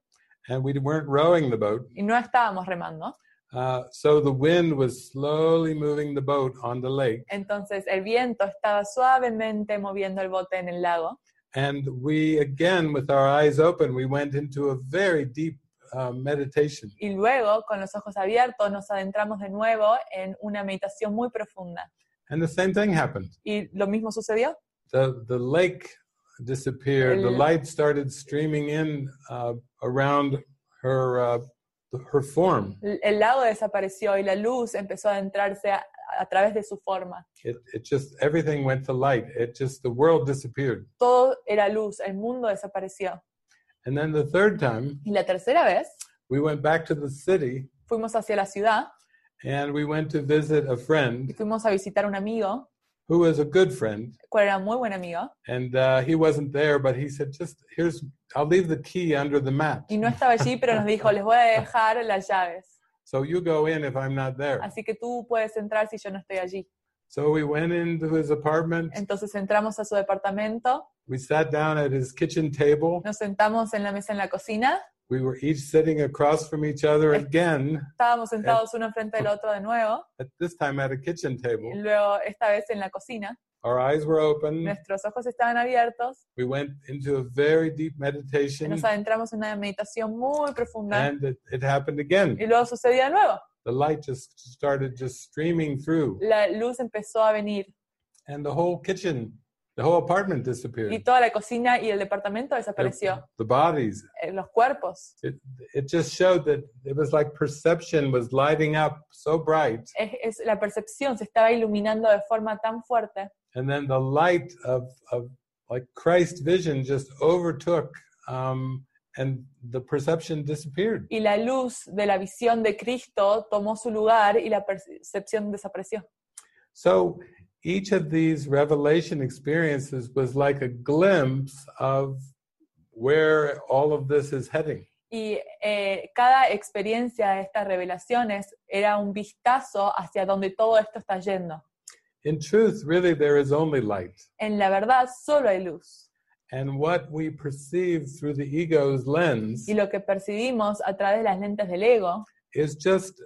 Speaker 4: and we weren't rowing the boat
Speaker 5: y no estábamos remando.
Speaker 4: Uh, so the wind was slowly moving the boat on the lake,
Speaker 5: Entonces el viento estaba suavemente moviendo el bote en el lago.
Speaker 4: and we again, with our eyes open, we went into a very deep uh, meditation.
Speaker 5: Y luego, con los ojos abiertos, nos adentramos de nuevo en una meditación muy profunda.
Speaker 4: And the same thing happened.
Speaker 5: Y lo mismo sucedió.
Speaker 4: The the lake disappeared. The
Speaker 5: El-
Speaker 4: light started streaming in uh, around her uh, her form.
Speaker 5: L- El lago desapareció y la luz empezó a adentrarse a, a través de su forma.
Speaker 4: It it just everything went to light. It just the world disappeared.
Speaker 5: Todo era luz, el mundo desapareció.
Speaker 4: And then the third time,
Speaker 5: Y la tercera vez
Speaker 4: we went back to the city
Speaker 5: fuimos hacia la ciudad
Speaker 4: and we went to visit a
Speaker 5: y
Speaker 4: friend
Speaker 5: fuimos a visitar a un amigo,
Speaker 4: who was a good friend.
Speaker 5: cual era muy buen amigo,
Speaker 4: and uh, he wasn't there but he said just here's i'll leave the key under the mat
Speaker 5: y no estaba allí, pero nos dijo, les voy a dejar las llaves.
Speaker 4: so you go in if i'm not there
Speaker 5: Así que tú puedes entrar si yo no estoy allí.
Speaker 4: so we went into his apartment
Speaker 5: Entonces entramos a su departamento,
Speaker 4: we sat down at his kitchen table
Speaker 5: nos sentamos en la mesa en la cocina,
Speaker 4: we were each sitting across from each other again
Speaker 5: estábamos sentados uno enfrente del otro de nuevo,
Speaker 4: at this time at a kitchen
Speaker 5: y
Speaker 4: table
Speaker 5: luego esta vez en la cocina,
Speaker 4: our eyes were open
Speaker 5: nuestros ojos estaban abiertos,
Speaker 4: we went into a very deep
Speaker 5: y
Speaker 4: meditation
Speaker 5: nos adentramos en una meditación muy profunda,
Speaker 4: and it, it happened
Speaker 5: y
Speaker 4: again
Speaker 5: luego sucedió de nuevo,
Speaker 4: the light just started just streaming through
Speaker 5: la luz empezó a venir,
Speaker 4: and the whole kitchen the whole apartment disappeared
Speaker 5: y toda la cocina y el departamento
Speaker 4: The-
Speaker 5: desapareció,
Speaker 4: the bodies
Speaker 5: eh, los cuerpos.
Speaker 4: it, it just showed that it was like perception was lighting up so bright
Speaker 5: es, es la percepción se estaba iluminando de forma tan fuerte
Speaker 4: and then the light of, of like christ vision just overtook um, and the perception disappeared
Speaker 5: y la luz de la visión de Cristo tomó su lugar y la percepción desapareció.
Speaker 4: so each of these revelation experiences was like a glimpse of where all of this is heading
Speaker 5: Y eh, cada experiencia de estas revelaciones era un vistazo hacia donde todo esto está yendo.
Speaker 4: in truth really there is only light
Speaker 5: En la verdad solo hay luz
Speaker 4: and what we perceive through the ego's lens
Speaker 5: y lo que percibimos a través de las lentes del ego
Speaker 4: is just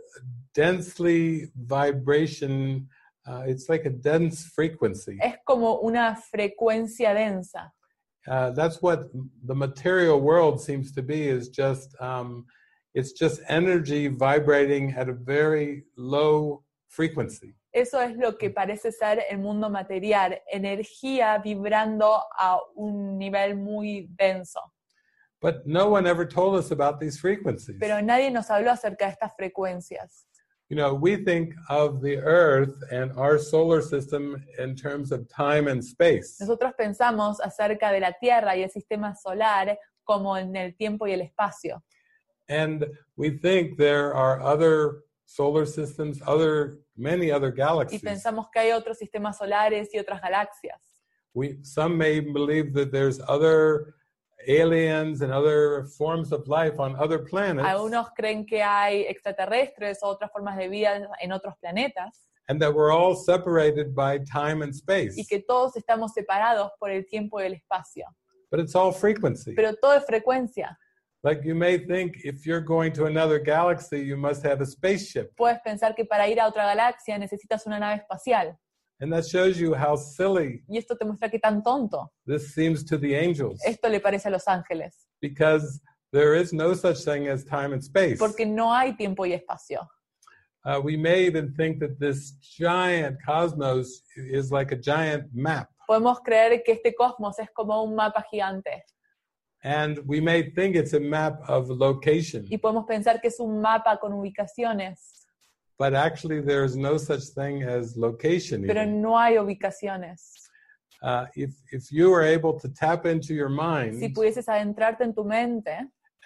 Speaker 4: densely vibration. Uh, it's like a dense frequency.
Speaker 5: es como una frecuencia densa.
Speaker 4: Uh, that's what the material world seems to be. Is just um, it's just energy vibrating at a very low frequency.
Speaker 5: Eso es lo que parece ser el mundo material, energía vibrando a un nivel muy denso.
Speaker 4: But no one ever told us about these frequencies.
Speaker 5: Pero nadie nos habló acerca de estas frecuencias.
Speaker 4: You know, we think of the Earth and our solar system in terms of time and space.
Speaker 5: Nosotros pensamos acerca de la Tierra y el sistema solar como en el tiempo y el espacio.
Speaker 4: and we think there are other solar systems other many other
Speaker 5: Y
Speaker 4: galaxies
Speaker 5: pensamos que hay otros sistemas solares y otras galaxias.
Speaker 4: we some may believe that there's other aliens and other forms of life on other planets,
Speaker 5: Algunos creen que hay extraterrestres o otras formas de vida en otros planetas
Speaker 4: and that we're all separated by time and space.
Speaker 5: y que todos estamos separados por el tiempo y el espacio.
Speaker 4: But it's all frequency.
Speaker 5: Pero todo es frecuencia.
Speaker 4: Like you may think if you're going to another galaxy, you must have a spaceship.
Speaker 5: Puedes pensar que para ir a otra galaxia necesitas una nave espacial.
Speaker 4: And that shows you how silly
Speaker 5: Y esto te muestra que tan tonto.
Speaker 4: this seems to the angels
Speaker 5: Esto le parece a los ángeles.
Speaker 4: because there is no such thing as time and space.
Speaker 5: Porque no hay tiempo y espacio.
Speaker 4: Uh, we may even think that this giant cosmos is like a giant map.
Speaker 5: Podemos creer que este cosmos es como un mapa gigante.
Speaker 4: And we may think it's a map of location,
Speaker 5: Y podemos pensar que es un mapa con ubicaciones.
Speaker 4: but actually there is no such thing as location.
Speaker 5: Pero
Speaker 4: even.
Speaker 5: no hay ubicaciones.
Speaker 4: Uh, if, if you were able to tap into your mind
Speaker 5: Si pudieses adentrarte en tu mente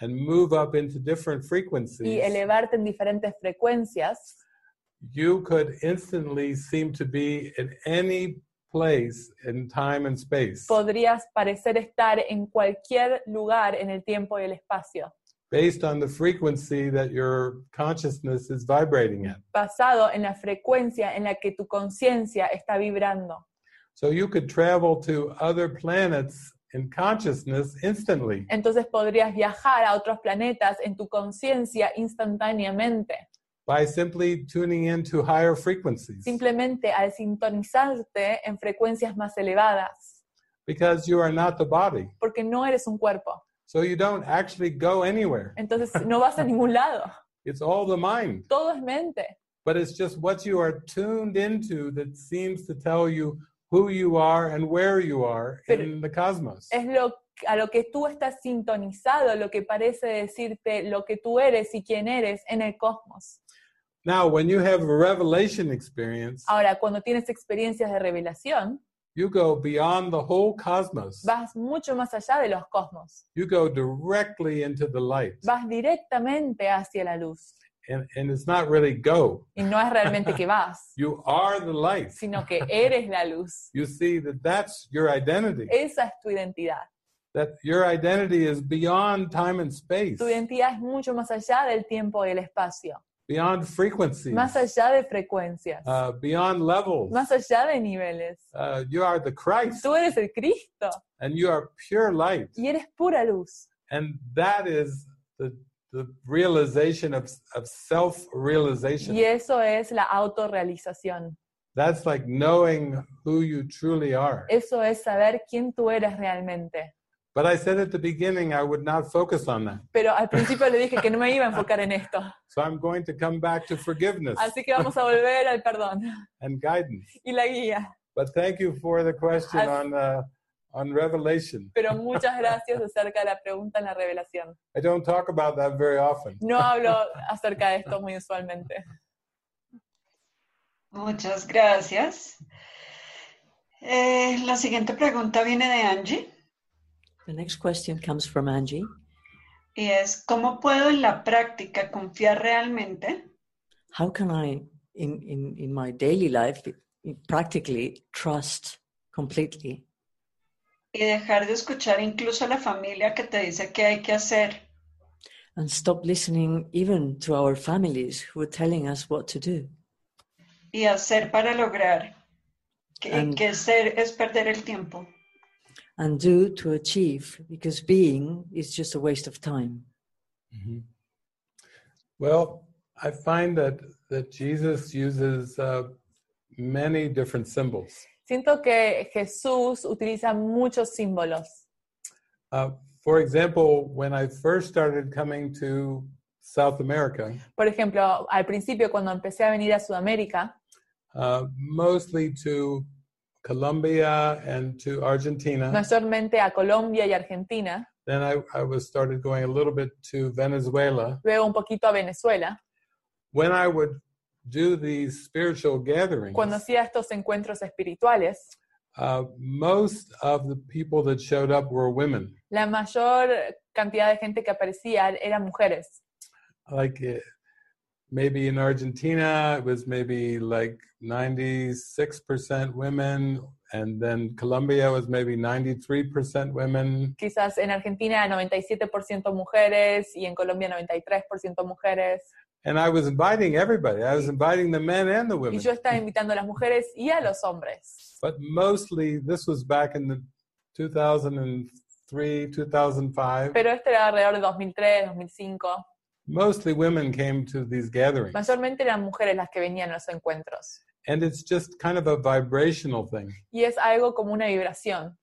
Speaker 4: and move up into different
Speaker 5: y
Speaker 4: frequencies,
Speaker 5: elevarte en diferentes frecuencias,
Speaker 4: you could instantly seem to be in any place in time and space
Speaker 5: podrías parecer estar en cualquier lugar en el tiempo y el espacio,
Speaker 4: based on the frequency that your consciousness is vibrating at.
Speaker 5: basado en la frecuencia en la que tu conciencia está vibrando.
Speaker 4: So you could travel to other planets in consciousness instantly.
Speaker 5: Entonces podrías viajar a otros planetas en tu conciencia instantáneamente,
Speaker 4: by simply tuning in to higher frequencies
Speaker 5: simplemente al sintonizarte en frecuencias más elevadas,
Speaker 4: because you are not the body.
Speaker 5: porque no eres un cuerpo.
Speaker 4: So you don't actually go anywhere.
Speaker 5: Entonces no vas a ningún lado,
Speaker 4: It's all the mind.
Speaker 5: todo es mente.
Speaker 4: But it's just what you are tuned into that seems to tell you who you are and where you are
Speaker 5: Pero-
Speaker 4: in the cosmos.
Speaker 5: Es lo a lo que tú estás sintonizado, lo que parece decirte lo que tú eres y quién eres en el cosmos.
Speaker 4: Now, when you have a revelation experience,
Speaker 5: Ahora, cuando tienes experiencias de revelación,
Speaker 4: you go beyond the whole cosmos.
Speaker 5: vas mucho más allá de los cosmos,
Speaker 4: You go directly into the light.
Speaker 5: vas directamente hacia la luz.
Speaker 4: And, and it's not really go.
Speaker 5: Y no es realmente que vas,
Speaker 4: You are the light.
Speaker 5: sino que eres la luz.
Speaker 4: You see that that's your identity.
Speaker 5: Esa es tu identidad.
Speaker 4: that your identity is beyond time and space,
Speaker 5: Tu identidad es mucho más allá del tiempo y el espacio,
Speaker 4: beyond frequencies,
Speaker 5: más allá de frecuencias,
Speaker 4: uh, beyond levels.
Speaker 5: más allá de niveles.
Speaker 4: Uh, you are the Christ,
Speaker 5: Tú eres el Cristo
Speaker 4: and you are pure light,
Speaker 5: y eres pura luz.
Speaker 4: and that is the the realization of of self realization.
Speaker 5: Y eso es la autorrealización.
Speaker 4: That's like knowing who you truly are.
Speaker 5: Eso es saber quién tú eres realmente.
Speaker 4: But I said at the beginning I would not focus on that,
Speaker 5: Pero al principio le dije que no me iba a enfocar en esto.
Speaker 4: so I'm going to come back to forgiveness
Speaker 5: Así que vamos a volver al perdón
Speaker 4: and guidance.
Speaker 5: y la guía.
Speaker 4: But thank you for the question
Speaker 5: As-
Speaker 4: on uh, on revelation.
Speaker 5: Pero muchas gracias acerca de la pregunta en la revelación.
Speaker 4: I don't talk about that very often.
Speaker 5: No hablo acerca de esto muy usualmente.
Speaker 2: Muchas gracias. Eh, la siguiente pregunta viene de Angie
Speaker 3: The next question comes from Angie.
Speaker 2: y es, ¿cómo puedo en la práctica confiar realmente
Speaker 3: How can I, in, in, in my daily life, practically trust completely?
Speaker 2: y dejar de escuchar incluso a la familia que te dice qué hay que hacer?
Speaker 3: and stop listening even to our families who are telling us what to do.
Speaker 2: y hacer para lograr. Que,
Speaker 3: And-
Speaker 2: que ser es perder el tiempo.
Speaker 3: and do to achieve because being is just a waste of time.
Speaker 4: Well, I find that that Jesus uses uh, many different symbols.
Speaker 5: Siento que Jesús utiliza muchos símbolos.
Speaker 4: Uh, for example, when I first started coming to South America,
Speaker 5: Por ejemplo, al principio cuando empecé a venir a Sudamérica,
Speaker 4: uh, mostly to Colombia and to Argentina,
Speaker 5: mayormente a Colombia y Argentina,
Speaker 4: then I, I was started going a little bit to Venezuela.
Speaker 5: luego un poquito a Venezuela,
Speaker 4: When I would do these spiritual gatherings,
Speaker 5: cuando hacía estos encuentros espirituales,
Speaker 4: uh, most of the people that showed up were women.
Speaker 5: la mayor cantidad de gente que aparecía eran mujeres.
Speaker 4: like it, maybe in Argentina, it was maybe like 96% women, and then Colombia was maybe 93% women.
Speaker 5: Quizás en Argentina 97% mujeres y en Colombia 93% mujeres.
Speaker 4: And I was inviting everybody, I was inviting the men and the
Speaker 5: Y
Speaker 4: women.
Speaker 5: yo estaba invitando a las mujeres y a los hombres.
Speaker 4: But mostly, this was back in the 2003, 2005.
Speaker 5: Pero este era alrededor de 2003, 2005.
Speaker 4: Mostly women came to these gatherings.
Speaker 5: Mayormente eran mujeres las que venían a los encuentros.
Speaker 4: And it's just kind of a vibrational thing.
Speaker 5: Y es algo como una vibración.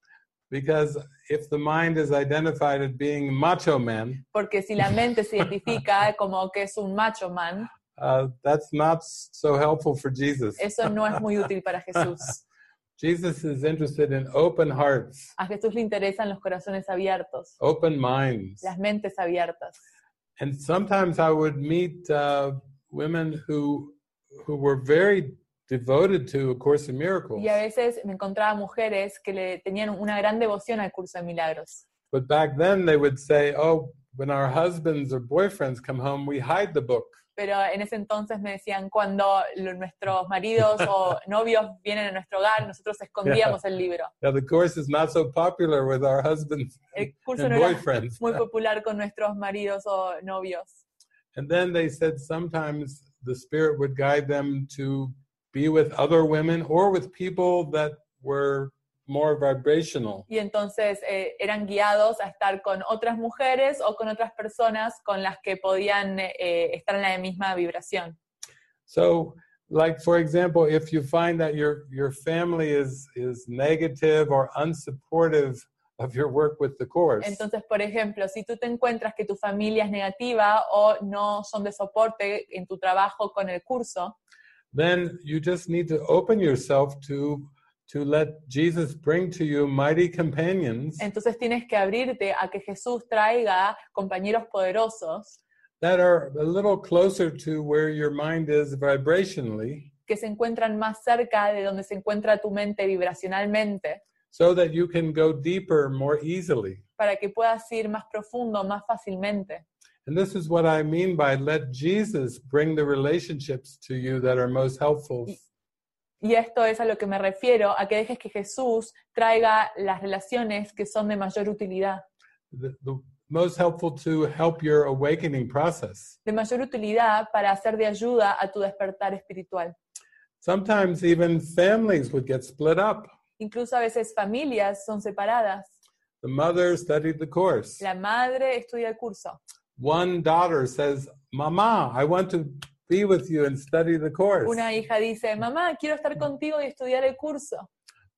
Speaker 4: Because if the mind is identified as being macho man,
Speaker 5: Porque si la mente se identifica como que es un macho man,
Speaker 4: uh, that's not so helpful for Jesus.
Speaker 5: eso no es muy útil para Jesús.
Speaker 4: (laughs) Jesus is interested in open hearts,
Speaker 5: A Jesús le interesan los corazones abiertos,
Speaker 4: open minds.
Speaker 5: las mentes abiertas.
Speaker 4: And sometimes I would meet uh, women who who were very devoted to A Course in Miracles.
Speaker 5: Y a veces me encontraba mujeres que le tenían una gran devoción al curso de milagros.
Speaker 4: But back then they would say, "Oh, when our husbands or boyfriends come home, we hide the book."
Speaker 5: Pero en ese entonces me decían, cuando lo- nuestros maridos o novios vienen a nuestro hogar, nosotros escondíamos el libro.
Speaker 4: Now the course is not so popular with our husbands
Speaker 5: El curso
Speaker 4: and
Speaker 5: no era
Speaker 4: boyfriends.
Speaker 5: muy popular con nuestros maridos o novios.
Speaker 4: And then they said sometimes the spirit would guide them to be with other women or with people that were more vibrational.
Speaker 5: Y entonces eh, eran guiados a estar con otras mujeres o con otras personas con las que podían eh, estar en la misma vibración.
Speaker 4: So, like for example, if you find that your your family is is negative or unsupportive of your work with the course,
Speaker 5: Entonces, por ejemplo, si tú te encuentras que tu familia es negativa o no son de soporte en tu trabajo con el curso,
Speaker 4: then you just need to open yourself to to let Jesus bring to you mighty companions
Speaker 5: entonces tienes que abrirte a que Jesús traiga compañeros poderosos
Speaker 4: that are a little closer to where your mind is vibrationally.
Speaker 5: que se encuentran más cerca de donde se encuentra tu mente vibracionalmente
Speaker 4: so that you can go deeper more easily.
Speaker 5: para que puedas ir más profundo, más fácilmente.
Speaker 4: And this is what I mean by let Jesus bring the relationships to you that are most helpful
Speaker 5: Y esto es a lo que me refiero, a que dejes que Jesús traiga las relaciones que son de mayor utilidad,
Speaker 4: the, the most helpful to help your awakening process.
Speaker 5: de mayor utilidad para ser de ayuda a tu despertar espiritual.
Speaker 4: Sometimes even families would get split up.
Speaker 5: Incluso a veces familias son separadas.
Speaker 4: The mother studied the course.
Speaker 5: La madre estudia el curso.
Speaker 4: One daughter says, "Mama, I want to be with you and study the course."
Speaker 5: Una hija dice, mamá, quiero estar contigo y estudiar el curso.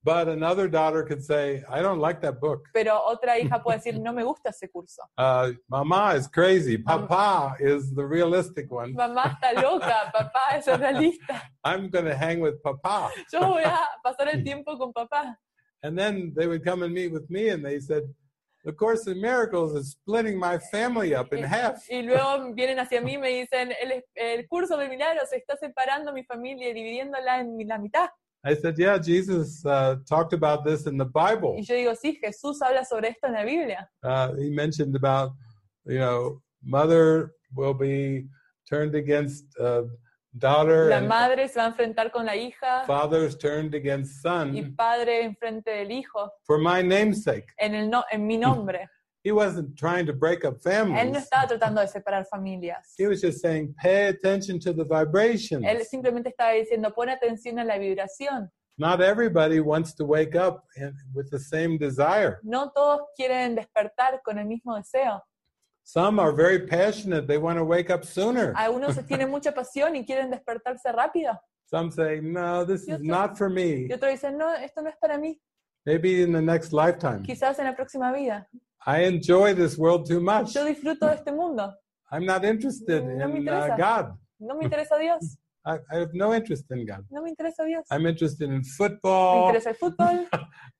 Speaker 4: But another daughter could say, "I don't like that book.
Speaker 5: Pero otra hija puede decir, no me gusta ese curso.
Speaker 4: Uh, Mama is crazy. Papa is the realistic one."
Speaker 5: Mamá está loca, papá es realista.
Speaker 4: I'm going to hang with Papa.
Speaker 5: Yo voy a pasar el tiempo con papá.
Speaker 4: And then they would come and meet with me, and they said, "The Course in Miracles is splitting my family up in half."
Speaker 5: Y luego vienen hacia mí y me dicen, el, el curso de milagros está separando mi familia y dividiéndola en mi- la mitad.
Speaker 4: I said, "Yeah, Jesus uh, talked about this in the Bible.
Speaker 5: Y yo digo, sí, Jesús habla sobre esto en la Biblia.
Speaker 4: Uh, he mentioned about, you know, mother will be turned against uh, daughter,
Speaker 5: La
Speaker 4: and
Speaker 5: madre se va a enfrentar con la hija
Speaker 4: father's turned against
Speaker 5: y
Speaker 4: son
Speaker 5: padre enfrente del hijo
Speaker 4: for my namesake."
Speaker 5: en, el no, en mi nombre.
Speaker 4: He wasn't trying to break up
Speaker 5: Él no
Speaker 4: families.
Speaker 5: estaba tratando de separar familias.
Speaker 4: He was just saying, "Pay attention to the vibrations."
Speaker 5: Él simplemente estaba diciendo, pon atención a la vibración.
Speaker 4: not everybody wants to wake up and, with the same desire.
Speaker 5: No todos quieren despertar con el mismo deseo.
Speaker 4: Some are very passionate, they want to wake up sooner.
Speaker 5: Algunos tienen mucha pasión y quieren despertarse rápido.
Speaker 4: Some say, No, this
Speaker 5: Yo
Speaker 4: is
Speaker 5: soy-
Speaker 4: not for me.
Speaker 5: Y otros dicen, no, esto no es para mí.
Speaker 4: Maybe in the next lifetime.
Speaker 5: Quizás en la próxima vida.
Speaker 4: I enjoy this world too much.
Speaker 5: Yo disfruto de este mundo.
Speaker 4: I'm not interested
Speaker 5: No me
Speaker 4: in uh,
Speaker 5: interesa.
Speaker 4: God.
Speaker 5: No me interesa Dios.
Speaker 4: I, I have no interest in God.
Speaker 5: No me interesa Dios.
Speaker 4: I'm interested in
Speaker 5: Me
Speaker 4: football,
Speaker 5: interesa el
Speaker 4: (laughs)
Speaker 5: fútbol.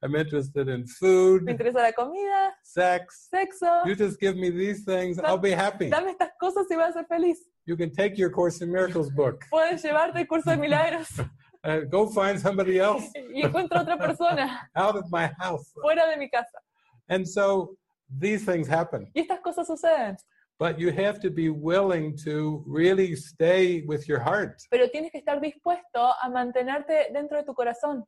Speaker 4: I'm interested in
Speaker 5: Me
Speaker 4: food,
Speaker 5: interesa la comida,
Speaker 4: sex.
Speaker 5: sexo.
Speaker 4: You just give me these things, I'll be happy.
Speaker 5: Dame estas cosas y vas a ser feliz.
Speaker 4: You can take your Course in Miracles book.
Speaker 5: Puedes llevarte el curso de milagros
Speaker 4: Uh, go find somebody else
Speaker 5: y encuentro otra persona
Speaker 4: out of my house.
Speaker 5: fuera de mi casa.
Speaker 4: And so these things happen.
Speaker 5: Y estas cosas suceden.
Speaker 4: But you have to be willing to really stay with your heart.
Speaker 5: pero tienes que estar dispuesto a mantenerte dentro de tu corazón.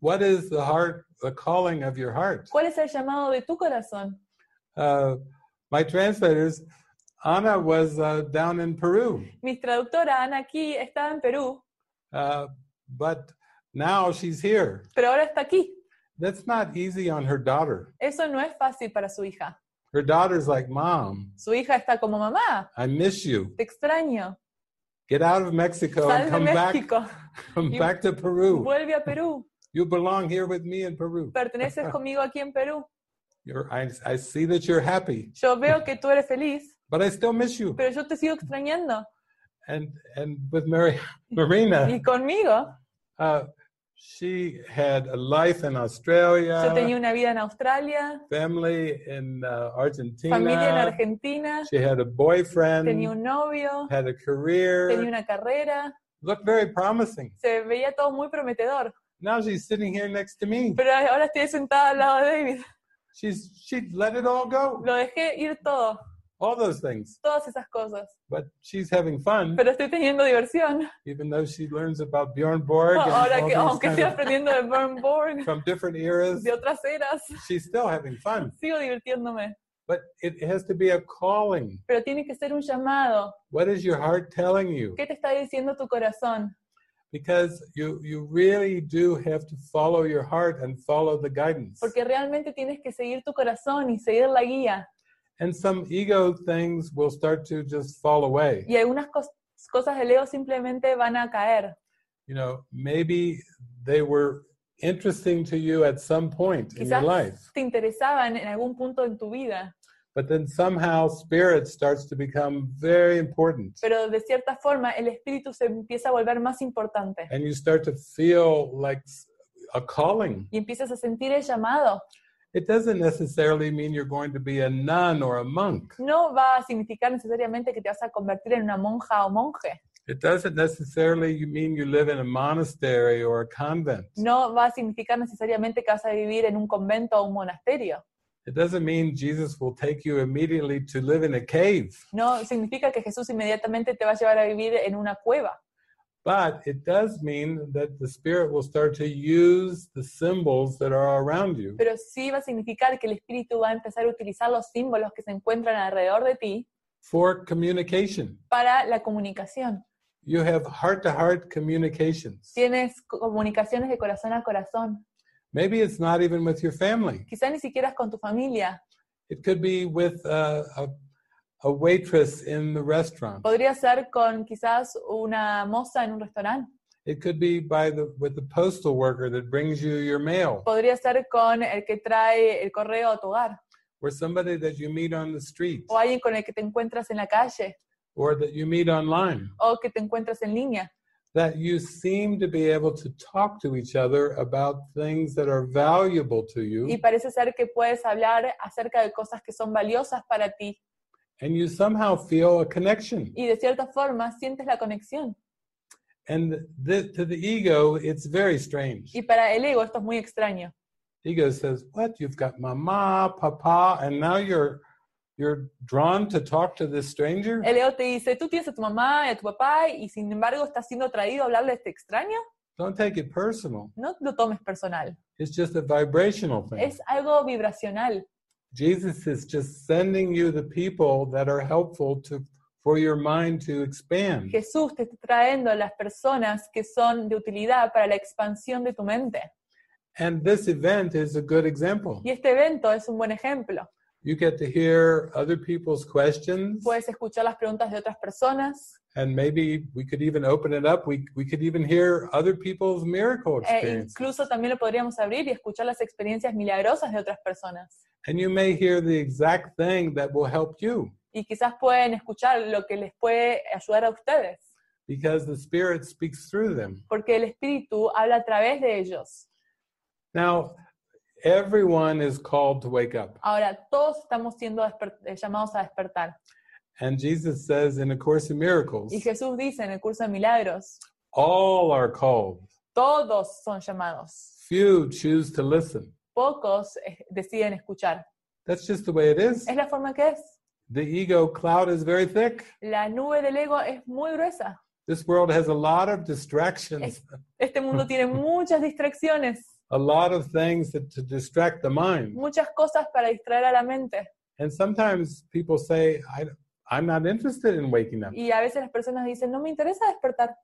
Speaker 4: What is the heart, the calling of your heart?
Speaker 5: ¿Cuál es el llamado de tu corazón?
Speaker 4: Uh, my translators, Anna was uh, down in Peru,
Speaker 5: Mi traductora Ana aquí estaba en Perú,
Speaker 4: uh, but now she's here.
Speaker 5: pero ahora está aquí.
Speaker 4: That's not easy on her daughter.
Speaker 5: Eso no es fácil para su hija.
Speaker 4: Her daughter's like, Mom,
Speaker 5: Su hija está como mamá,
Speaker 4: I miss you.
Speaker 5: te extraño,
Speaker 4: Get out of Mexico
Speaker 5: sal
Speaker 4: and
Speaker 5: de
Speaker 4: come back,
Speaker 5: México,
Speaker 4: (laughs) come
Speaker 5: You-
Speaker 4: back to Peru.
Speaker 5: vuelve a Perú,
Speaker 4: You belong here with me in Peru. (laughs)
Speaker 5: perteneces conmigo aquí en Perú.
Speaker 4: You're, I, I see that you're happy,
Speaker 5: Yo veo que tú eres feliz,
Speaker 4: but I still miss you.
Speaker 5: pero yo te sigo extrañando.
Speaker 4: And and with Mary (laughs) Marina,
Speaker 5: Y conmigo,
Speaker 4: uh, she had a life in Australia,
Speaker 5: yo tenía una vida en Australia,
Speaker 4: family in uh, Argentina.
Speaker 5: familia en Argentina,
Speaker 4: She had a boyfriend,
Speaker 5: tenía un novio,
Speaker 4: had a career,
Speaker 5: tenía una carrera,
Speaker 4: looked very promising.
Speaker 5: se veía todo muy prometedor.
Speaker 4: Now she's sitting here next to me.
Speaker 5: Pero ahora estoy sentada al lado de David.
Speaker 4: She's she let it all go,
Speaker 5: Lo dejé ir todo,
Speaker 4: all those things.
Speaker 5: todas esas cosas.
Speaker 4: But she's having fun,
Speaker 5: Pero estoy teniendo diversión.
Speaker 4: even though she learns about Bjorn Borg and
Speaker 5: Ahora
Speaker 4: all
Speaker 5: que,
Speaker 4: these
Speaker 5: aunque
Speaker 4: kind
Speaker 5: estoy
Speaker 4: of-
Speaker 5: aprendiendo de
Speaker 4: (laughs)
Speaker 5: Burnborg,
Speaker 4: from different eras.
Speaker 5: de otras eras,
Speaker 4: She's still having fun,
Speaker 5: sigo divirtiéndome.
Speaker 4: but it has to be a calling.
Speaker 5: Pero tiene que ser un llamado.
Speaker 4: What is your heart telling you?
Speaker 5: ¿Qué te está diciendo tu corazón?
Speaker 4: because you you really do have to follow your heart and follow the guidance
Speaker 5: Porque realmente tienes que seguir tu corazón y seguir la guía.
Speaker 4: and some ego things will start to just fall away
Speaker 5: Y algunas cos- cosas del ego simplemente van a caer.
Speaker 4: you know maybe they were interesting to you at some point in your
Speaker 5: Quizás
Speaker 4: life
Speaker 5: te interesaban en algún punto en tu vida,
Speaker 4: but then somehow spirit starts to become very important
Speaker 5: pero de cierta forma el espíritu se empieza a volver más importante
Speaker 4: and you start to feel like s- a calling
Speaker 5: y empiezas a sentir el llamado.
Speaker 4: it doesn't necessarily mean you're going to be a nun or a monk
Speaker 5: no va a significar necesariamente que te vas a convertir en una monja o monje.
Speaker 4: it doesn't necessarily you mean you live in a monastery or a convent
Speaker 5: No va a significar necesariamente que vas a vivir en un convento o un monasterio.
Speaker 4: It doesn't mean Jesus will take you immediately to live in a cave,
Speaker 5: No significa que Jesús inmediatamente te va a llevar a vivir en una cueva,
Speaker 4: but it does mean that the Spirit will start to use the symbols that are around you
Speaker 5: pero sí va a significar que el Espíritu va a empezar a utilizar los símbolos que se encuentran alrededor de ti
Speaker 4: for communication.
Speaker 5: para la comunicación.
Speaker 4: You have heart to heart communications.
Speaker 5: Tienes co- comunicaciones de corazón a corazón.
Speaker 4: Maybe it's not even with your family,
Speaker 5: Quizá ni siquiera es con tu familia.
Speaker 4: it could be with uh, a, a waitress in the restaurant,
Speaker 5: Podría ser con quizás una moza en un restaurante.
Speaker 4: it could be by the, with the postal worker that brings you your mail,
Speaker 5: Podría ser con el que trae el correo a tu hogar.
Speaker 4: or somebody that you meet on the street,
Speaker 5: o alguien con el que te encuentras en la calle
Speaker 4: or that you meet online.
Speaker 5: o que te encuentras en línea,
Speaker 4: that you seem to be able to talk to each other about things that are valuable to
Speaker 5: y
Speaker 4: you,
Speaker 5: parece ser que puedes hablar acerca de cosas que son valiosas para ti
Speaker 4: and you somehow feel a connection.
Speaker 5: y de cierta forma sientes la conexión.
Speaker 4: And th- to the ego, it's very strange.
Speaker 5: Y para el ego esto es muy extraño.
Speaker 4: Ego says, "What? You've got mama, papa, and now you're you're drawn to talk to this stranger?
Speaker 5: El ego te dice, tú tienes a tu mamá y a tu papá y sin embargo estás siendo traído a hablarle a este extraño,
Speaker 4: Don't take it personal.
Speaker 5: no lo tomes personal.
Speaker 4: It's just a vibrational thing.
Speaker 5: Es algo vibracional.
Speaker 4: Jesus is just sending you the people that are helpful to for your mind to expand."
Speaker 5: Jesús te está trayendo las personas que son de utilidad para la expansión de tu mente.
Speaker 4: And this event is a good example.
Speaker 5: Y este evento es un buen ejemplo.
Speaker 4: You get to hear other people's questions,
Speaker 5: Puedes escuchar las preguntas de otras personas,
Speaker 4: and maybe we could even open it up. We, we could even hear other people's miracle
Speaker 5: E
Speaker 4: experience.
Speaker 5: incluso también lo podríamos abrir y escuchar las experiencias milagrosas de otras personas.
Speaker 4: and you may hear the exact thing that will help you
Speaker 5: Y quizás pueden escuchar lo que les puede ayudar a ustedes,
Speaker 4: because the Spirit speaks through them.
Speaker 5: porque el espíritu habla a través de ellos.
Speaker 4: Now, everyone is called to wake up.
Speaker 5: Ahora, todos estamos siendo desper- eh, llamados a despertar.
Speaker 4: And Jesus says in A Course in Miracles,
Speaker 5: Y Jesús dice en el curso de milagros,
Speaker 4: all are called.
Speaker 5: todos son llamados,
Speaker 4: Few choose to listen.
Speaker 5: pocos eh, deciden escuchar.
Speaker 4: That's just the way it is.
Speaker 5: Es la forma que es.
Speaker 4: The ego cloud is very thick.
Speaker 5: La nube del ego es muy gruesa.
Speaker 4: This world has a lot of distractions,
Speaker 5: Este mundo tiene muchas distracciones,
Speaker 4: a lot of things that, to distract the mind.
Speaker 5: muchas cosas para distraer a la mente.
Speaker 4: And sometimes people say, I, I'm not interested in waking up.
Speaker 5: Y a veces las personas dicen, no me interesa despertar.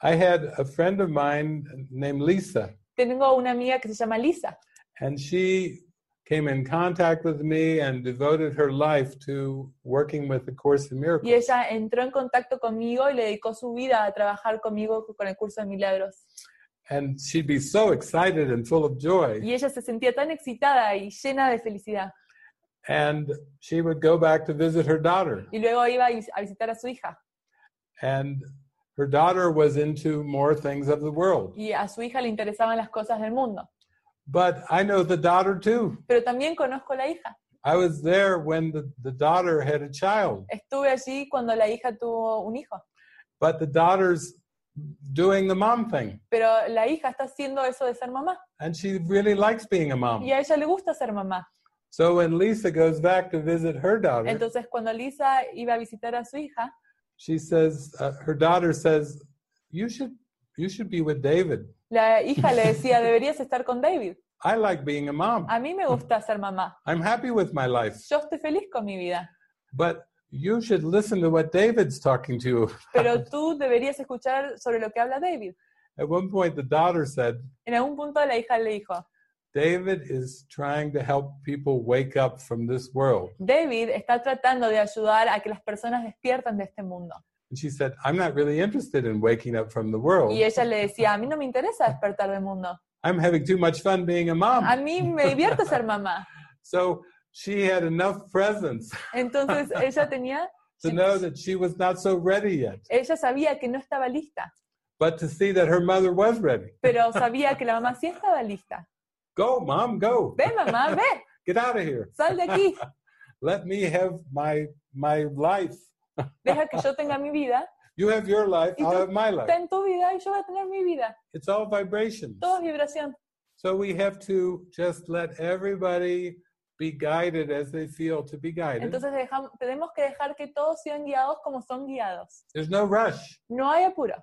Speaker 4: I had a friend of mine named Lisa,
Speaker 5: Tengo una amiga que se llama Lisa
Speaker 4: and she came in contact with me and devoted her life to working with the Course in
Speaker 5: y
Speaker 4: Miracles.
Speaker 5: ella entró en contacto conmigo y le dedicó su vida a trabajar conmigo con el curso de milagros.
Speaker 4: And she'd be so excited and full of joy.
Speaker 5: Y ella se sentía tan excitada y llena de felicidad.
Speaker 4: And she would go back to visit her daughter.
Speaker 5: Y luego iba a vis- a visitar a su hija.
Speaker 4: And her daughter was into more things of the world.
Speaker 5: Y a su hija le interesaban las cosas del mundo.
Speaker 4: But I know the daughter too.
Speaker 5: Pero también conozco a la hija.
Speaker 4: I was there when the, the daughter had a child,
Speaker 5: Estuve allí cuando la hija tuvo un hijo.
Speaker 4: but the daughter's doing the mom thing.
Speaker 5: Pero la hija está haciendo eso de ser mamá.
Speaker 4: And she really likes being a mom.
Speaker 5: Y a ella le gusta ser mamá.
Speaker 4: So when Lisa goes back to visit her daughter,
Speaker 5: Entonces, cuando Lisa iba a visitar a su hija,
Speaker 4: she says, uh, her daughter says, you should, you should be with David.
Speaker 5: la hija le decía, deberías estar con David.
Speaker 4: I like being a mom.
Speaker 5: A mí me gusta ser mamá.
Speaker 4: I'm happy with my life.
Speaker 5: Yo estoy feliz con mi vida.
Speaker 4: But you should listen to what David's talking to you. (laughs)
Speaker 5: Pero tú deberías escuchar sobre lo que habla David.
Speaker 4: At one point, the daughter said,
Speaker 5: En algún punto la hija le dijo,
Speaker 4: David is trying to help people wake up from this world.
Speaker 5: David está tratando de ayudar a que las personas despiertan de este mundo.
Speaker 4: And she said, I'm not really interested in waking up from the world.
Speaker 5: Y ella le decía, a mí no me interesa despertar del mundo.
Speaker 4: I'm having too much fun being a
Speaker 5: A
Speaker 4: mom.
Speaker 5: mí me divierte ser mamá.
Speaker 4: So she had enough presence (laughs)
Speaker 5: Entonces ella tenía,
Speaker 4: to know that she was not so ready yet,
Speaker 5: ella sabía que no estaba lista,
Speaker 4: but to see that her mother was ready.
Speaker 5: pero sabía que la mamá sí estaba lista.
Speaker 4: Go, mom, go.
Speaker 5: Ve mamá, ve,
Speaker 4: Get out of here.
Speaker 5: (laughs) sal de aquí,
Speaker 4: (laughs) Let me have my my life.
Speaker 5: deja que yo tenga mi vida,
Speaker 4: You have your life,
Speaker 5: Y
Speaker 4: I'll
Speaker 5: tú-
Speaker 4: have my
Speaker 5: está
Speaker 4: life.
Speaker 5: en tu vida y yo voy a tener mi vida.
Speaker 4: It's all vibrations.
Speaker 5: Todo es vibración.
Speaker 4: So we have to just let everybody be guided as they feel to be guided.
Speaker 5: Entonces dejam- tenemos que dejar que todos sean guiados como son guiados.
Speaker 4: There's no rush.
Speaker 5: No hay apuro.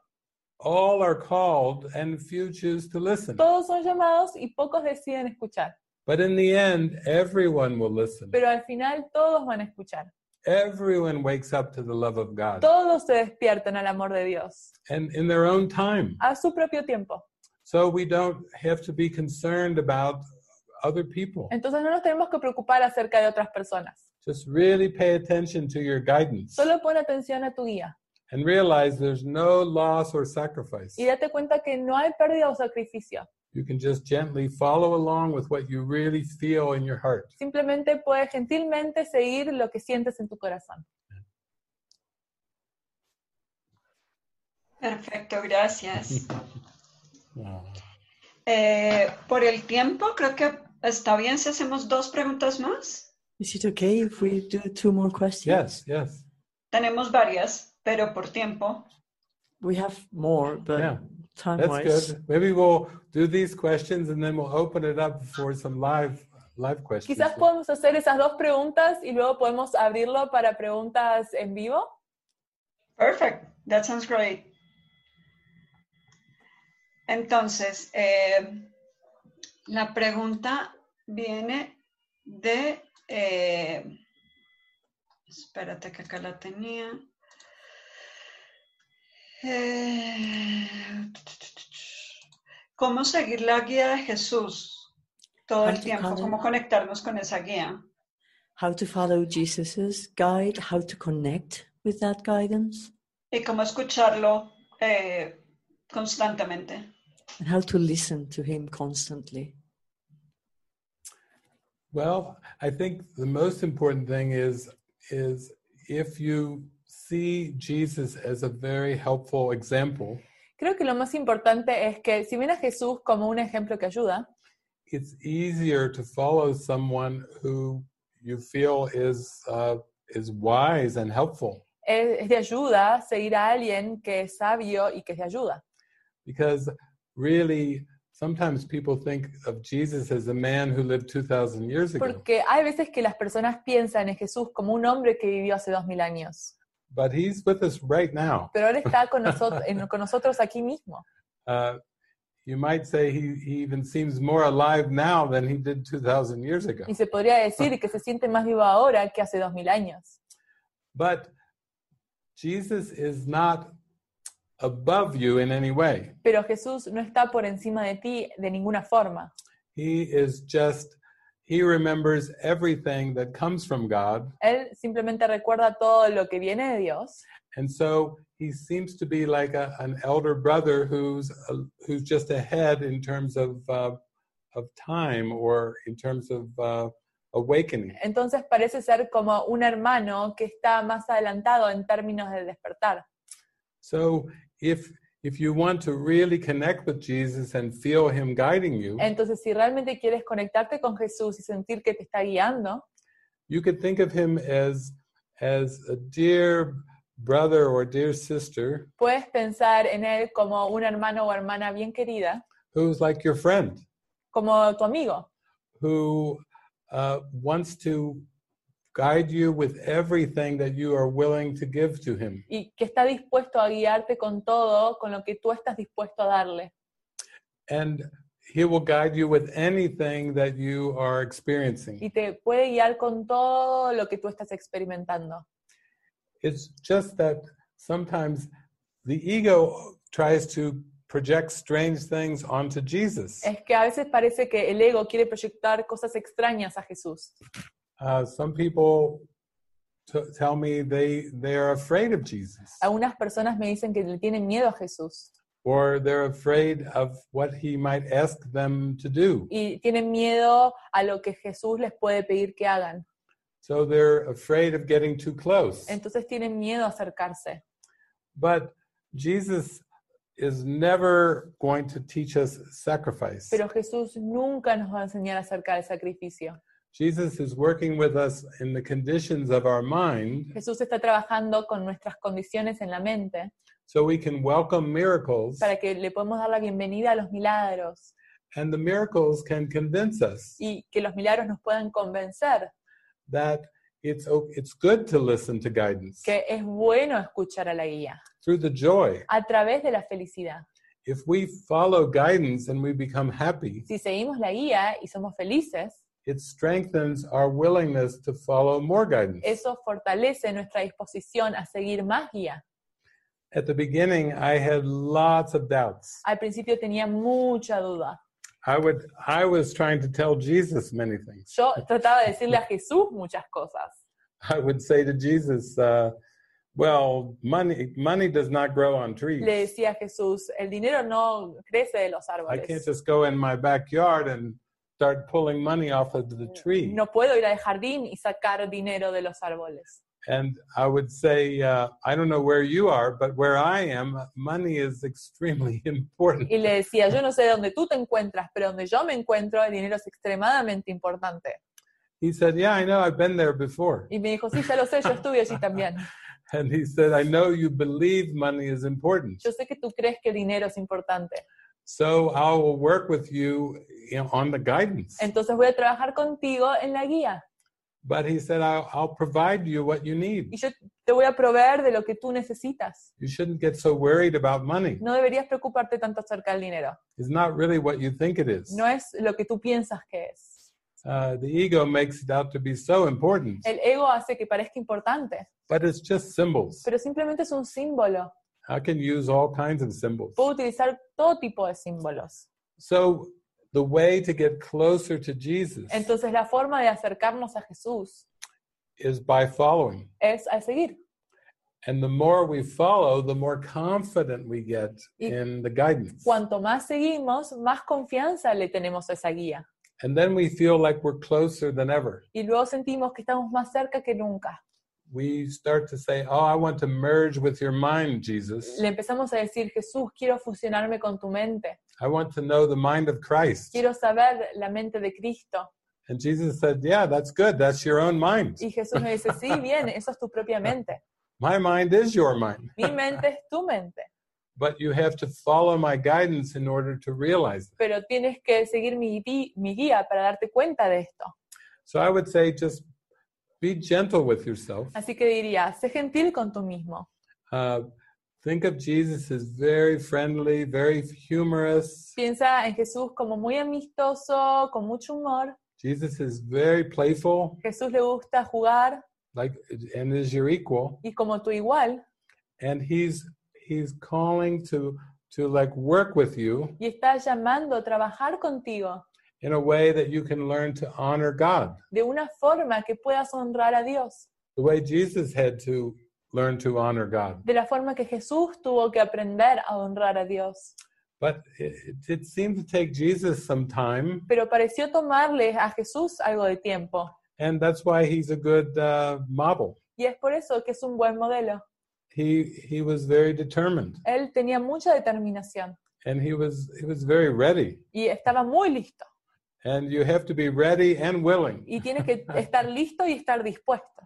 Speaker 4: All are called and few choose to listen.
Speaker 5: Todos son llamados y pocos deciden escuchar.
Speaker 4: But in the end, everyone will listen.
Speaker 5: Pero al final todos van a escuchar.
Speaker 4: Everyone wakes up to the love of God
Speaker 5: Todos se despiertan al amor de Dios
Speaker 4: and in their own time.
Speaker 5: a su propio tiempo.
Speaker 4: So we don't have to be concerned about other people.
Speaker 5: Entonces no nos tenemos que preocupar acerca de otras personas.
Speaker 4: Just really pay attention to your guidance
Speaker 5: Solo pon atención a tu guía
Speaker 4: and realize there's no loss or sacrifice.
Speaker 5: y date cuenta que no hay pérdida o sacrificio.
Speaker 4: You can just gently follow along with what you really feel in your heart.
Speaker 5: Simplemente puedes gentilmente seguir lo que sientes en tu corazón.
Speaker 2: Perfecto, gracias.
Speaker 4: Oh.
Speaker 2: Eh, por el tiempo, creo que está bien si hacemos dos preguntas más.
Speaker 3: Is it okay if we do two more questions?
Speaker 4: Yes, yes.
Speaker 2: Tenemos varias, pero por tiempo.
Speaker 3: We have more, but
Speaker 4: Yeah.
Speaker 3: time
Speaker 4: That's
Speaker 3: wise.
Speaker 4: good. Maybe we'll do these questions and then we'll open it up for some live live questions.
Speaker 5: Quizás podemos hacer esas dos preguntas y luego podemos abrirlo para preguntas en vivo.
Speaker 2: Perfect. That sounds great. Entonces, eh, la pregunta viene de... eh, espérate que acá la tenía. Eh, ¿Cómo seguir la guía de Jesús todo el
Speaker 3: Cuánto
Speaker 2: tiempo?
Speaker 3: calor.
Speaker 2: ¿Cómo conectarnos con esa guía?
Speaker 3: How to follow Jesus's guide, how to connect with that guidance,
Speaker 2: ¿Y cómo escucharlo eh, constantemente?
Speaker 3: and how to listen to him constantly.
Speaker 4: Well, I think the most important thing is is if you see Jesus as a very helpful example,
Speaker 5: Creo que lo más importante es que si ven a Jesús como un ejemplo que ayuda,
Speaker 4: it's easier to follow someone who you feel is uh, is wise and helpful
Speaker 5: es, es de ayuda seguir a alguien que es sabio y que es de ayuda.
Speaker 4: because really Sometimes people think of Jesus as a man who lived 2,000 years ago,
Speaker 5: Porque hay veces que las personas piensan en Jesús como un hombre que vivió hace dos mil años,
Speaker 4: but he's with us right now.
Speaker 5: pero ahora está con, nosotros, con nosotros aquí mismo.
Speaker 4: Uh, you might say he, he even seems more alive now than he did 2,000 years ago.
Speaker 5: Y se podría decir que se siente más vivo ahora que hace dos mil años.
Speaker 4: But Jesus is not above you in any way.
Speaker 5: Pero Jesús no está por encima de ti de ninguna forma.
Speaker 4: He is just, he remembers everything that comes from God.
Speaker 5: Él simplemente recuerda todo lo que viene de Dios.
Speaker 4: And so he seems to be like a, an elder brother who's, uh, who's just ahead in terms of, uh, of time or in terms of uh, awakening.
Speaker 5: Entonces parece ser como un hermano que está más adelantado en términos del despertar.
Speaker 4: So if, if you want to really connect with Jesus and feel him guiding you,
Speaker 5: Entonces, si realmente quieres conectarte con Jesús y sentir que te está guiando,
Speaker 4: you could think of him as as a dear brother or dear sister
Speaker 5: puedes pensar en Él como un hermano o hermana bien querida,
Speaker 4: who's like your friend
Speaker 5: como tu amigo,
Speaker 4: who uh, wants to guide you with everything that you are willing to give to him
Speaker 5: y que está dispuesto a guiarte con todo, con lo que tú estás dispuesto a darle.
Speaker 4: and he will guide you with anything that you are experiencing
Speaker 5: Y te puede guiar con todo lo que tú estás experimentando.
Speaker 4: it's just that sometimes the ego tries to project strange things onto jesus
Speaker 5: Es que a veces parece que el ego quiere proyectar cosas extrañas a Jesús.
Speaker 4: Uh, some people t- tell me they they are afraid of Jesus,
Speaker 5: Algunas personas me dicen que le tienen miedo a Jesús
Speaker 4: or they're afraid of what he might ask them to do.
Speaker 5: y tienen miedo a lo que Jesús les puede pedir que hagan.
Speaker 4: So they're afraid of getting too close.
Speaker 5: Entonces tienen miedo a acercarse.
Speaker 4: But Jesus is never going to teach us sacrifice.
Speaker 5: Pero Jesús nunca nos va a enseñar acerca del sacrificio.
Speaker 4: Jesus is working with us in the conditions of our mind,
Speaker 5: Jesús está trabajando con nuestras condiciones en la mente
Speaker 4: so we can welcome miracles,
Speaker 5: para que le podamos dar la bienvenida a los milagros
Speaker 4: and the miracles can convince us
Speaker 5: y que los milagros nos puedan convencer
Speaker 4: that it's o- it's good to listen to guidance
Speaker 5: que es bueno escuchar a la guía
Speaker 4: through the joy.
Speaker 5: a través de la felicidad.
Speaker 4: if we follow guidance and we become happy,
Speaker 5: Si seguimos la guía y somos felices,
Speaker 4: it strengthens our willingness to follow more guidance.
Speaker 5: eso fortalece nuestra disposición a seguir más guía.
Speaker 4: At the beginning, I had lots of doubts.
Speaker 5: Al principio tenía mucha duda.
Speaker 4: I would I was trying to tell Jesus many things.
Speaker 5: Yo trataba de decirle a Jesús muchas cosas.
Speaker 4: I would say to Jesus, uh, "Well, money money does not grow on
Speaker 5: le
Speaker 4: trees.
Speaker 5: decía Jesús, el dinero no crece de los
Speaker 4: I can't
Speaker 5: árboles.
Speaker 4: just go in my backyard and start pulling money off of the tree."
Speaker 5: No puedo ir al jardín y sacar dinero de los árboles.
Speaker 4: And I would say, uh, "I don't know where you are, but where I am, money is extremely (laughs) important."
Speaker 5: Y le decía, yo no sé dónde tú te encuentras, pero donde yo me encuentro el dinero es extremadamente importante.
Speaker 4: He said, Yeah, I know, I've been there before.
Speaker 5: Y me dijo, sí, ya lo sé, yo estuve allí también.
Speaker 4: And he said, I know you believe money is important.
Speaker 5: Yo sé que tú crees que el dinero es importante.
Speaker 4: So I will work with you you know, on the guidance.
Speaker 5: Entonces voy a trabajar contigo en la guía.
Speaker 4: But he said, I'll, I'll provide you what you need.
Speaker 5: Y yo te voy a proveer de lo que tú necesitas.
Speaker 4: You shouldn't get so worried about money.
Speaker 5: No deberías preocuparte tanto acerca del dinero.
Speaker 4: It's not really what you think it is.
Speaker 5: No es lo que tú piensas que es.
Speaker 4: Uh, the ego makes it out to be so important,
Speaker 5: El ego hace que parezca importante.
Speaker 4: but it's just symbols.
Speaker 5: pero simplemente es un símbolo.
Speaker 4: I can use all kinds of symbols.
Speaker 5: Puedo utilizar todo tipo de símbolos.
Speaker 4: So the way to get closer to Jesus
Speaker 5: Entonces la forma de acercarnos a Jesús
Speaker 4: is by following.
Speaker 5: es al seguir.
Speaker 4: And the more we follow, the more confident we get
Speaker 5: Y-
Speaker 4: in the guidance.
Speaker 5: Cuanto más seguimos, más confianza le tenemos a esa guía.
Speaker 4: And then we feel like we're closer than ever.
Speaker 5: Y luego sentimos que estamos más cerca que nunca.
Speaker 4: We start to say, Oh, I want to merge with your mind, Jesus.
Speaker 5: Le empezamos a decir, Jesús, quiero fusionarme con tu mente.
Speaker 4: I want to know the mind of Christ.
Speaker 5: Quiero saber la mente de Cristo.
Speaker 4: And Jesus said, Yeah, that's good. That's your own mind.
Speaker 5: Y Jesús me dice, sí, bien, eso es tu propia mente.
Speaker 4: My mind is your mind.
Speaker 5: Mi mente es tu mente.
Speaker 4: but you have to follow my guidance in order to realize that.
Speaker 5: pero tienes que seguir mi, gui- mi guía para darte cuenta de esto.
Speaker 4: So I would say just be gentle with yourself.
Speaker 5: Así que diría, sé gentil con tú mismo.
Speaker 4: Uh, think of Jesus as very friendly, very humorous.
Speaker 5: Piensa en Jesús como muy amistoso, con mucho humor.
Speaker 4: Jesus is very playful,
Speaker 5: Jesús le gusta jugar
Speaker 4: like and is your equal.
Speaker 5: y como tú igual.
Speaker 4: And he's he's calling to to like work with you
Speaker 5: Y está llamando a trabajar contigo
Speaker 4: in a way that you can learn to honor God,
Speaker 5: de una forma que puedas honrar a Dios,
Speaker 4: the way Jesus had to learn to honor God.
Speaker 5: de la forma que Jesús tuvo que aprender a honrar a Dios.
Speaker 4: But it, it seemed to take Jesus some time,
Speaker 5: Pero pareció tomarle a Jesús algo de tiempo.
Speaker 4: and that's why he's a good uh, model.
Speaker 5: Y es por eso que es un buen modelo.
Speaker 4: He he was very determined,
Speaker 5: Él tenía mucha determinación
Speaker 4: and he was he was very ready.
Speaker 5: y estaba muy listo.
Speaker 4: And you have to be ready and willing.
Speaker 5: Y tiene que estar listo y estar dispuesto.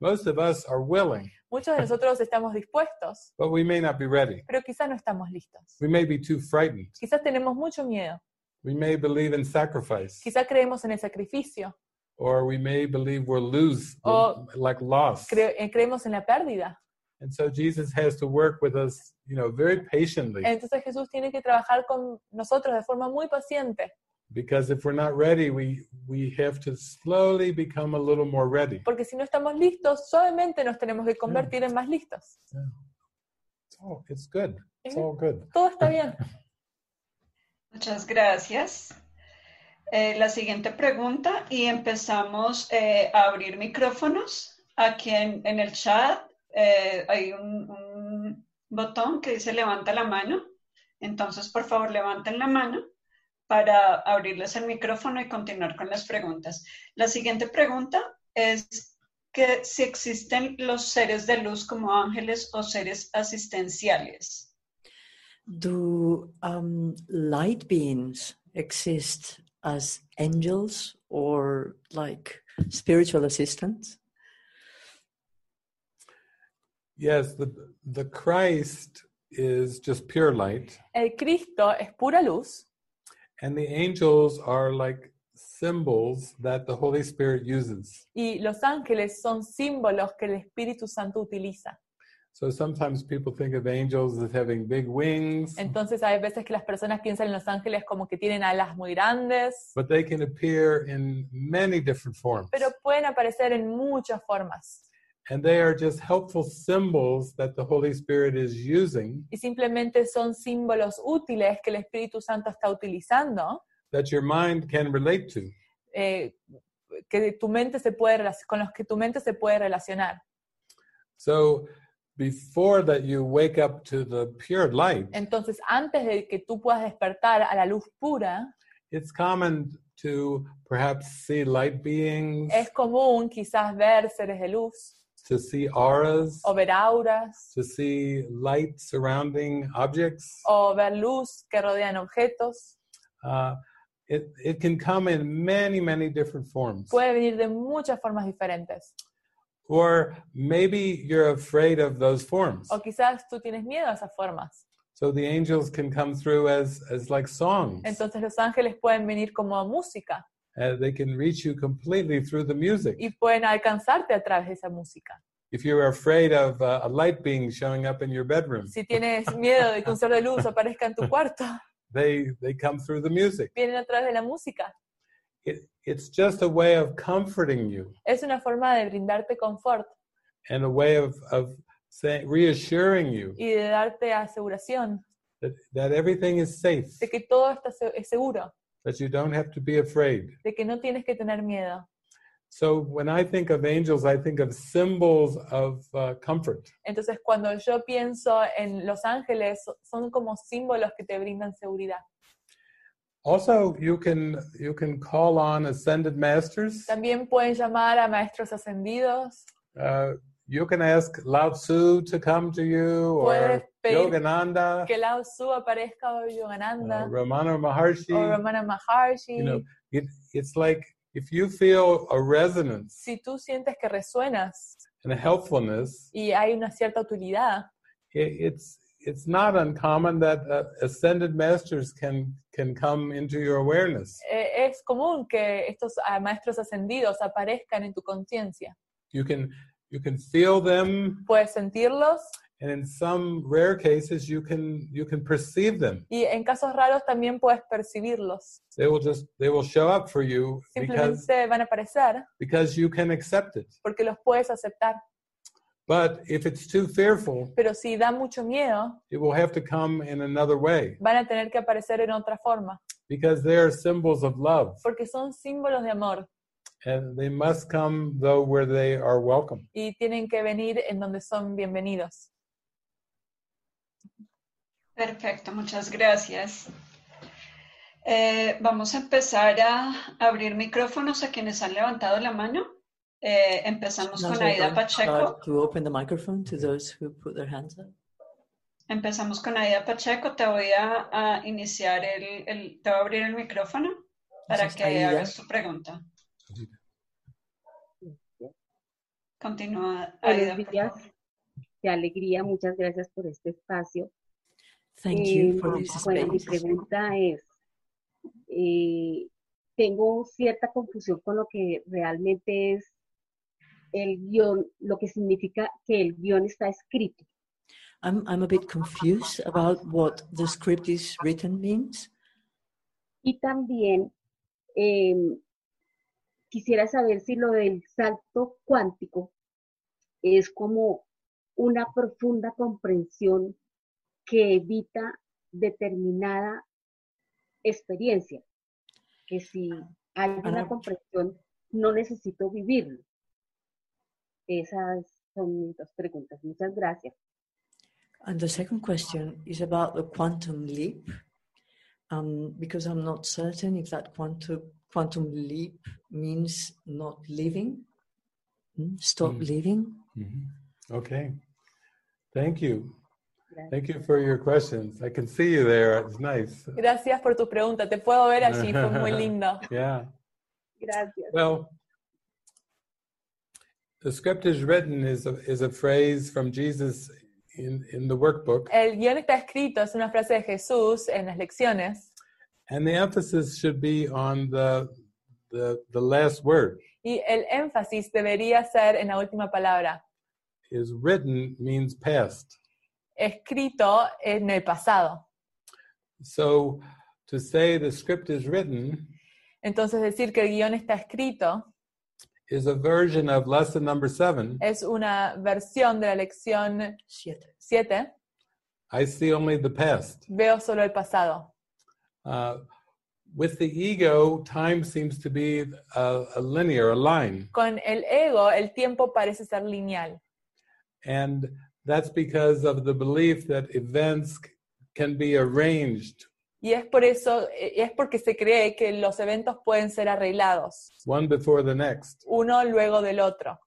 Speaker 4: Most of us are willing,
Speaker 5: Muchos de nosotros estamos dispuestos,
Speaker 4: but we may not be ready.
Speaker 5: pero quizás no estamos listos.
Speaker 4: We may be too frightened.
Speaker 5: Quizás tenemos mucho miedo.
Speaker 4: We may believe in sacrifice,
Speaker 5: Quizás creemos en el sacrificio.
Speaker 4: or we may believe we're lose,
Speaker 5: O-
Speaker 4: like lost.
Speaker 5: Cre- eh, creemos en la pérdida.
Speaker 4: And so Jesus has to work with us, you know, very patiently.
Speaker 5: Entonces Jesús tiene que trabajar con nosotros de forma muy paciente,
Speaker 4: because if we're not ready we we have to slowly become a little more ready
Speaker 5: porque si no estamos listos, suavemente nos tenemos que convertir en más listos.
Speaker 4: oh it's good it's all good
Speaker 5: Todo está bien.
Speaker 2: Muchas gracias. Eh, la siguiente pregunta y empezamos eh, a abrir micrófonos. Aquí en, en el chat eh, hay un, un botón que dice levanta la mano. Entonces, por favor, levanten la mano para abrirles el micrófono y continuar con las preguntas. La siguiente pregunta es que si existen los seres de luz como ángeles o seres asistenciales.
Speaker 3: Do um, light beings exist as angels or like spiritual assistants?
Speaker 4: yes the the christ is just pure light
Speaker 5: El Cristo es pura luz
Speaker 4: and the angels are like symbols that the holy spirit uses
Speaker 5: y los ángeles son símbolos que el Espíritu Santo utiliza.
Speaker 4: so sometimes people think of angels as having big wings
Speaker 5: Entonces hay veces que las personas piensan en los ángeles como que tienen alas muy grandes,
Speaker 4: but they can appear in many different forms
Speaker 5: pero pueden aparecer en muchas formas.
Speaker 4: and they are just helpful symbols that the holy spirit is using
Speaker 5: y simplemente son símbolos útiles que el Espíritu Santo está utilizando,
Speaker 4: that your mind can relate to
Speaker 5: eh, que tu mente se puede relac- con los que tu mente se puede relacionar.
Speaker 4: So before that you wake up to the pure light,
Speaker 5: Entonces, antes de que tú puedas despertar a la luz pura,
Speaker 4: it's common to perhaps see light beings,
Speaker 5: es común quizás ver seres de luz
Speaker 4: to see auras,
Speaker 5: o ver auras
Speaker 4: to see light surrounding objects.
Speaker 5: o ver luz que rodean objetos.
Speaker 4: Uh, it, it can come in many, many different forms.
Speaker 5: Puede venir de muchas formas diferentes.
Speaker 4: Or maybe you're afraid of those forms.
Speaker 5: O quizás tú tienes miedo a esas formas.
Speaker 4: So the angels can come through as, as like songs.
Speaker 5: Entonces los ángeles pueden venir como música
Speaker 4: Uh, they can reach you completely through the music.
Speaker 5: y pueden alcanzarte a través de esa música.
Speaker 4: If you're afraid of uh, a light being showing up in your bedroom,
Speaker 5: Si tienes miedo de que un ser de luz aparezca en tu cuarto, (laughs)
Speaker 4: they they come through the music
Speaker 5: vienen a través de la música.
Speaker 4: it, it's just a way of comforting you
Speaker 5: Es una forma de brindarte confort
Speaker 4: and a way of of saying reassuring you
Speaker 5: y de darte aseguración
Speaker 4: that, that everything is safe
Speaker 5: de que todo está se- es seguro,
Speaker 4: that you don't have to be afraid
Speaker 5: de que no tienes que tener miedo.
Speaker 4: so when i think of angels i think of symbols of uh, comfort
Speaker 5: Entonces, cuando yo pienso en los ángeles, son como símbolos que te brindan seguridad.
Speaker 4: also you can you can call on ascended masters
Speaker 5: También pueden llamar a maestros ascendidos,
Speaker 4: uh, you can ask lao tzu to come to you
Speaker 5: Puedes
Speaker 4: or
Speaker 5: pedir
Speaker 4: yogananda
Speaker 5: que Lao Tzu aparezca o
Speaker 4: uh,
Speaker 5: Yogananda
Speaker 4: ramana maharshi
Speaker 5: o Ramana Maharshi.
Speaker 4: you know it, it's like if you feel a resonance
Speaker 5: Si tú sientes que resuenas
Speaker 4: and a helpfulness
Speaker 5: y hay una cierta utilidad,
Speaker 4: it, it's it's not uncommon that uh, ascended masters can can come into your awareness.
Speaker 5: Eh, es común que estos ah, maestros ascendidos aparezcan en tu conciencia.
Speaker 4: You can you can feel them,
Speaker 5: Puedes sentirlos
Speaker 4: and in some rare cases, you can you can perceive them.
Speaker 5: y en casos raros también puedes percibirlos.
Speaker 4: They will just they will show up for you because
Speaker 5: Simplemente van a aparecer
Speaker 4: because you can accept it.
Speaker 5: porque los puedes aceptar.
Speaker 4: But if it's too fearful,
Speaker 5: Pero si da mucho miedo,
Speaker 4: it will have to come in another way
Speaker 5: van a tener que aparecer en otra forma,
Speaker 4: because they are symbols of love,
Speaker 5: porque son símbolos de amor
Speaker 4: and they must come though where they are welcome.
Speaker 5: y tienen que venir en donde son bienvenidos.
Speaker 2: Perfecto, muchas gracias. Eh, vamos a empezar a abrir micrófonos a quienes han levantado la mano. Eh, empezamos
Speaker 3: Now
Speaker 2: con
Speaker 3: shall I
Speaker 2: Aida Pacheco.
Speaker 3: start to open the microphone to those who put their hands up.
Speaker 2: Empezamos con Aida Pacheco. Te voy a, a iniciar el, el- te voy a abrir el micrófono para
Speaker 3: Entonces,
Speaker 2: que
Speaker 3: Aida.
Speaker 2: hagas tu pregunta. Continúa,
Speaker 6: Buenos
Speaker 2: Aida. por
Speaker 6: días.
Speaker 2: favor.
Speaker 6: Qué alegría, muchas gracias por este espacio.
Speaker 3: Thank
Speaker 6: Eh,
Speaker 3: you for this
Speaker 6: bueno, mi
Speaker 3: space.
Speaker 6: pregunta es, eh, tengo cierta confusión con lo que realmente es el guión, lo que significa que el guión está escrito.
Speaker 3: I'm, I'm a bit confused about what the script is written means.
Speaker 6: Y también eh, quisiera saber si lo del salto cuántico es como una profunda comprensión que evita determinada experiencia, que si hay una
Speaker 3: Ahora-
Speaker 6: comprensión no necesito vivirlo. Esas son mis dos preguntas. Muchas gracias.
Speaker 3: And the second question is about the quantum leap, um, because I'm not certain if that quantum quantum leap means not living, mm, stop
Speaker 4: Mm.
Speaker 3: living.
Speaker 4: Mhm. Okay. Thank you.
Speaker 6: Gracias.
Speaker 4: Thank you for your questions. I can see you there. It's nice.
Speaker 5: Gracias por tu pregunta, te puedo ver allí, fue
Speaker 4: (laughs)
Speaker 5: muy lindo.
Speaker 4: Yeah.
Speaker 6: Gracias.
Speaker 4: Well, the script is written is a, is a phrase from Jesus in, in the workbook,
Speaker 5: El guión está escrito, es una frase de Jesús en las lecciones,
Speaker 4: and the emphasis should be on the the, the last word.
Speaker 5: y el énfasis debería ser en la última palabra.
Speaker 4: Is written means past.
Speaker 5: Escrito en el pasado.
Speaker 4: So to say the script is written
Speaker 5: Entonces decir que el guión está escrito
Speaker 4: is a version of lesson number seven.
Speaker 5: es una versión de la lección
Speaker 3: Siete.
Speaker 5: 7,
Speaker 4: I see only the past.
Speaker 5: veo solo el pasado.
Speaker 4: Uh, with the ego, time seems to be a, a linear, a line.
Speaker 5: Con el ego el tiempo parece ser lineal
Speaker 4: And that's because of the belief that events c- can be arranged
Speaker 5: y es por eso, y es porque se cree que los eventos pueden ser arreglados,
Speaker 4: one before the next.
Speaker 5: uno luego del otro.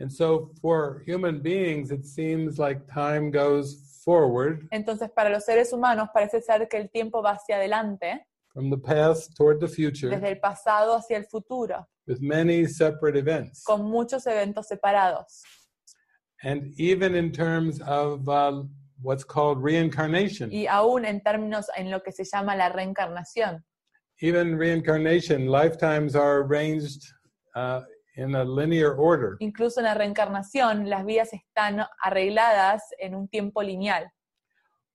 Speaker 4: And so for human beings, it seems like time goes forward
Speaker 5: Entonces para los seres humanos parece ser que el tiempo va hacia adelante,
Speaker 4: from the past toward the
Speaker 5: (laughs) desde
Speaker 4: future
Speaker 5: el pasado hacia el futuro,
Speaker 4: with many separate events.
Speaker 5: con muchos eventos separados.
Speaker 4: And even in terms of uh, what's called reincarnation,
Speaker 5: Y aún en términos en lo que se llama la reencarnación.
Speaker 4: even reincarnation, lifetimes are arranged uh, in a linear order.
Speaker 5: Incluso en la reencarnación las vías están arregladas en un tiempo lineal,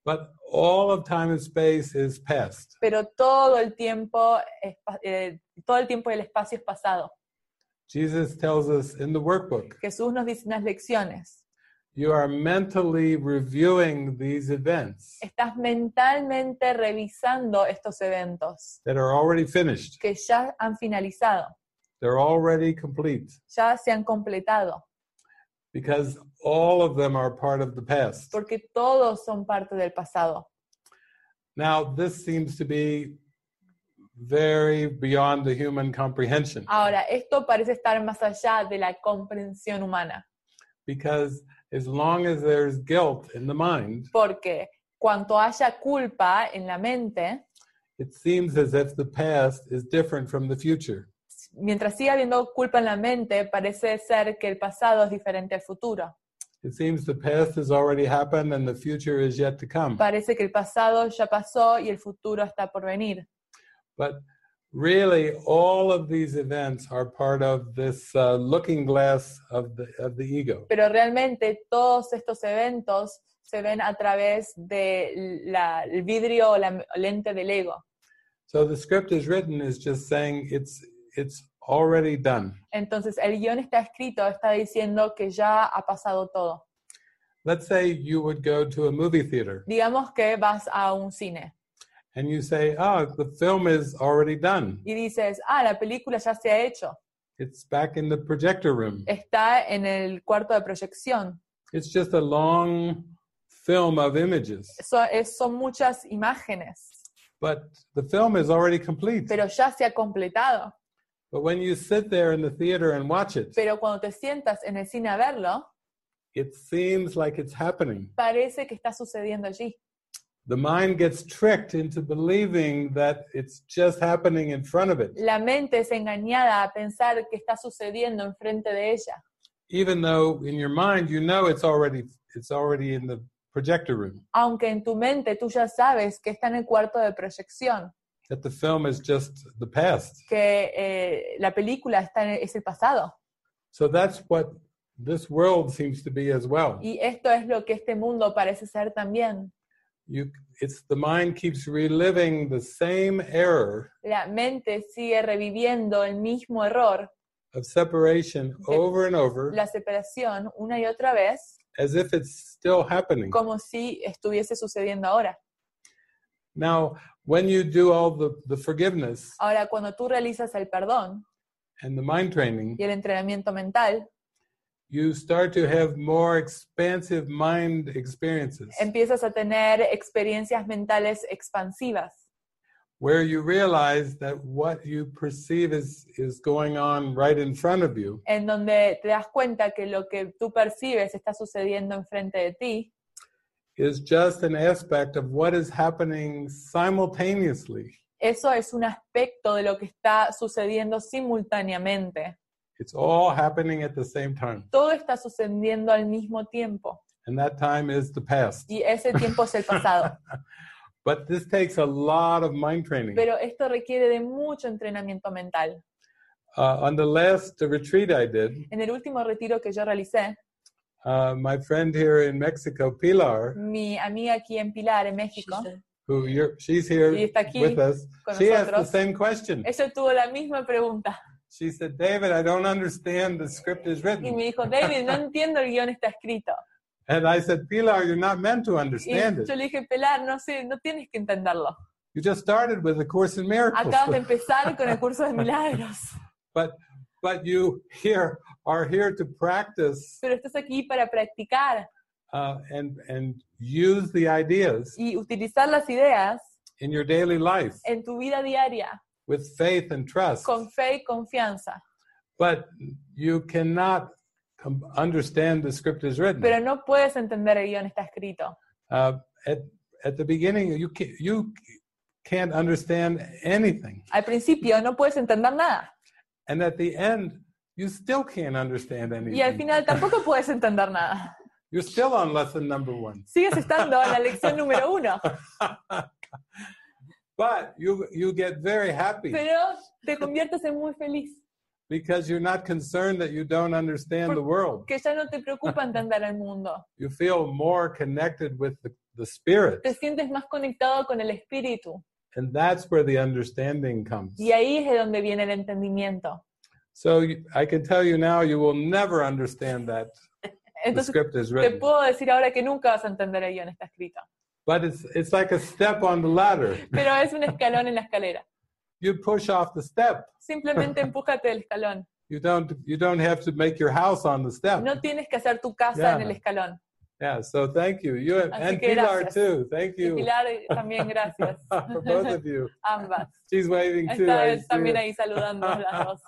Speaker 4: But all of time and space is past.
Speaker 5: pero todo el tiempo, es pa- eh, todo el tiempo y el espacio es pasado.
Speaker 4: Jesus tells us in the workbook,
Speaker 5: Jesús nos dice en las lecciones,
Speaker 4: you are mentally reviewing these events
Speaker 5: estás mentalmente revisando estos eventos
Speaker 4: that are already finished.
Speaker 5: que ya han finalizado,
Speaker 4: They're already complete
Speaker 5: ya se han completado,
Speaker 4: because all of them are part of the past.
Speaker 5: porque todos son parte del pasado.
Speaker 4: Now, this seems to be very beyond the human comprehension
Speaker 5: Ahora, esto parece estar más allá de la comprensión humana,
Speaker 4: because as long as there's guilt in the mind,
Speaker 5: porque cuanto haya culpa en la mente,
Speaker 4: it seems as if the past is different from the future.
Speaker 5: mientras siga habiendo culpa en la mente, parece ser que el pasado es diferente al futuro.
Speaker 4: It seems the past has already happened and the future is yet to come.
Speaker 5: Parece que el pasado ya pasó y el futuro está por venir.
Speaker 4: But really, all of these events are part of this uh, looking glass of the, of the ego.
Speaker 5: Pero realmente todos estos eventos se ven a través del vidrio o la lente del ego.
Speaker 4: So the script is written is just saying it's it's already done.
Speaker 5: Entonces el guión está escrito, está diciendo que ya ha pasado todo.
Speaker 4: Let's say you would go to a movie theater
Speaker 5: Digamos que vas a un cine
Speaker 4: and you say, "Oh, the film is already done.
Speaker 5: y dices, ah, la película ya se ha hecho,
Speaker 4: It's back in the projector room.
Speaker 5: está en el cuarto de proyección.
Speaker 4: It's just a long film of images,
Speaker 5: So- es- son muchas imágenes,
Speaker 4: but the film is already complete."
Speaker 5: pero ya se ha completado.
Speaker 4: But when you sit there in the theater and watch it,
Speaker 5: Pero cuando te sientas en el cine a verlo,
Speaker 4: it seems like it's happening.
Speaker 5: parece que está sucediendo allí.
Speaker 4: The mind gets tricked into believing that it's just happening in front of it,
Speaker 5: La mente es engañada a pensar que está sucediendo enfrente de ella.
Speaker 4: even though in your mind you know it's already it's already in the projector room,
Speaker 5: Aunque en tu mente tú ya sabes que está en el cuarto de proyección,
Speaker 4: that the film is just the past.
Speaker 5: que eh, la película está en- es el pasado.
Speaker 4: So that's what this world seems to be as well.
Speaker 5: Y esto es lo que este mundo parece ser también.
Speaker 4: You, it's the mind keeps reliving the same error
Speaker 5: La mente sigue reviviendo el mismo error,
Speaker 4: of separation over and over,
Speaker 5: la separación, una y otra vez,
Speaker 4: as if it's still happening.
Speaker 5: como si estuviese sucediendo ahora.
Speaker 4: Now, when you do all the, the forgiveness
Speaker 5: Ahora, cuando tú realizas el perdón
Speaker 4: and the mind training,
Speaker 5: y el entrenamiento mental,
Speaker 4: you start to have more expansive mind experiences
Speaker 5: empiezas a tener experiencias mentales expansivas,
Speaker 4: where you realize that what you perceive is, is going on right in front of you
Speaker 5: en donde te das cuenta que lo que tú percibes está sucediendo enfrente de ti,
Speaker 4: is just an aspect of what is happening simultaneously.
Speaker 5: eso es un aspecto de lo que está sucediendo simultáneamente.
Speaker 4: It's all happening at the same time.
Speaker 5: Todo está sucediendo al mismo tiempo
Speaker 4: And that time is the past.
Speaker 5: y ese tiempo es el pasado.
Speaker 4: But this takes a lot of mind training.
Speaker 5: Pero esto requiere de mucho entrenamiento mental.
Speaker 4: Uh, on the last retreat I did,
Speaker 5: En el último retiro que yo realicé,
Speaker 4: uh, my friend here in Mexico, Pilar,
Speaker 5: mi amiga aquí en Pilar, en México,
Speaker 4: who you're, she's here
Speaker 5: Y está aquí
Speaker 4: with us.
Speaker 5: con
Speaker 4: She asked the
Speaker 5: nosotros.
Speaker 4: same question.
Speaker 5: ella tuvo la misma pregunta
Speaker 4: She said, David, I don't understand the script is
Speaker 5: y
Speaker 4: written.
Speaker 5: me dijo, David, no entiendo el guión está escrito.
Speaker 4: And I said, Pilar, you're not meant to
Speaker 5: Y
Speaker 4: understand
Speaker 5: yo
Speaker 4: it.
Speaker 5: le dije, Pilar, no sé, no tienes que entenderlo.
Speaker 4: You just started with A Course in Miracles.
Speaker 5: Acabas de empezar con el curso de milagros,
Speaker 4: (laughs) But but you here are here to practice
Speaker 5: pero estás aquí para practicar
Speaker 4: uh, and and use the ideas
Speaker 5: y utilizar las ideas
Speaker 4: in your daily life
Speaker 5: en tu vida diaria
Speaker 4: with faith and trust.
Speaker 5: con fe y confianza.
Speaker 4: But you cannot com- understand the script is written.
Speaker 5: Pero no puedes entender el guión está escrito.
Speaker 4: uh, at at the beginning you can't, you can't understand anything
Speaker 5: Al principio no puedes entender nada
Speaker 4: and at the end you still can't understand anything
Speaker 5: y al final tampoco puedes entender nada.
Speaker 4: you're still on lesson number one
Speaker 5: (laughs) Sigues estando en la lección número uno,
Speaker 4: (laughs) but you you get very happy
Speaker 5: pero te conviertes en muy feliz,
Speaker 4: because you're not concerned that you don't understand
Speaker 5: Por-
Speaker 4: the world
Speaker 5: que ya no te preocupa entender el mundo.
Speaker 4: you feel more connected with the, the spirit
Speaker 5: Te sientes más conectado con el espíritu
Speaker 4: and that's where the understanding comes
Speaker 5: y ahí es de donde viene el entendimiento.
Speaker 4: so you, i can tell you now you will never understand that the
Speaker 5: Entonces
Speaker 4: script is
Speaker 5: te
Speaker 4: written
Speaker 5: puedo decir ahora que nunca vas a entender el guión está escrito,
Speaker 4: but it's it's like a step on the ladder
Speaker 5: pero es un escalón en la escalera.
Speaker 4: you push off the step.
Speaker 5: Simplemente empújate del escalón.
Speaker 4: You don't you don't have to make your house on the step.
Speaker 5: No tienes que hacer tu casa
Speaker 4: Ya.
Speaker 5: en el escalón.
Speaker 4: Yeah. So thank you. You and,
Speaker 5: Así
Speaker 4: and
Speaker 5: que
Speaker 4: Pilar
Speaker 5: gracias.
Speaker 4: too. Thank
Speaker 5: Y
Speaker 4: you
Speaker 5: Pilar, eh, también gracias.
Speaker 4: (laughs) for both of you.
Speaker 5: Ambas.
Speaker 4: (laughs) She's waving too.
Speaker 5: Está
Speaker 4: I
Speaker 5: él
Speaker 4: see
Speaker 5: también
Speaker 4: it.
Speaker 5: ahí saludando a las dos.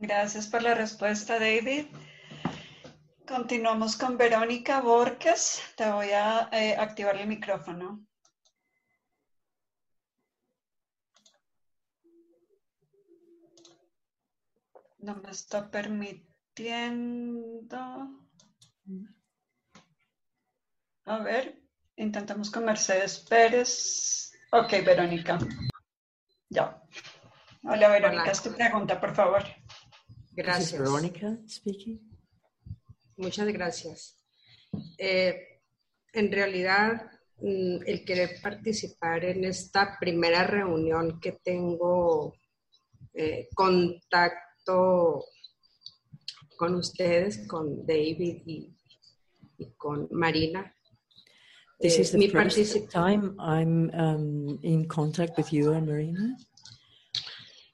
Speaker 2: Gracias por la respuesta, David. Continuamos con Verónica Borges. Te voy a eh, activar el micrófono. No me está permitiendo. A ver, intentamos con Mercedes Pérez. Ok, Verónica. Ya. Hola, Verónica, es tu pregunta, por favor.
Speaker 3: This is
Speaker 7: Gracias.
Speaker 3: Veronica speaking.
Speaker 7: Muchas gracias. Eh, en realidad, mm, el querer participar en esta primera reunión que tengo eh, contacto con ustedes, con David y, y con Marina.
Speaker 3: This
Speaker 7: Eh,
Speaker 3: is the
Speaker 7: mi
Speaker 3: first
Speaker 7: particip-
Speaker 3: time I'm um, in contact with you and Marina.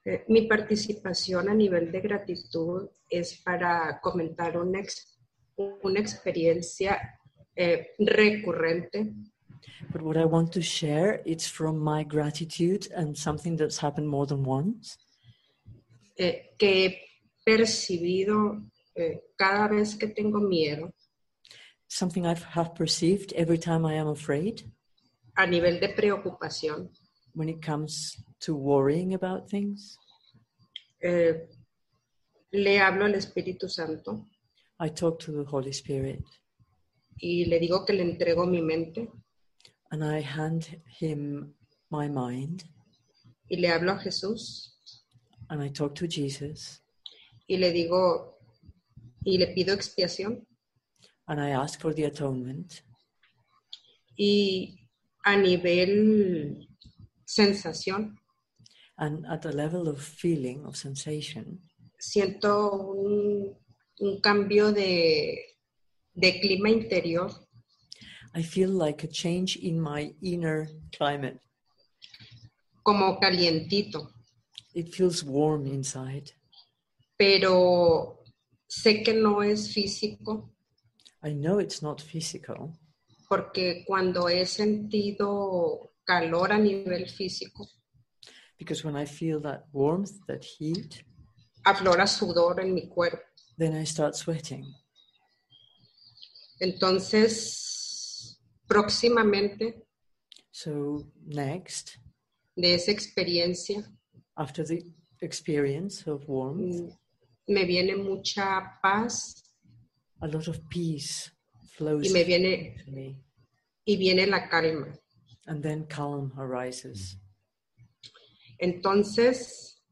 Speaker 7: Eh, Mi participación a nivel de gratitud es para comentar una, ex- una experiencia eh, recurrente
Speaker 3: But what I want to share, it's from my gratitude and something that's happened more than once.
Speaker 7: eh, que he percibido eh, cada vez que tengo miedo
Speaker 3: Something I have perceived every time I am afraid
Speaker 7: a nivel de preocupación.
Speaker 3: when it comes to worrying about things.
Speaker 7: Eh, le hablo al Espíritu Santo
Speaker 3: I talk to the Holy Spirit
Speaker 7: y le digo que le entrego mi mente
Speaker 3: and I hand him my mind
Speaker 7: y le hablo a Jesús
Speaker 3: and I talk to Jesus
Speaker 7: y le digo y le pido expiación
Speaker 3: and I ask for the atonement.
Speaker 7: y a nivel sensación
Speaker 3: And at the level of feeling, of sensation,
Speaker 7: siento un, un cambio de, de clima interior
Speaker 3: I feel like a change in my inner climate.
Speaker 7: como calientito
Speaker 3: It feels warm inside.
Speaker 7: pero sé que no es físico
Speaker 3: I know it's not physical
Speaker 7: porque cuando he sentido calor a nivel físico
Speaker 3: because when I feel that warmth, that heat,
Speaker 7: aflora sudor en mi cuerpo
Speaker 3: then I start sweating.
Speaker 7: entonces próximamente
Speaker 3: So, next,
Speaker 7: de esa experiencia
Speaker 3: after the experience of warmth,
Speaker 7: mm, me viene mucha paz
Speaker 3: a lot of peace flows
Speaker 7: y me viene
Speaker 3: to me,
Speaker 7: y viene la calma
Speaker 3: and then calm arises.
Speaker 7: Entonces,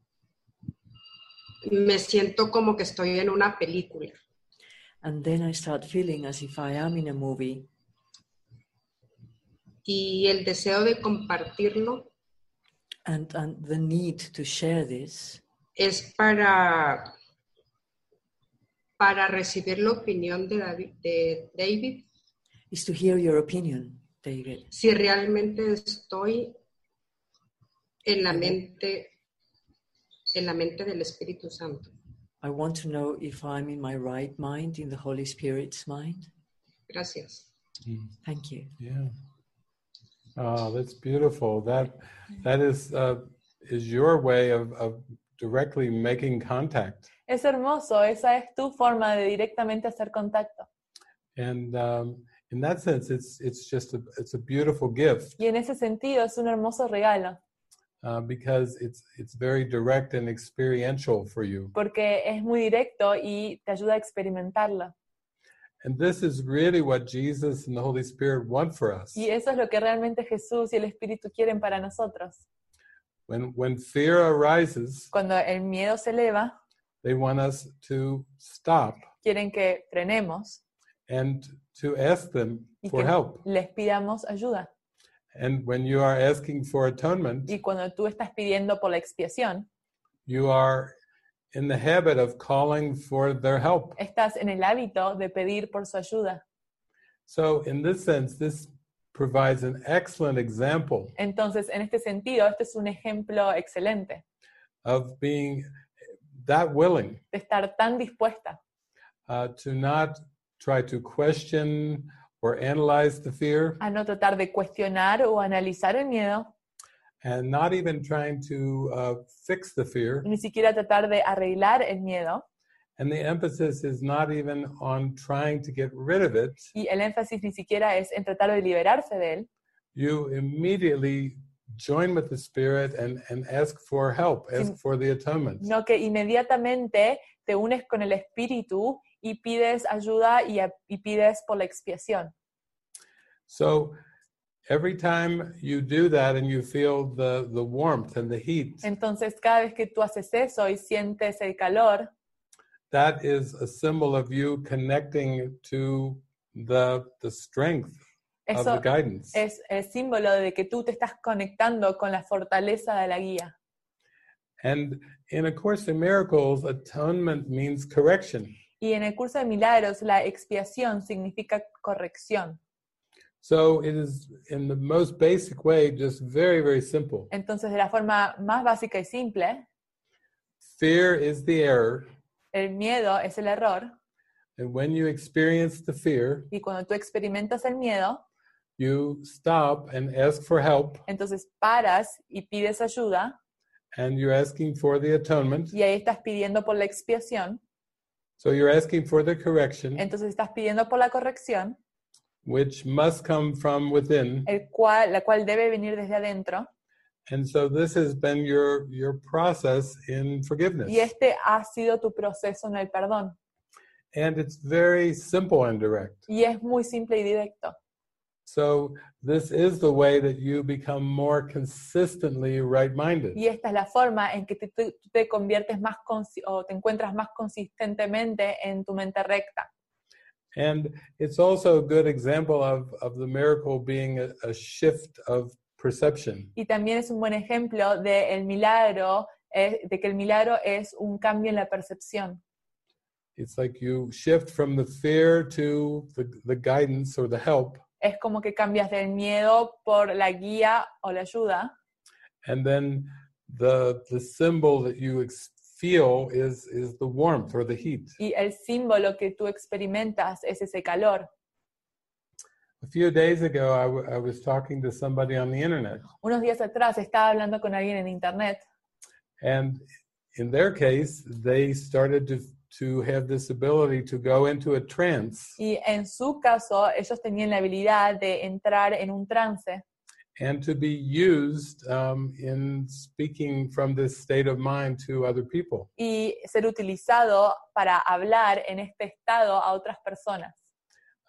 Speaker 7: me siento como que estoy en una película.
Speaker 3: And then I start feeling as if I am in a movie,
Speaker 7: Y el deseo de compartirlo
Speaker 3: and, and the need to share this
Speaker 7: es para, para recibir la opinión de David, de David,
Speaker 3: is to hear your opinion, David.
Speaker 7: si realmente estoy en la mente, en la mente del Espíritu Santo.
Speaker 3: I want to know if I'm in my right mind, in the Holy Spirit's mind.
Speaker 7: Gracias.
Speaker 3: Thank you.
Speaker 4: Yeah. (laughs) Oh, that's beautiful. That that is uh, is your way of, of directly making contact,
Speaker 5: Es hermoso, esa es tu forma de directamente hacer contacto.
Speaker 4: and um, in that sense, it's it's just a it's a beautiful gift
Speaker 5: Y en ese sentido es un hermoso regalo,
Speaker 4: uh, because it's it's very direct and experiential for you.
Speaker 5: porque es muy directo y te ayuda a experimentarlo.
Speaker 4: And this is really what Jesus and the Holy Spirit want for us.
Speaker 5: Y eso es lo que realmente Jesús y el Espíritu quieren para nosotros.
Speaker 4: When when fear arises,
Speaker 5: Cuando el miedo se eleva,
Speaker 4: they want us to stop
Speaker 5: quieren que frenemos,
Speaker 4: and to ask them
Speaker 5: Y
Speaker 4: for
Speaker 5: que-
Speaker 4: help.
Speaker 5: les pidamos ayuda.
Speaker 4: And when you are asking for atonement,
Speaker 5: Y cuando tú estás pidiendo por la expiación,
Speaker 4: you are in the habit of calling for their help.
Speaker 5: estás en el hábito de pedir por su ayuda.
Speaker 4: So, in this sense, this provides an excellent example
Speaker 5: Entonces, en este sentido, este es un ejemplo excelente
Speaker 4: of being that willing
Speaker 5: de estar tan dispuesta
Speaker 4: uh, to not try to question or analyze the fear
Speaker 5: a no tratar de cuestionar o analizar el miedo,
Speaker 4: and not even trying to uh, fix the fear.
Speaker 5: ni siquiera tratar de arreglar el miedo.
Speaker 4: And the emphasis is not even on trying to get rid of it.
Speaker 5: Y el énfasis ni siquiera es en tratar de liberarse de él,
Speaker 4: You immediately join with the Spirit and, and ask for help, ask for the atonement.
Speaker 5: sino que inmediatamente te unes con el Espíritu y pides ayuda y, a- y pides por la expiación.
Speaker 4: So every time you do that and you feel the, the warmth and the heat,
Speaker 5: Entonces, cada vez que tú haces eso y sientes el calor,
Speaker 4: that is a symbol of you connecting to the, the strength of the
Speaker 5: eso
Speaker 4: guidance.
Speaker 5: es el símbolo de que tú te estás conectando con la fortaleza de la guía.
Speaker 4: And in A Course in Miracles, atonement means correction.
Speaker 5: Y en el curso de milagros, la expiación significa corrección.
Speaker 4: So it is, in the most basic way, just very, very simple.
Speaker 5: Entonces, de la forma más básica y simple,
Speaker 4: Fear is the error.
Speaker 5: el miedo es el error.
Speaker 4: And when you experience the fear,
Speaker 5: Y cuando tú experimentas el miedo,
Speaker 4: you stop and ask for help,
Speaker 5: entonces paras y pides ayuda.
Speaker 4: and you're asking for the atonement.
Speaker 5: Y ahí estás pidiendo por la expiación.
Speaker 4: So you're asking for the correction,
Speaker 5: Entonces estás pidiendo por la corrección,
Speaker 4: which must come from within.
Speaker 5: el cual, la cual debe venir desde adentro.
Speaker 4: And so this has been your your process in
Speaker 5: Y
Speaker 4: forgiveness.
Speaker 5: este ha sido tu proceso en el perdón.
Speaker 4: And it's very simple and direct.
Speaker 5: Y es muy simple y directo.
Speaker 4: So this is the way that you become more consistently right-minded.
Speaker 5: Y esta es la forma en que te, tú tú te conviertes más consi- o te encuentras más consistentemente en tu mente recta.
Speaker 4: And it's also a good example of, of the miracle being a, a shift of perception.
Speaker 5: Y también es un buen ejemplo de, el milagro, eh, de que el milagro es un cambio en la percepción.
Speaker 4: It's like you shift from the fear to the, the guidance or the help,
Speaker 5: Es como que cambias del miedo por la guía o la ayuda.
Speaker 4: and then the the symbol that you ex- feel is is the warmth or the heat.
Speaker 5: y el símbolo que tú experimentas es ese calor.
Speaker 4: A few days ago, I, w- I was talking to somebody on the internet,
Speaker 5: Unos días atrás estaba hablando con alguien en internet
Speaker 4: and in their case, they started to to have this ability to go into a trance
Speaker 5: y en su caso ellos tenían la habilidad de entrar en un trance
Speaker 4: and to be used um, in speaking from this state of mind to other people.
Speaker 5: y ser utilizado para hablar en este estado a otras personas.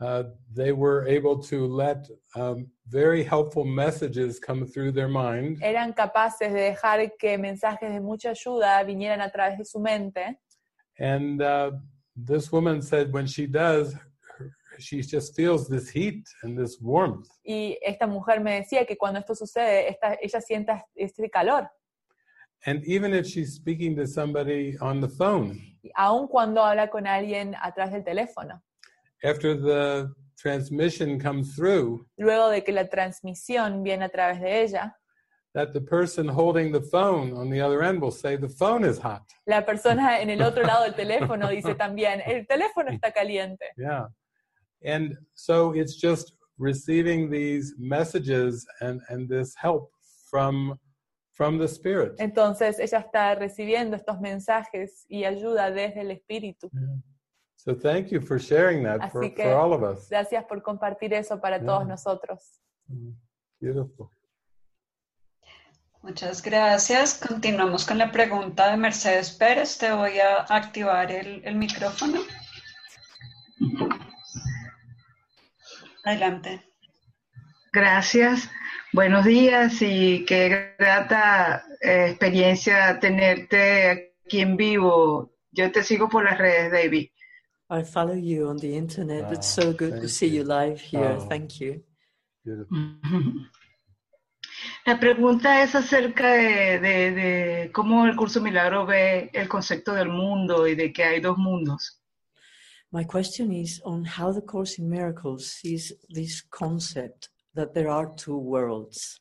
Speaker 4: uh, they were able to let um, very helpful messages come through their mind,
Speaker 5: Eran capaces de dejar que mensajes de mucha ayuda vinieran a través de su mente
Speaker 4: and uh, this woman said when she does, her- she just feels this heat and this warmth,
Speaker 5: y esta mujer me decía que cuando esto sucede esta- ella sienta este calor,
Speaker 4: and even if she's speaking to somebody on the phone,
Speaker 5: y aun cuando habla con alguien atrás del teléfono.
Speaker 4: after the transmission comes through,
Speaker 5: luego de que la transmisión viene a través de ella,
Speaker 4: that the person holding the phone on the other end will say the phone is hot.
Speaker 5: la
Speaker 4: (laughs)
Speaker 5: persona en el otro lado del teléfono dice también, el teléfono está caliente.
Speaker 4: Yeah. And so it's just receiving these messages and, and this help from from the spirit.
Speaker 5: Entonces ella está recibiendo estos mensajes y ayuda desde el espíritu.
Speaker 4: So thank you for sharing that for,
Speaker 5: Así que-
Speaker 4: for all of us.
Speaker 5: Gracias por compartir eso para
Speaker 4: Ya.
Speaker 5: todos nosotros.
Speaker 4: Beautiful.
Speaker 2: Muchas gracias. Continuamos con la pregunta de Mercedes Pérez. Te voy a activar el, el micrófono. Adelante.
Speaker 8: Gracias, buenos días y qué grata eh, experiencia tenerte aquí en vivo. Yo te sigo por las redes, David.
Speaker 3: I follow you on the internet. it's
Speaker 4: Ah,
Speaker 3: so good to
Speaker 4: thank
Speaker 3: see
Speaker 4: you.
Speaker 3: you live here.
Speaker 4: Oh.
Speaker 3: Thank you.
Speaker 4: Beautiful.
Speaker 8: La pregunta es acerca de, de- de cómo el curso Milagro ve el concepto del mundo y de que hay dos mundos.
Speaker 3: My question is on how the Course in Miracles sees this concept that there are two worlds.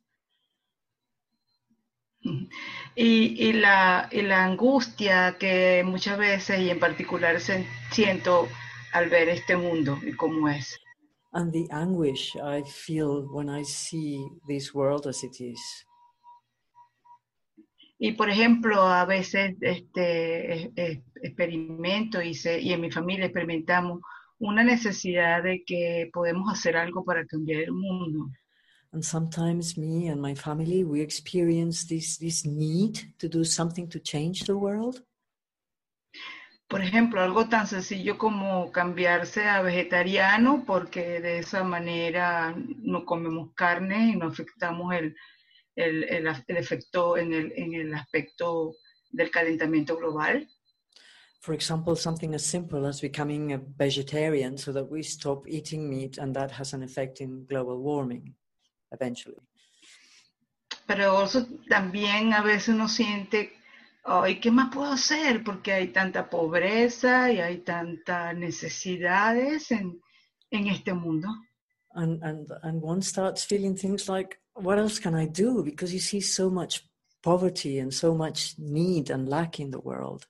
Speaker 8: Y, y la, y la angustia que muchas veces y en particular se- siento al ver este mundo y cómo es.
Speaker 3: And the anguish I feel when I see this world as it is.
Speaker 8: Y por ejemplo, a veces este, es- es- experimento y, se- y en mi familia experimentamos una necesidad de que podemos hacer algo para cambiar el mundo.
Speaker 3: And sometimes me and my family, we experience this, this need to do something to change the world.
Speaker 8: Por ejemplo, algo tan sencillo como cambiarse a vegetariano porque de esa manera no comemos carne y no afectamos el, el, el, el efecto en el, en el aspecto del calentamiento global.
Speaker 3: For example, something as simple as becoming a vegetarian so that we stop eating meat and that has an effect in global warming eventually.
Speaker 8: Pero also, también a veces uno siente, ay, ¿qué más puedo hacer? Porque hay tanta pobreza y hay tantas necesidades en, en este mundo.
Speaker 3: And, and, and one starts feeling things like, what else can I do? Because you see so much poverty and so much need and lack in the world.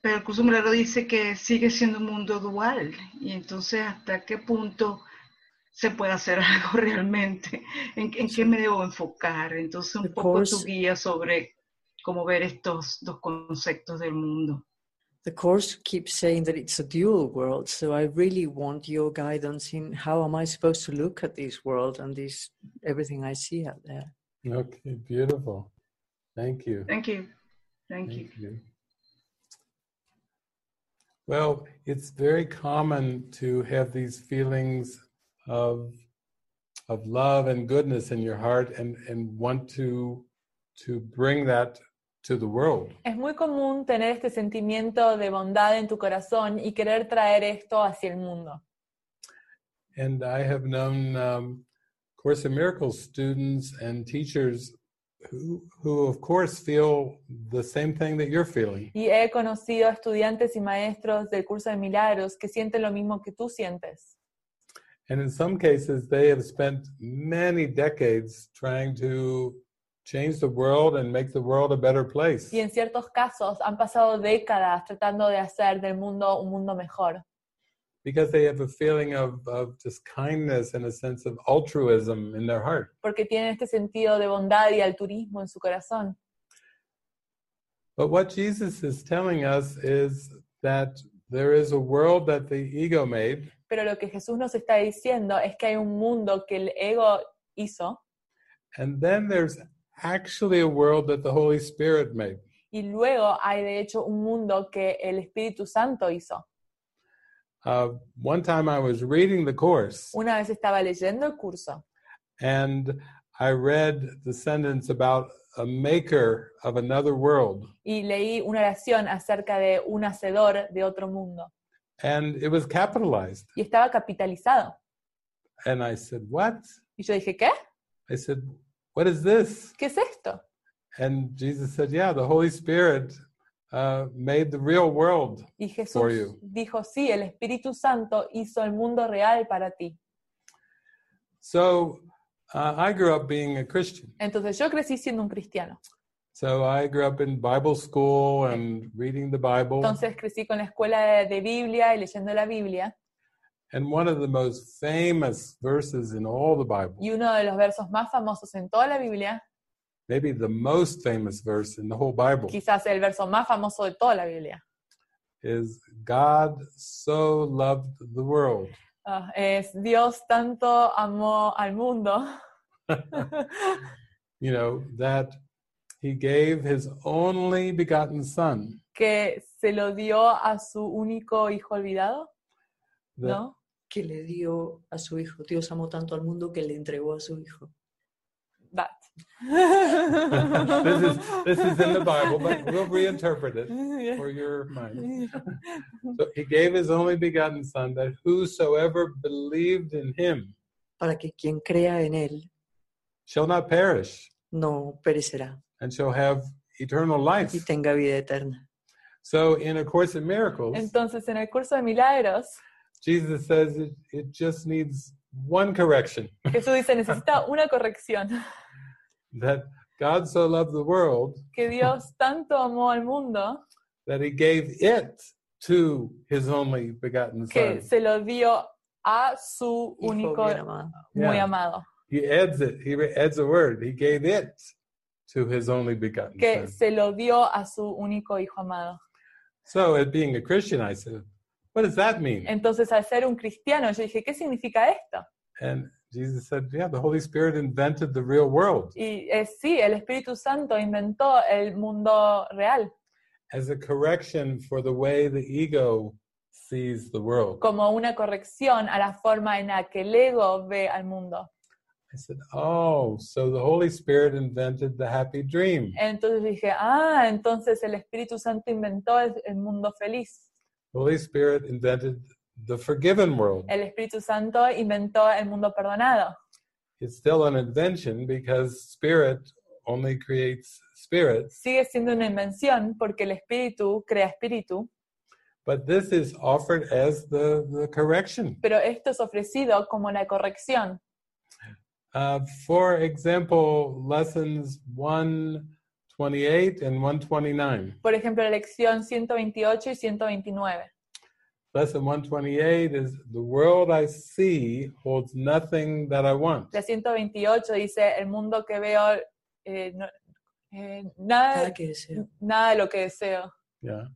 Speaker 8: Pero el costumbrero dice que sigue siendo un mundo dual y entonces hasta qué punto se puede hacer (laughs) algo realmente, en, en qué me debo enfocar. Entonces un
Speaker 3: Of
Speaker 8: poco tu
Speaker 3: course.
Speaker 8: guía sobre cómo ver estos dos conceptos del mundo.
Speaker 3: The course keeps saying that it's a dual world, so I really want your guidance in how am I supposed to look at this world and this everything I see out there.
Speaker 4: Okay, beautiful. Thank you.
Speaker 8: Thank you. Thank you.
Speaker 4: Thank you. Well, it's very common to have these feelings of of love and goodness in your heart and, and want to to bring that to the world.
Speaker 5: Es muy común tener este sentimiento de bondad en tu corazón y querer traer esto hacia el mundo.
Speaker 4: And I have known um, Course in Miracles students and teachers who who of course feel the same thing that you're feeling.
Speaker 5: Y he conocido estudiantes y maestros del curso de milagros que sienten lo mismo que tú sientes.
Speaker 4: And in some cases, they have spent many decades trying to change the world and make the world a better place.
Speaker 5: Y en ciertos casos han pasado décadas tratando de hacer del mundo un mundo mejor,
Speaker 4: Because they have a feeling of, of just kindness and a sense of altruism in their heart.
Speaker 5: porque tienen este sentido de bondad y altruismo en su corazón.
Speaker 4: But what Jesus is telling us is that there is a world that the ego made,
Speaker 5: Pero lo que Jesús nos está diciendo es que hay un mundo que el ego hizo
Speaker 4: and then there's actually a world that the Holy Spirit made.
Speaker 5: y luego hay de hecho un mundo que el Espíritu Santo hizo.
Speaker 4: Uh, one time I was reading the Course,
Speaker 5: Una vez estaba leyendo el curso
Speaker 4: and I read the sentence about a maker of another world.
Speaker 5: y leí una oración acerca de un hacedor de otro mundo
Speaker 4: And it was capitalized.
Speaker 5: y estaba capitalizado.
Speaker 4: And I said, What?
Speaker 5: Y yo dije, ¿qué?
Speaker 4: I said, What is this?
Speaker 5: ¿Qué es esto?
Speaker 4: And Jesus said, Yeah, the Holy Spirit uh, made the real world.
Speaker 5: Y
Speaker 4: For
Speaker 5: Jesús
Speaker 4: you.
Speaker 5: dijo, sí, el Espíritu Santo hizo el mundo real para ti.
Speaker 4: So uh, I grew up being a Christian.
Speaker 5: Entonces yo crecí siendo un cristiano.
Speaker 4: So I grew up in Bible school and reading the Bible.
Speaker 5: Entonces crecí con la escuela de, de Biblia y leyendo la Biblia.
Speaker 4: And one of the most famous verses in all the Bible,
Speaker 5: Y uno de los versos más famosos en toda la Biblia,
Speaker 4: maybe the most famous verse in the whole Bible,
Speaker 5: quizás el verso más famoso de toda la Biblia,
Speaker 4: is God so loved the world.
Speaker 5: ah, es Dios tanto amó al mundo
Speaker 4: you know, that he gave his only begotten son, (laughs)
Speaker 5: que se lo dio a su único hijo olvidado,
Speaker 4: that,
Speaker 5: ¿no?
Speaker 3: Que le dio a su hijo. Dios amó tanto al mundo que le entregó a su hijo.
Speaker 5: That.
Speaker 4: this is this is in the Bible, but we'll reinterpret it
Speaker 3: (laughs)
Speaker 4: for your mind. So he gave his only begotten son that whosoever believed in him
Speaker 3: (laughs) Para que quien crea en él
Speaker 4: shall not perish
Speaker 3: no perecerá
Speaker 4: and shall have eternal life.
Speaker 3: y tenga vida eterna.
Speaker 4: So in A Course in Miracles,
Speaker 5: Entonces, en el curso de milagros,
Speaker 4: Jesus says it, it just needs one correction
Speaker 5: Jesús dice, necesita una corrección,
Speaker 4: that God so loved the world
Speaker 5: que Dios tanto amó al mundo
Speaker 4: that he gave it to his only begotten son.
Speaker 5: que se lo dio a su
Speaker 3: Hijo
Speaker 5: único
Speaker 3: bien amado.
Speaker 5: muy
Speaker 4: Yeah.
Speaker 5: amado,
Speaker 4: He adds it. He re- adds a word. He gave it to his only begotten
Speaker 5: que
Speaker 4: son.
Speaker 5: se lo dio a su único hijo amado.
Speaker 4: So, as being a Christian, I said, "What does that mean?"
Speaker 5: Entonces, al ser un cristiano, yo dije, ¿qué significa esto?
Speaker 4: And Jesus said, Yeah, the Holy Spirit invented the real world.
Speaker 5: Y eh, sí, el Espíritu Santo inventó el mundo real
Speaker 4: as a correction for the way the ego sees the world.
Speaker 5: como una corrección a la forma en la que el ego ve al mundo.
Speaker 4: I said, Oh, so the Holy Spirit invented the happy dream.
Speaker 5: Entonces dije, ah, entonces el Espíritu Santo inventó el, el mundo feliz.
Speaker 4: The Holy Spirit invented the forgiven world.
Speaker 5: El Espíritu Santo inventó el mundo perdonado.
Speaker 4: It's still an invention because spirit only creates spirits,
Speaker 5: Sigue siendo una invención porque el Espíritu crea espíritu,
Speaker 4: but this is offered as the, the correction.
Speaker 5: pero esto es ofrecido como la corrección.
Speaker 4: Uh, for example, lessons 128 and 129.
Speaker 5: Por ejemplo, la lección 128 y 129.
Speaker 4: Lesson 128 is The world I see holds nothing that I want.
Speaker 5: La 128 dice, el mundo que veo, eh, no- eh, nada,
Speaker 3: Nada que desear.
Speaker 5: nada de lo que deseo.
Speaker 4: Yeah.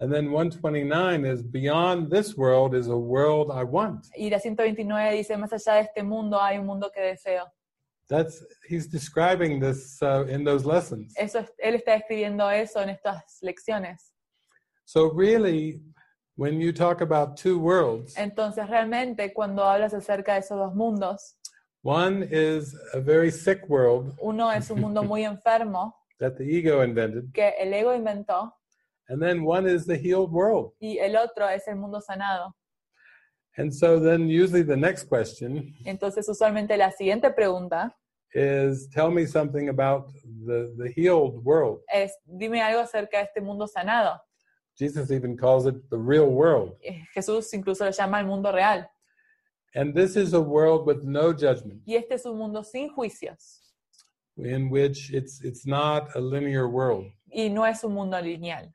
Speaker 4: And then 129 is Beyond this world is a world I want.
Speaker 5: Y la 129 dice, más allá de este mundo hay un mundo que deseo.
Speaker 4: That's he's describing this uh, in those lessons.
Speaker 5: Eso es- él está escribiendo eso en estas lecciones.
Speaker 4: So really, when you talk about two worlds,
Speaker 5: Entonces, realmente, cuando hablas acerca de esos dos mundos,
Speaker 4: one is a very sick world
Speaker 5: uno es un mundo
Speaker 3: (laughs)
Speaker 5: muy enfermo
Speaker 4: that the ego invented,
Speaker 5: que el ego inventó
Speaker 4: and then one is the healed world.
Speaker 5: y el otro es el mundo sanado.
Speaker 4: And so then usually the next question
Speaker 5: Entonces, usualmente la siguiente pregunta
Speaker 4: is tell me something about the, the healed world.
Speaker 5: es, dime algo acerca de este mundo sanado.
Speaker 4: Jesus even calls it the real world.
Speaker 5: Eh, Jesús incluso lo llama el mundo real.
Speaker 4: And this is a world with no judgment,
Speaker 5: Y este es un mundo sin juicios
Speaker 4: in which it's, it's not a linear world.
Speaker 5: y no es un mundo lineal.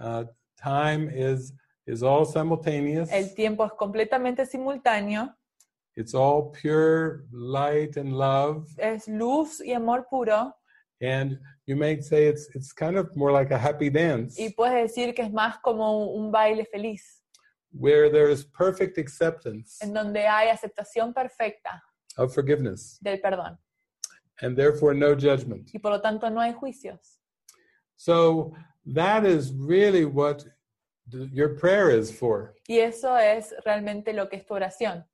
Speaker 4: Uh, time is, is all simultaneous,
Speaker 5: El tiempo es completamente simultáneo
Speaker 4: it's all pure light and love.
Speaker 5: es luz y amor puro
Speaker 4: And you may say it's, it's kind of more like a happy dance
Speaker 5: y puedes decir que es más como un baile feliz,
Speaker 4: where there is perfect acceptance
Speaker 5: en donde hay aceptación perfecta
Speaker 4: of forgiveness
Speaker 5: del perdón
Speaker 4: and therefore no judgment.
Speaker 5: y por lo tanto no hay juicios.
Speaker 4: So that is really what th- your prayer is for.
Speaker 5: Y eso es realmente lo que es tu oración.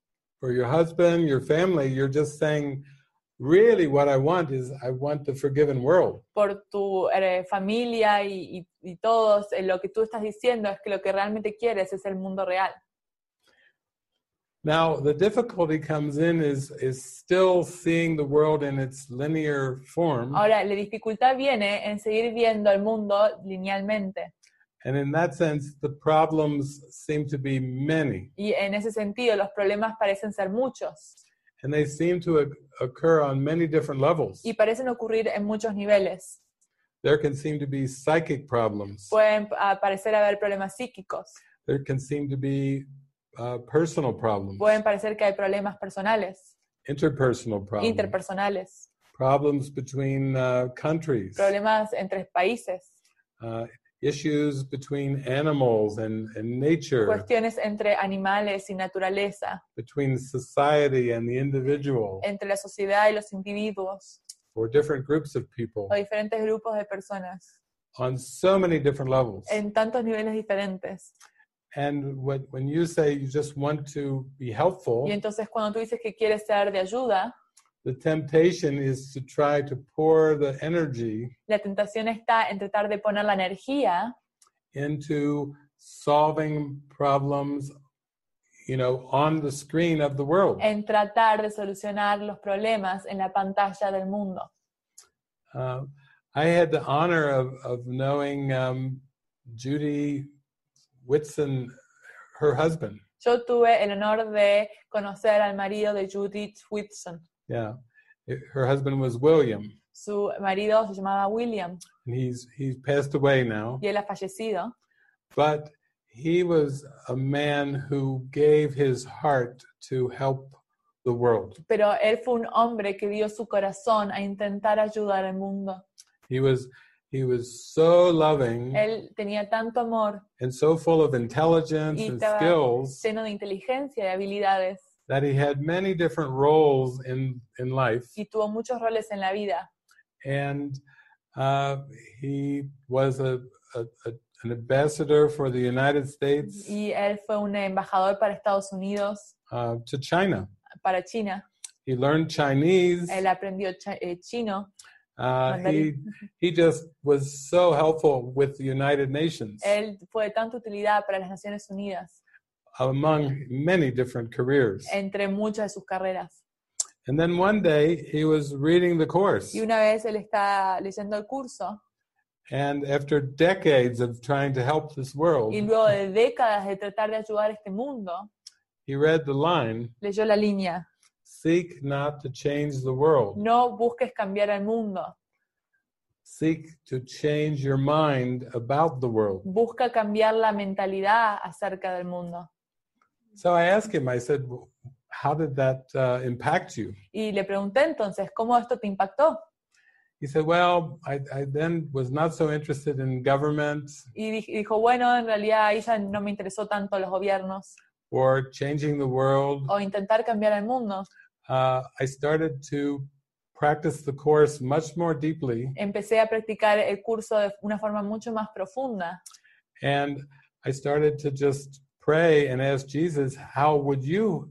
Speaker 4: for your husband, your family, you're just saying, really, what I want is I want the forgiven world.
Speaker 5: Por tu eh, familia y, y- y todos, eh, lo que tú estás diciendo es que lo que realmente quieres es el mundo real.
Speaker 4: Now, the difficulty comes in is is still seeing the world in its linear form,
Speaker 5: Ahora, la dificultad viene en seguir viendo el mundo linealmente.
Speaker 4: and in that sense, the problems seem to be many,
Speaker 5: Y en ese sentido, los problemas parecen ser muchos
Speaker 4: and they seem to oc- occur on many different levels.
Speaker 5: y parecen ocurrir en muchos niveles.
Speaker 4: There can seem to be psychic problems.
Speaker 5: pueden parecer haber problemas psíquicos,
Speaker 4: There can seem to be uh, personal problems,
Speaker 5: pueden parecer que hay problemas personales,
Speaker 4: interpersonal problems,
Speaker 5: interpersonales,
Speaker 4: problems between uh, countries.
Speaker 5: problemas entre países,
Speaker 4: uh, issues between animals and, and nature,
Speaker 5: cuestiones entre animales y naturaleza,
Speaker 4: between society and the individual,
Speaker 5: entre la sociedad y los individuos
Speaker 4: or different groups of people
Speaker 5: o diferentes grupos de personas
Speaker 4: on so many different levels. And,
Speaker 5: en tantos niveles diferentes.
Speaker 4: what, when you say you just want to be helpful,
Speaker 5: Y entonces cuando tú dices que quieres ser de ayuda,
Speaker 4: the temptation is to try to pour the energy
Speaker 5: la tentación está en tratar de poner la energía
Speaker 4: into solving problems, you know, on the screen of the world.
Speaker 5: en tratar de solucionar los problemas en la pantalla del mundo.
Speaker 4: Uh, I had the honor of, of knowing um, Judy Whitson, her husband.
Speaker 5: Yo tuve el honor de conocer al marido de Judith Whitson.
Speaker 4: Yeah, It- her husband was William,
Speaker 5: Su marido se llamaba William
Speaker 4: and he's he's passed away now.
Speaker 5: y él ha fallecido,
Speaker 4: But he was a man who gave his heart to help the world.
Speaker 5: pero él fue un hombre que dio su corazón a intentar ayudar al mundo.
Speaker 4: He was he was so loving
Speaker 5: Él tenía tanto amor,
Speaker 4: and so full of intelligence
Speaker 5: Y
Speaker 4: and
Speaker 5: estaba
Speaker 4: skills
Speaker 5: lleno de inteligencia, de habilidades,
Speaker 4: that he had many different roles in, in life.
Speaker 5: y tuvo muchos roles en la vida.
Speaker 4: And uh, he was a, a, a, an ambassador for the United States
Speaker 5: Y él fue un embajador para Estados Unidos,
Speaker 4: uh, to China.
Speaker 5: para China.
Speaker 4: He learned Chinese.
Speaker 5: Él aprendió cha- eh, chino.
Speaker 4: Uh, he,
Speaker 5: Mandarin.
Speaker 4: he just was so helpful with the United Nations
Speaker 5: Él fue de tanta utilidad para las Naciones Unidas,
Speaker 4: among many different careers.
Speaker 5: entre muchas de sus carreras.
Speaker 4: And then one day he was reading the course.
Speaker 5: Y una vez él está leyendo el curso
Speaker 4: And after decades of trying to help this world,
Speaker 5: y luego de décadas de tratar de ayudar a este mundo,
Speaker 4: he read the line
Speaker 5: leyó la línea,
Speaker 4: Seek not to change the world,
Speaker 5: no busques cambiar al mundo,
Speaker 4: seek to change your mind about the world.
Speaker 5: busca cambiar la mentalidad acerca del mundo.
Speaker 4: So I asked him, I said, "Well, How did that uh, impact you?
Speaker 5: Y le pregunté entonces, ¿cómo esto te impactó?
Speaker 4: He said, Well, I, I then was not so interested in government
Speaker 5: Y di- y dijo, bueno, en realidad ahí ya no me interesó tanto los gobiernos
Speaker 4: or changing the world.
Speaker 5: o intentar cambiar el mundo.
Speaker 4: Uh, I started to practice the course much more deeply,
Speaker 5: Empecé a practicar el curso de una forma mucho más profunda
Speaker 4: and I started to just pray and ask Jesus, How would you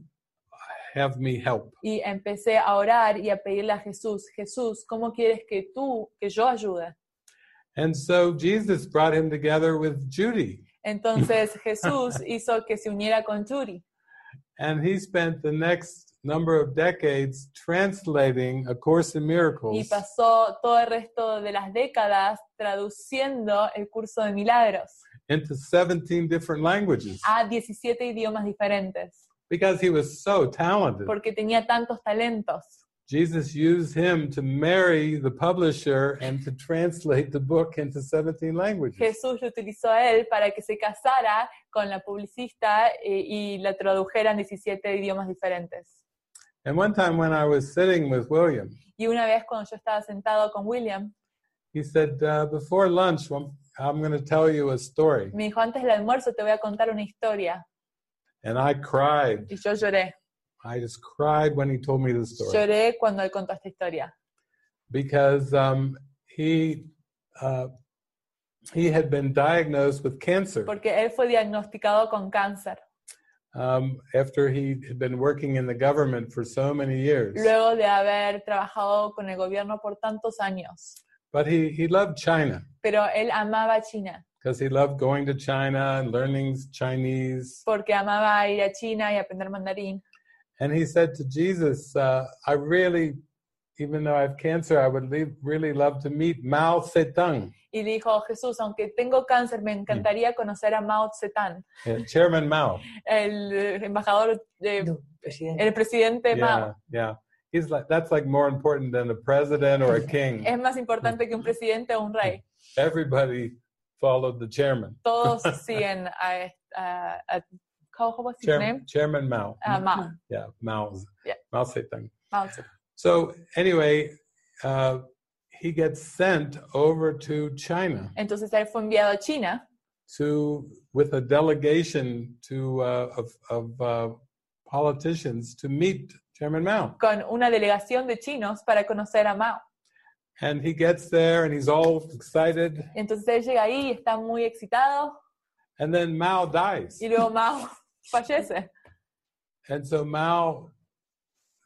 Speaker 4: have me help?
Speaker 5: y empecé a orar y a pedirle a Jesús, Jesús, ¿cómo quieres que tú, que yo ayude?
Speaker 4: And so Jesus brought him together with Judy,
Speaker 5: Entonces Jesús hizo que se uniera con Yuri
Speaker 4: and he spent the next number of decades translating A Course in
Speaker 5: y
Speaker 4: Miracles
Speaker 5: pasó todo el resto de las décadas traduciendo el curso de milagros
Speaker 4: into 17 different languages
Speaker 5: a 17 idiomas diferentes
Speaker 4: because he was so talented.
Speaker 5: porque tenía tantos talentos.
Speaker 4: Jesus used him to marry the publisher and to translate the book into 17 languages.
Speaker 5: Jesús lo utilizó a él para que se casara con la publicista eh, y la tradujera en 17 idiomas diferentes.
Speaker 4: And one time when I was sitting with William,
Speaker 5: Y una vez cuando yo estaba sentado con William,
Speaker 4: he said, uh, Before lunch, well, I'm going to tell you a story.
Speaker 5: me dijo, antes del almuerzo te voy a contar una historia.
Speaker 4: And I cried.
Speaker 5: Y yo lloré.
Speaker 4: I just cried when he told me the story
Speaker 5: Lloré cuando él contó esta historia.
Speaker 4: because um, he, uh, he had been diagnosed with cancer
Speaker 5: Porque él fue diagnosticado con cáncer
Speaker 4: um, after he had been working in the government for so many years.
Speaker 5: luego de haber trabajado con el gobierno por tantos años.
Speaker 4: But he, he loved China.
Speaker 5: Pero él amaba China
Speaker 4: because he loved going to China and learning Chinese.
Speaker 5: porque amaba ir a China y aprender mandarín.
Speaker 4: And he said to Jesus, uh, I really, even though I have cancer, I would leave, really love to meet Mao Zedong,
Speaker 5: Y dijo, Jesús, aunque tengo cáncer, me encantaría conocer a Mao Zedong,
Speaker 4: yeah, Chairman Mao.
Speaker 5: el eh, embajador, de-
Speaker 3: No, presidente.
Speaker 5: el
Speaker 4: Yeah,
Speaker 5: presidente Mao.
Speaker 4: yeah. He's like, that's like more important than a president or a
Speaker 5: (laughs)
Speaker 4: king.
Speaker 5: Es más importante que un presidente o un rey.
Speaker 4: Everybody followed the chairman,
Speaker 5: Todos siguen a... a, a- ¿cómo- cómo es su
Speaker 4: Chair,
Speaker 5: nombre?
Speaker 4: Chairman Mm-hmm. Mao.
Speaker 5: A Uh, Mao.
Speaker 4: Yeah, Mao.
Speaker 5: Yeah.
Speaker 4: Mao Zedong.
Speaker 5: Mao Zedong.
Speaker 4: So anyway, uh, he gets sent over to China.
Speaker 5: Entonces él fue enviado a China
Speaker 4: to with a delegation to uh, of, of uh, politicians to meet Chairman Mao.
Speaker 5: con una delegación de chinos para conocer a Mao.
Speaker 4: And he gets there and he's all excited,
Speaker 5: Entonces él llega ahí y está muy excitado
Speaker 4: and then Mao dies.
Speaker 5: y luego Mao fallece.
Speaker 4: And so Mao,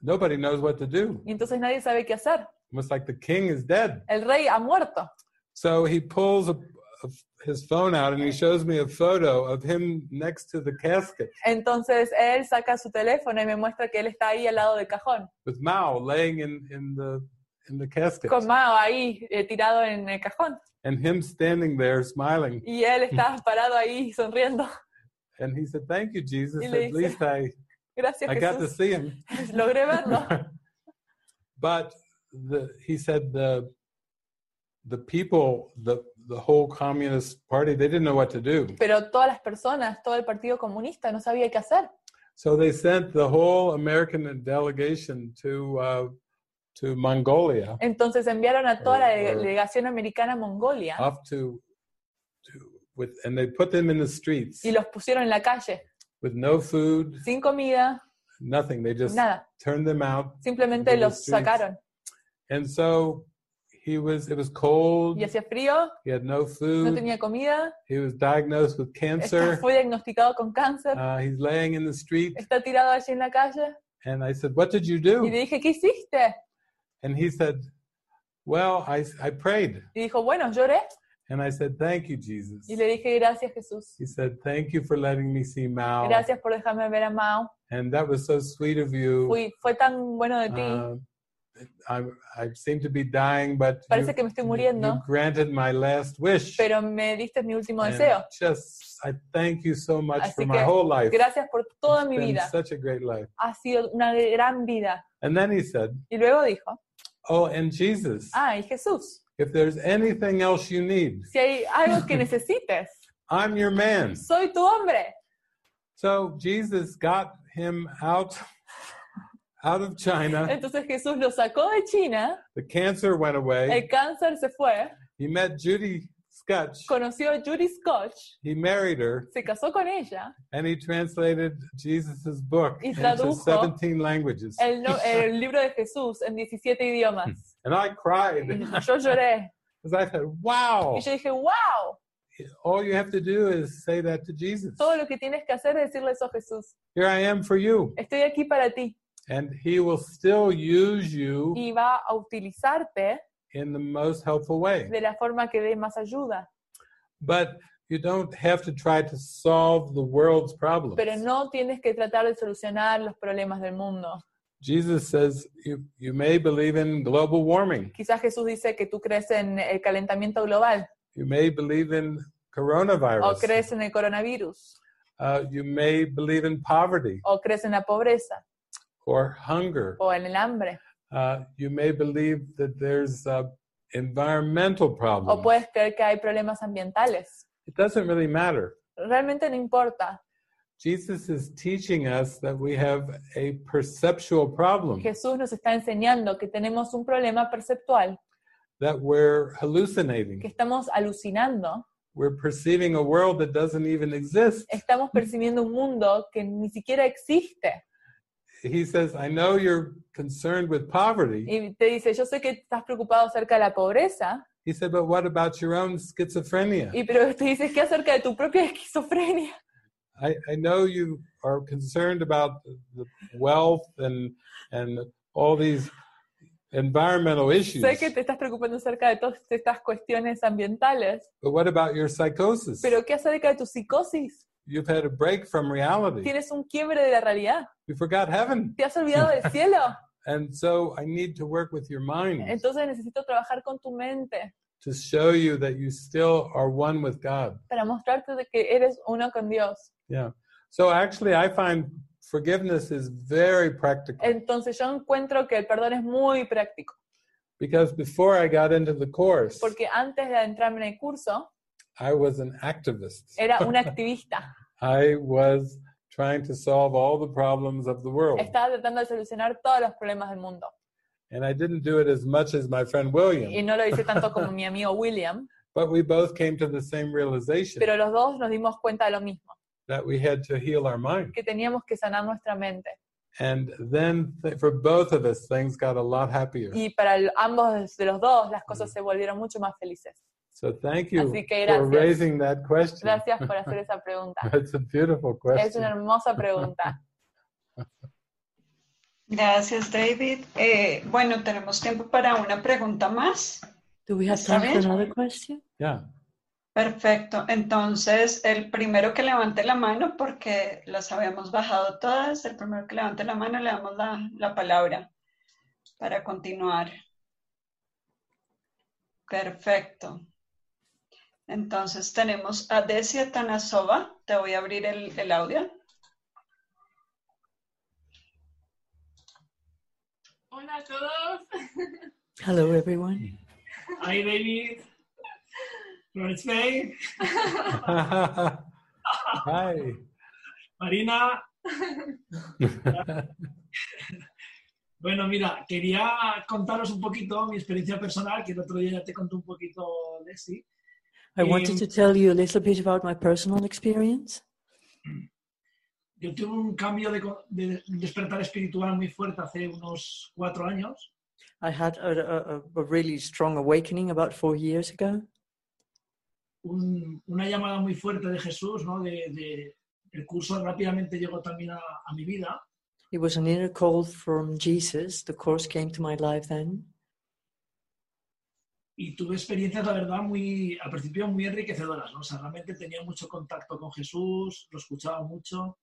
Speaker 4: nobody knows what to do.
Speaker 5: Y entonces nadie sabe qué hacer.
Speaker 4: Almost like the king is dead.
Speaker 5: El rey ha muerto.
Speaker 4: So he pulls a, a, his phone out and he shows me a photo of him next to the casket
Speaker 5: Entonces él saca su teléfono y me muestra que él está ahí al lado del cajón,
Speaker 4: with Mao laying in, in the in the casket
Speaker 5: con Mao ahí eh, tirado en el cajón.
Speaker 4: and him standing there smiling.
Speaker 5: Y él está parado ahí sonriendo. (laughs)
Speaker 4: And he said, "Thank you, Jesus.
Speaker 5: Y le
Speaker 4: At
Speaker 5: dice,
Speaker 4: least I,
Speaker 5: Gracias
Speaker 4: I got to
Speaker 5: Jesús.
Speaker 4: see him."
Speaker 5: (laughs) Logré verlo.
Speaker 4: but the, he said the the people, the the whole communist party, they didn't know what to do,
Speaker 5: Pero todas las personas, todo el Partido Comunista no sabía qué hacer.
Speaker 4: so they sent the whole American delegation to uh, to Mongolia,
Speaker 5: Entonces enviaron a toda la
Speaker 4: Eh,
Speaker 5: delegación americana a Mongolia
Speaker 4: off to, to with, and they put them in the streets
Speaker 5: y los pusieron en la calle,
Speaker 4: with no food,
Speaker 5: sin comida,
Speaker 4: nothing. They just
Speaker 5: Nada.
Speaker 4: turned them out. Into
Speaker 5: Simplemente
Speaker 4: the
Speaker 5: los
Speaker 4: streets.
Speaker 5: sacaron.
Speaker 4: And so he was, it was cold.
Speaker 5: Y hacía frío,
Speaker 4: He had no
Speaker 5: no
Speaker 4: food.
Speaker 5: tenía comida,
Speaker 4: he was diagnosed with
Speaker 5: está-
Speaker 4: cancer.
Speaker 5: fue diagnosticado con cáncer,
Speaker 4: Uh, he's laying in the street.
Speaker 5: está tirado allí en la calle.
Speaker 4: And I said, What did you
Speaker 5: Y le
Speaker 4: do?
Speaker 5: dije, ¿qué hiciste?
Speaker 4: And he said, Well, I, I prayed.
Speaker 5: Y dijo, bueno, lloré.
Speaker 4: And I said, Thank you, Jesus.
Speaker 5: Y le dije, gracias Jesús.
Speaker 4: He said, Thank you for letting me see Mao.
Speaker 5: Gracias por dejarme ver a Mao.
Speaker 4: And that was so sweet of you.
Speaker 5: Fui, fue tan bueno de ti.
Speaker 4: Uh, I, I seem to be dying, but
Speaker 5: Parece
Speaker 4: you-
Speaker 5: que me estoy
Speaker 4: you-
Speaker 5: muriendo.
Speaker 4: you granted my last wish.
Speaker 5: Pero me diste mi último
Speaker 4: And
Speaker 5: deseo.
Speaker 4: just, I thank you so much
Speaker 5: Así
Speaker 4: for
Speaker 5: que
Speaker 4: my whole life.
Speaker 5: gracias por toda
Speaker 4: It's
Speaker 5: mi
Speaker 4: been
Speaker 5: vida.
Speaker 4: such a great life.
Speaker 5: Ha sido una gran vida.
Speaker 4: And then he said,
Speaker 5: Y luego dijo,
Speaker 4: Oh, and Jesus.
Speaker 5: ah, y Jesús,
Speaker 4: If there's anything else you need,
Speaker 5: si hay algo que necesites,
Speaker 4: I'm your man.
Speaker 5: soy tu hombre.
Speaker 4: So Jesus got him out (laughs) out of China.
Speaker 5: Entonces Jesús lo sacó de China,
Speaker 4: The cancer went
Speaker 5: el
Speaker 4: away.
Speaker 5: cáncer se fue,
Speaker 4: He met Judy Scutch.
Speaker 5: conoció a Judy Scotch,
Speaker 4: He married her,
Speaker 5: se casó con ella,
Speaker 4: and he translated Jesus' book
Speaker 5: Y
Speaker 4: into
Speaker 5: tradujo
Speaker 4: 17 languages.
Speaker 5: el, no- el libro de Jesús en 17 idiomas.
Speaker 4: And I cried
Speaker 5: Y (laughs)
Speaker 4: (laughs)
Speaker 5: Yo lloré
Speaker 4: because I said, wow,
Speaker 5: y yo dije, wow,
Speaker 4: all you have to do is say that to Jesus.
Speaker 5: todo lo que tienes que hacer es decirle eso a Jesús.
Speaker 4: Here I am for you.
Speaker 5: Estoy aquí para ti
Speaker 4: And he will still use you
Speaker 5: y va a utilizarte
Speaker 4: in the most helpful way.
Speaker 5: de la forma que dé más ayuda.
Speaker 4: But you don't have to try to solve the world's problems.
Speaker 5: Pero no tienes que tratar de solucionar los problemas del mundo.
Speaker 4: Jesus says you, you may believe in global warming,
Speaker 5: Quizás Jesús dice que tú crees en el calentamiento global
Speaker 4: you may believe in
Speaker 5: o
Speaker 4: coronavirus,
Speaker 5: crees en el coronavirus.
Speaker 4: uh, you may believe in poverty
Speaker 5: o crees en la pobreza
Speaker 4: or hunger,
Speaker 5: o en el hambre,
Speaker 4: uh, you may believe that there's uh, environmental
Speaker 5: o
Speaker 4: problems.
Speaker 5: puedes creer que hay problemas ambientales.
Speaker 4: It doesn't really matter.
Speaker 5: Realmente no importa.
Speaker 4: Jesus is teaching us that we have a perceptual problem,
Speaker 5: Jesús nos está enseñando que tenemos un problema perceptual,
Speaker 4: that we're
Speaker 5: que
Speaker 4: hallucinating.
Speaker 5: estamos alucinando,
Speaker 4: We're perceiving a world that doesn't even exist.
Speaker 5: estamos percibiendo un mundo que ni siquiera existe.
Speaker 4: he says, I know you're concerned with poverty.
Speaker 5: Y te dice, yo sé que estás preocupado acerca de la pobreza,
Speaker 4: He said, but what about your own schizophrenia?
Speaker 5: y pero te dices, ¿qué acerca de tu propia esquizofrenia?
Speaker 4: I, I know you are concerned about the wealth and and all these environmental issues.
Speaker 5: Sé que te estás preocupando acerca de todas estas cuestiones ambientales,
Speaker 4: But what about your psychosis?
Speaker 5: pero ¿qué acerca de tu psicosis?
Speaker 4: You've had a break from reality.
Speaker 5: Tienes un quiebre de la realidad.
Speaker 4: You forgot heaven.
Speaker 5: ¿Te has olvidado del cielo?
Speaker 4: And so I need to work with your mind
Speaker 5: Entonces necesito trabajar con tu mente
Speaker 4: to show you that you still are one with God.
Speaker 5: para mostrarte de que eres uno con Dios.
Speaker 4: Yeah. So actually I find forgiveness is very practical.
Speaker 5: Entonces yo encuentro que el perdón es muy práctico,
Speaker 4: Because before I got into the course,
Speaker 5: porque antes de adentrarme en el curso
Speaker 4: I was an activist. (laughs)
Speaker 5: era un activista.
Speaker 4: I was trying to solve all the problems of the world.
Speaker 5: Estaba tratando de solucionar todos los problemas del mundo.
Speaker 4: And I didn't do it as much as my friend William,
Speaker 5: Y no lo hice tanto como mi amigo William,
Speaker 4: but we both came to the same realization
Speaker 5: pero los dos nos dimos cuenta de lo mismo,
Speaker 4: that we had to heal our mind.
Speaker 5: que teníamos que sanar nuestra mente.
Speaker 4: And then th- for both of us, things got a lot happier.
Speaker 5: Y para el- ambos de los dos las
Speaker 4: Mm.
Speaker 5: cosas se volvieron mucho más felices.
Speaker 4: So thank you
Speaker 5: Así que
Speaker 4: for
Speaker 5: gracias.
Speaker 4: raising that question.
Speaker 5: Gracias
Speaker 4: (laughs)
Speaker 5: por hacer esa pregunta.
Speaker 4: That's a beautiful
Speaker 5: Es
Speaker 4: question.
Speaker 5: una hermosa pregunta.
Speaker 2: Gracias, David. Eh, bueno, tenemos tiempo para una pregunta más.
Speaker 3: Do we have
Speaker 2: Está
Speaker 3: time for
Speaker 2: bien.
Speaker 3: another question?
Speaker 4: Yeah.
Speaker 2: Perfecto. Entonces, el primero que levante la mano, porque las habíamos bajado todas, el primero que levante la mano le damos la, la palabra para continuar. Perfecto. Entonces tenemos a Desia Tanasova. Te voy a abrir el, el audio.
Speaker 9: (laughs) Hola a todos.
Speaker 3: Hello, everyone.
Speaker 9: Hi, David. From Spain.
Speaker 4: Hi.
Speaker 9: Marina. Bueno, mira, quería contaros un poquito mi experiencia personal, que el otro día ya te conté un poquito, Leslie.
Speaker 3: I wanted
Speaker 9: Um,
Speaker 3: to tell you a little bit about my personal experience.
Speaker 9: Yo tuve un cambio de, co- de despertar espiritual muy fuerte hace unos cuatro años.
Speaker 3: I had a, a, a really strong awakening about four years ago.
Speaker 9: un- una llamada muy fuerte de Jesús, ¿no? De, de- el curso rápidamente llegó también a, a mi vida
Speaker 3: It was an inner call from Jesus. The Course came to my life then.
Speaker 9: y tuve experiencias, la verdad, muy, al principio muy enriquecedoras, ¿no? O sea, realmente tenía mucho contacto con Jesús, lo escuchaba mucho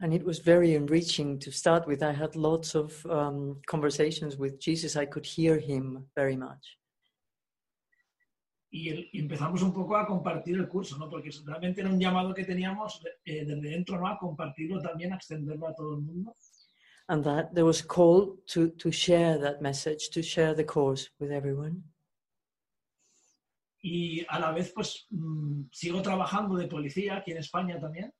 Speaker 3: And it was very enriching to start with. I had lots of um, conversations with Jesus. I could hear him very much.
Speaker 9: y, el- y empezamos un poco a compartir el curso, ¿no? Porque realmente era un llamado que teníamos eh, desde dentro, ¿no? A compartirlo también, a extenderlo a todo el mundo.
Speaker 3: And that there was a call to, to share that message, to share the Course with everyone.
Speaker 9: Y a la vez, pues, mm, sigo trabajando de policía aquí en España también.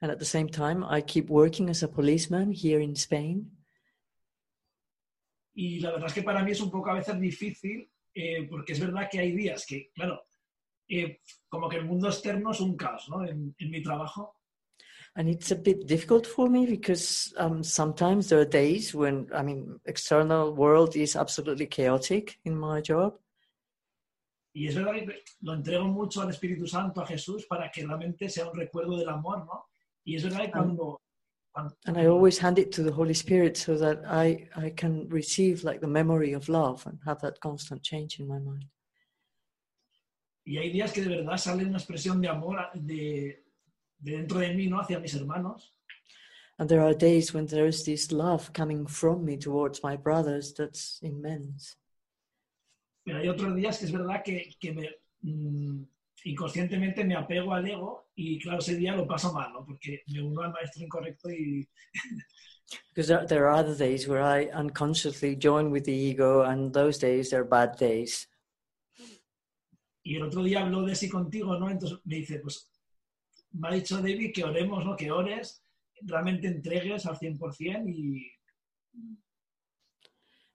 Speaker 3: And at the same time, I keep working as a policeman here in Spain.
Speaker 9: Y la verdad es que para mí es un poco a veces difícil, eh, porque es verdad que hay días que, claro, eh, como que el mundo externo es un caos, ¿no? En, en mi trabajo.
Speaker 3: And it's a bit difficult for me because um, sometimes there are days when, I mean, external world is absolutely chaotic in my job.
Speaker 9: Y es verdad que lo entrego mucho al Espíritu Santo, a Jesús, para que realmente sea un recuerdo del amor, ¿no? Y es verdad que cuando... cuando-
Speaker 3: And I always hand it to the Holy Spirit so that I, I can receive like the memory of love and have that constant change in my mind.
Speaker 9: y hay días que de verdad sale una expresión de amor a- de, de dentro de mí, ¿no? Hacia mis hermanos.
Speaker 3: And there are days when there is this love coming from me towards my brothers that's immense.
Speaker 9: Pero hay otros días que es verdad que, que me, mm, inconscientemente me apego al ego y claro, ese día lo paso mal, ¿no? Porque me uno al maestro incorrecto y,
Speaker 3: Because there, there are other days where I unconsciously join with the ego, and those days they're bad days.
Speaker 9: y el otro día habló de sí contigo, ¿no? Entonces me dice, pues me ha dicho David que oremos, ¿no? Que ores, realmente entregues al 100% y,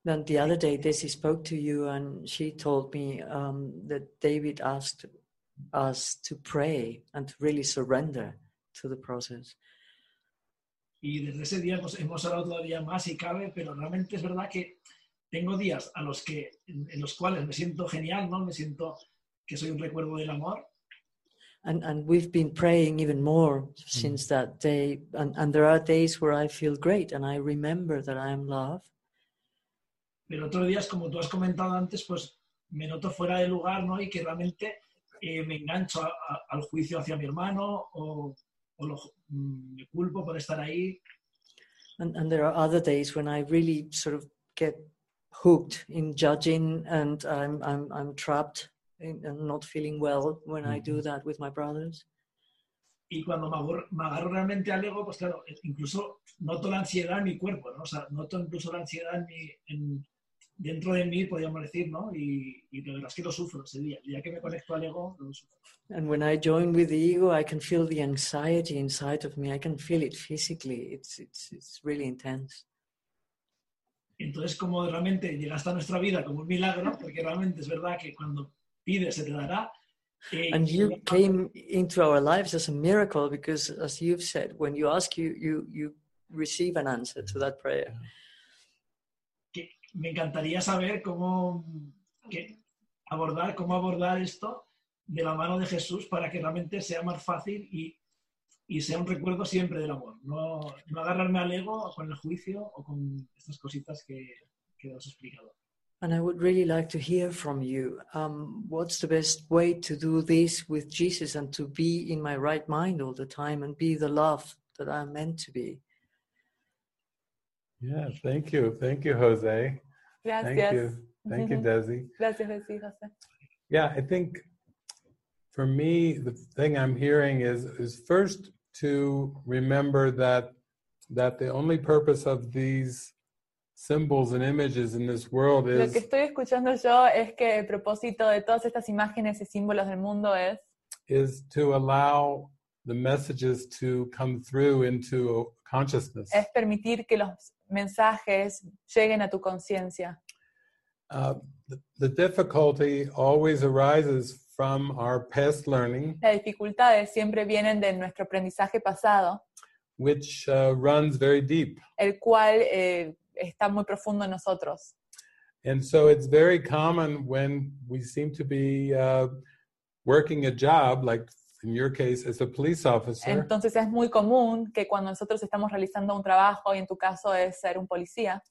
Speaker 3: Then the other day, Desi spoke to you, and she told me um, that David asked us to pray and to really surrender to the process.
Speaker 9: y desde ese día pues, hemos orado todavía más si cabe, pero realmente es verdad que tengo días a los que, en en los cuales me siento genial, ¿no? Me siento que soy un recuerdo del amor
Speaker 3: And, and we've been praying even more since that day. And, and there are days where I feel great and I remember that I am love.
Speaker 9: pero otros días, como tú has comentado antes, pues me noto fuera de lugar, ¿no? Y que realmente eh, me engancho a- a- al juicio hacia mi hermano o, o lo ju- mm, me culpo por estar ahí.
Speaker 3: And, and there are other days when I really sort of get hooked in judging and I'm, I'm, I'm trapped in, and not feeling well when I do that with my brothers.
Speaker 9: Y cuando me agarro, me agarro realmente al ego, pues claro, incluso noto la ansiedad en mi cuerpo, ¿no? O sea, noto incluso la ansiedad en mi- en- dentro de mí, podríamos decir, ¿no? Y, y la verdad es que lo sufro ese día. El día que me conecto al ego, lo sufro.
Speaker 3: And when I join with the ego, I can feel the anxiety inside of me. I can feel it physically. It's, it's, it's really intense.
Speaker 9: Entonces, como realmente llega hasta nuestra vida como un milagro, porque realmente es verdad que cuando pides se te dará. eh,
Speaker 3: and you
Speaker 9: y-
Speaker 3: came into our lives as a miracle because as you've said when you ask you you you receive an answer to that prayer
Speaker 9: que me encantaría saber cómo que abordar, cómo abordar esto de la mano de Jesús para que realmente sea más fácil y, y sea un recuerdo siempre del amor. No, no agarrarme al ego con el juicio o con estas cositas que, que os he explicado.
Speaker 3: and i would really like to hear from you um, what's the best way to do this with jesus and to be in my right mind all the time and be the love that i'm meant to be
Speaker 4: Yeah, thank you. Thank you, Jose. Thank
Speaker 5: (laughs) Gracias.
Speaker 4: you. Thank you, Desi.
Speaker 5: Gracias, Betsy, José.
Speaker 4: Yeah, I think for me, the thing I'm hearing is is first to remember that that the only purpose of these symbols and images in this world
Speaker 5: Lo que
Speaker 4: is
Speaker 5: estoy escuchando yo es que el propósito de todas estas imágenes y símbolos del mundo es
Speaker 4: is to allow the messages to come through into consciousness.
Speaker 5: es permitir que los mensajes lleguen a tu conciencia.
Speaker 4: Uh, the, the difficulty always arises from our past learning
Speaker 5: Las dificultades siempre vienen de nuestro aprendizaje pasado
Speaker 4: which uh, runs very deep.
Speaker 5: el cual eh, está muy profundo en nosotros.
Speaker 4: And so it's very common when we seem to be uh, working a job, like in your case as a police officer,
Speaker 5: Entonces es muy común que cuando nosotros estamos realizando un trabajo, y en tu caso es ser un policía,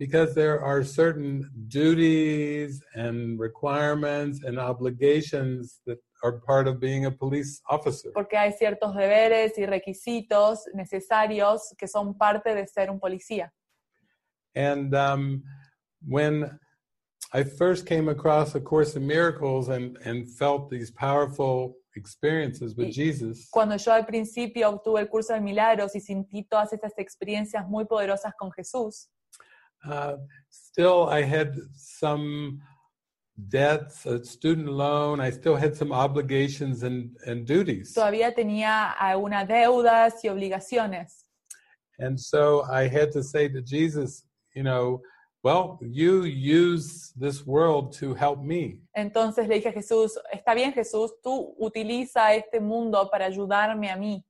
Speaker 4: because there are certain duties and requirements and obligations that are part of being a police officer.
Speaker 5: porque hay ciertos deberes y requisitos necesarios que son parte de ser un policía.
Speaker 4: And um, when I first came across A Course in Miracles and, and felt these powerful experiences with
Speaker 5: Y-
Speaker 4: Jesus,
Speaker 5: Cuando yo al principio obtuve el curso de milagros y sentí todas estas experiencias muy poderosas con Jesús,
Speaker 4: uh, still I had some debts, a student loan, I still had some obligations and, and duties.
Speaker 5: todavía tenía algunas deudas y obligaciones.
Speaker 4: And so I had to say to Jesus, you know, well, you use this world to help me.
Speaker 5: Entonces le dije a Jesús, está bien Jesús, tú utiliza este mundo para ayudarme a mí.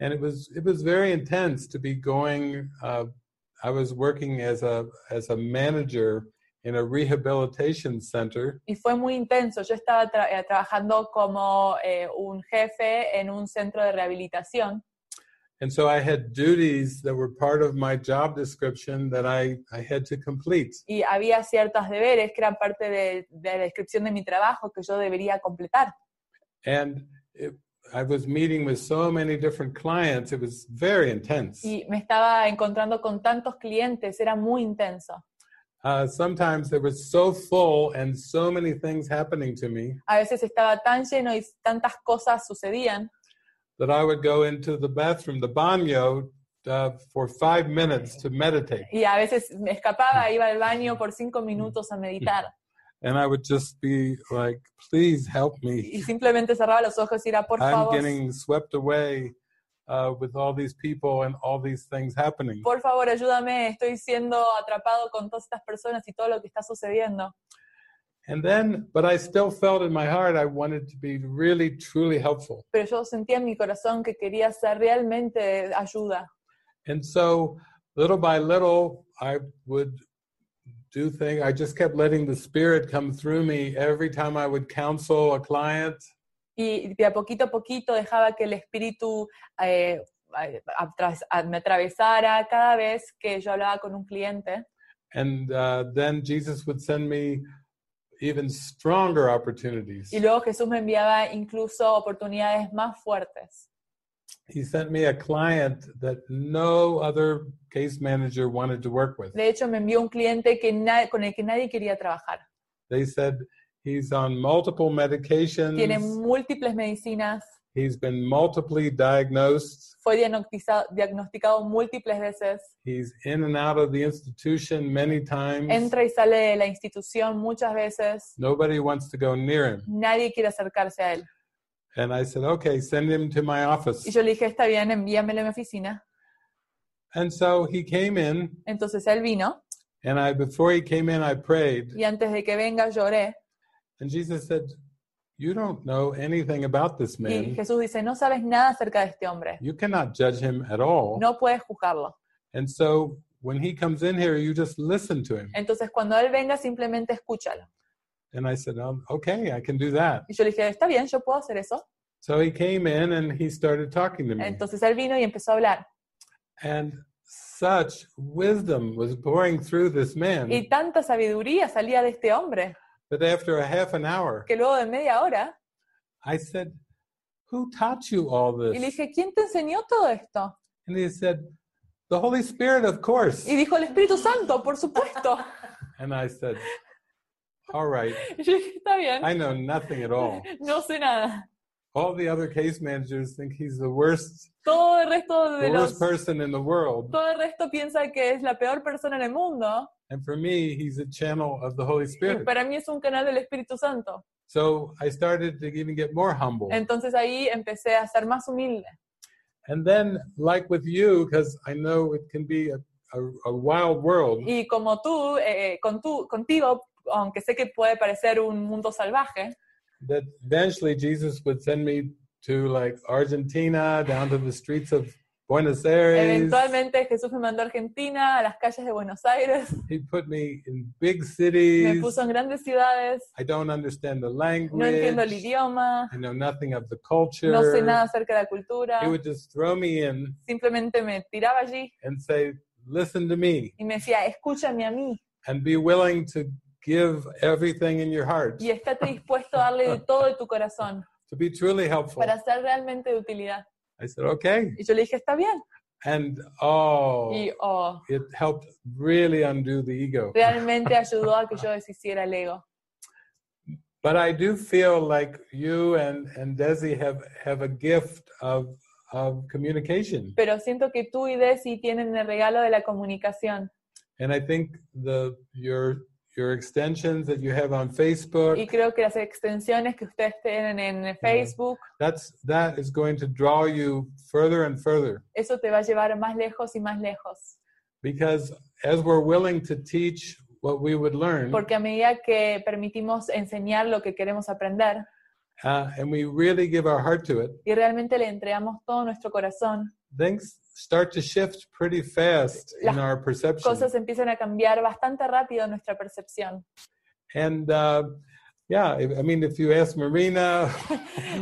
Speaker 4: and it was it was very intense to be going uh, i was working as a as a manager in a rehabilitation center
Speaker 5: y fue muy intenso. Yo estaba tra- eh, trabajando como eh, un jefe en un centro de rehabilitación,
Speaker 4: and so i had duties that were part of my job description that i i had to complete
Speaker 5: y había ciertos deberes que eran parte de, de la descripción de mi trabajo que yo debería completar.
Speaker 4: and it, i was meeting with so many different clients it was very intense
Speaker 5: Y me estaba encontrando con tantos clientes, era muy intenso.
Speaker 4: uh, sometimes it was so full and so many things happening to me
Speaker 5: A veces estaba tan lleno y tantas cosas sucedían
Speaker 4: that i would go into the bathroom the banyo uh, for five minutes to meditate
Speaker 5: y a veces me escapaba, iba al baño por cinco minutos a meditar
Speaker 4: and I would just be like, "Please help
Speaker 5: y
Speaker 4: me!
Speaker 5: simplemente cerraba los ojos y era, por
Speaker 4: I'm
Speaker 5: favor,
Speaker 4: getting swept away uh, with all these people and all these things happening."
Speaker 5: por favor ayúdame, estoy siendo atrapado con todas estas personas y todo lo que está sucediendo.
Speaker 4: And then, but I still felt in my heart I wanted to be really, truly helpful.
Speaker 5: pero yo sentía en mi corazón que quería ser realmente de ayuda.
Speaker 4: And so, little by little, I would do things. I just kept letting the Spirit come through me every time I would counsel a client.
Speaker 5: Y de a poquito a poquito dejaba que el espíritu eh, atras- a- me atravesara cada vez que yo hablaba con un cliente.
Speaker 4: And uh, then Jesus would send me even stronger opportunities.
Speaker 5: Y luego Jesús me enviaba incluso oportunidades más fuertes.
Speaker 4: he sent me a client that no other case manager wanted to work with.
Speaker 5: De hecho, me envió un cliente que na- con el que nadie quería trabajar.
Speaker 4: They said he's on multiple Mm.
Speaker 5: Tiene
Speaker 4: medications,
Speaker 5: múltiples medicinas,
Speaker 4: he's been multiply diagnosed,
Speaker 5: fue diagnosticado, diagnosticado múltiples veces,
Speaker 4: he's in and out of the institution many times.
Speaker 5: entra y sale de la institución muchas veces,
Speaker 4: Nobody wants to go near him.
Speaker 5: nadie quiere acercarse a él.
Speaker 4: And I said, okay, send him to my office.
Speaker 5: Y yo le dije, está bien, envíamelo a mi oficina.
Speaker 4: And so he came in,
Speaker 5: Entonces él vino
Speaker 4: and I before he came in, I prayed.
Speaker 5: y antes de que venga lloré.
Speaker 4: And Jesus said, You don't know anything about this
Speaker 5: Y
Speaker 4: man.
Speaker 5: Jesús dice, no sabes nada acerca de este hombre,
Speaker 4: You cannot judge him at all.
Speaker 5: no puedes juzgarlo.
Speaker 4: And so when he comes in here, you just listen to him.
Speaker 5: Entonces cuando él venga, simplemente escúchalo.
Speaker 4: And I said, um, okay, I can do that.
Speaker 5: Y yo le dije, está bien, yo puedo hacer eso.
Speaker 4: So he came in and he started talking to me.
Speaker 5: Entonces él vino y empezó a hablar.
Speaker 4: And such wisdom was pouring through this
Speaker 5: Y
Speaker 4: man
Speaker 5: tanta sabiduría salía de este hombre,
Speaker 4: that after a half an hour,
Speaker 5: que luego de media hora,
Speaker 4: I said, Who taught you all
Speaker 5: y le
Speaker 4: this?
Speaker 5: dije, ¿quién te enseñó todo esto?
Speaker 4: And he said, The Holy Spirit, of course.
Speaker 5: Y dijo, el Espíritu Santo, por supuesto. (laughs)
Speaker 4: And I said, All right,
Speaker 5: Y yo dije, está bien,
Speaker 4: I know nothing at all.
Speaker 5: no sé nada.
Speaker 4: All the other case managers think he's the worst,
Speaker 5: Todo el resto
Speaker 4: the
Speaker 5: de
Speaker 4: worst
Speaker 5: los...
Speaker 4: person in the world.
Speaker 5: Todo el resto piensa que es la peor persona en el mundo,
Speaker 4: And for me, he's a channel of the Holy
Speaker 5: Y
Speaker 4: Spirit.
Speaker 5: para mí es un canal del Espíritu Santo.
Speaker 4: So I started to even get more humble. And,
Speaker 5: Entonces ahí empecé a ser más humilde.
Speaker 4: then, like with you, because I know it can be a, a, a wild world,
Speaker 5: Y como tú, eh, con tú, contigo, aunque sé que puede parecer un mundo salvaje,
Speaker 4: that eventually Jesus would send me to like Argentina, down to the streets of Buenos Aires.
Speaker 5: Eventualmente Jesús me mandó a Argentina, a las calles de Buenos Aires,
Speaker 4: He put me in big
Speaker 5: me
Speaker 4: cities.
Speaker 5: puso en grandes ciudades,
Speaker 4: I don't understand the
Speaker 5: no entiendo el
Speaker 4: language.
Speaker 5: idioma,
Speaker 4: I know nothing of the culture.
Speaker 5: no sé nada acerca de la cultura,
Speaker 4: He would just throw me in
Speaker 5: simplemente me tiraba allí
Speaker 4: and say, listen to me
Speaker 5: y me decía, escúchame a mí
Speaker 4: and be willing to give everything in your heart
Speaker 5: y estate dispuesto a darle de todo de tu corazón
Speaker 4: to be truly helpful.
Speaker 5: para ser realmente de utilidad.
Speaker 4: I said, okay.
Speaker 5: Y yo le dije, está bien.
Speaker 4: And oh,
Speaker 5: Y oh,
Speaker 4: it helped really undo the ego.
Speaker 5: realmente ayudó a que yo deshiciera el ego.
Speaker 4: But I do feel like you and, and Desi have, have a gift of, of communication.
Speaker 5: Pero siento que tú y Desi tienen el regalo de la comunicación.
Speaker 4: And I think the your your extensions that you have on
Speaker 5: Y
Speaker 4: Facebook,
Speaker 5: creo que las extensiones que ustedes tienen en Facebook,
Speaker 4: that's that is going to draw you further and further.
Speaker 5: eso te va a llevar más lejos y más lejos.
Speaker 4: Because as we're willing to teach what we would learn,
Speaker 5: Porque a medida que permitimos enseñar lo que queremos aprender
Speaker 4: uh, and we really give our heart to it,
Speaker 5: y realmente le entregamos todo nuestro corazón,
Speaker 4: things start to shift pretty fast in
Speaker 5: Las
Speaker 4: our perception.
Speaker 5: cosas empiezan a cambiar bastante rápido en nuestra percepción.
Speaker 4: And uh, yeah, I I mean, if you ask
Speaker 5: (laughs)
Speaker 4: Marina (laughs)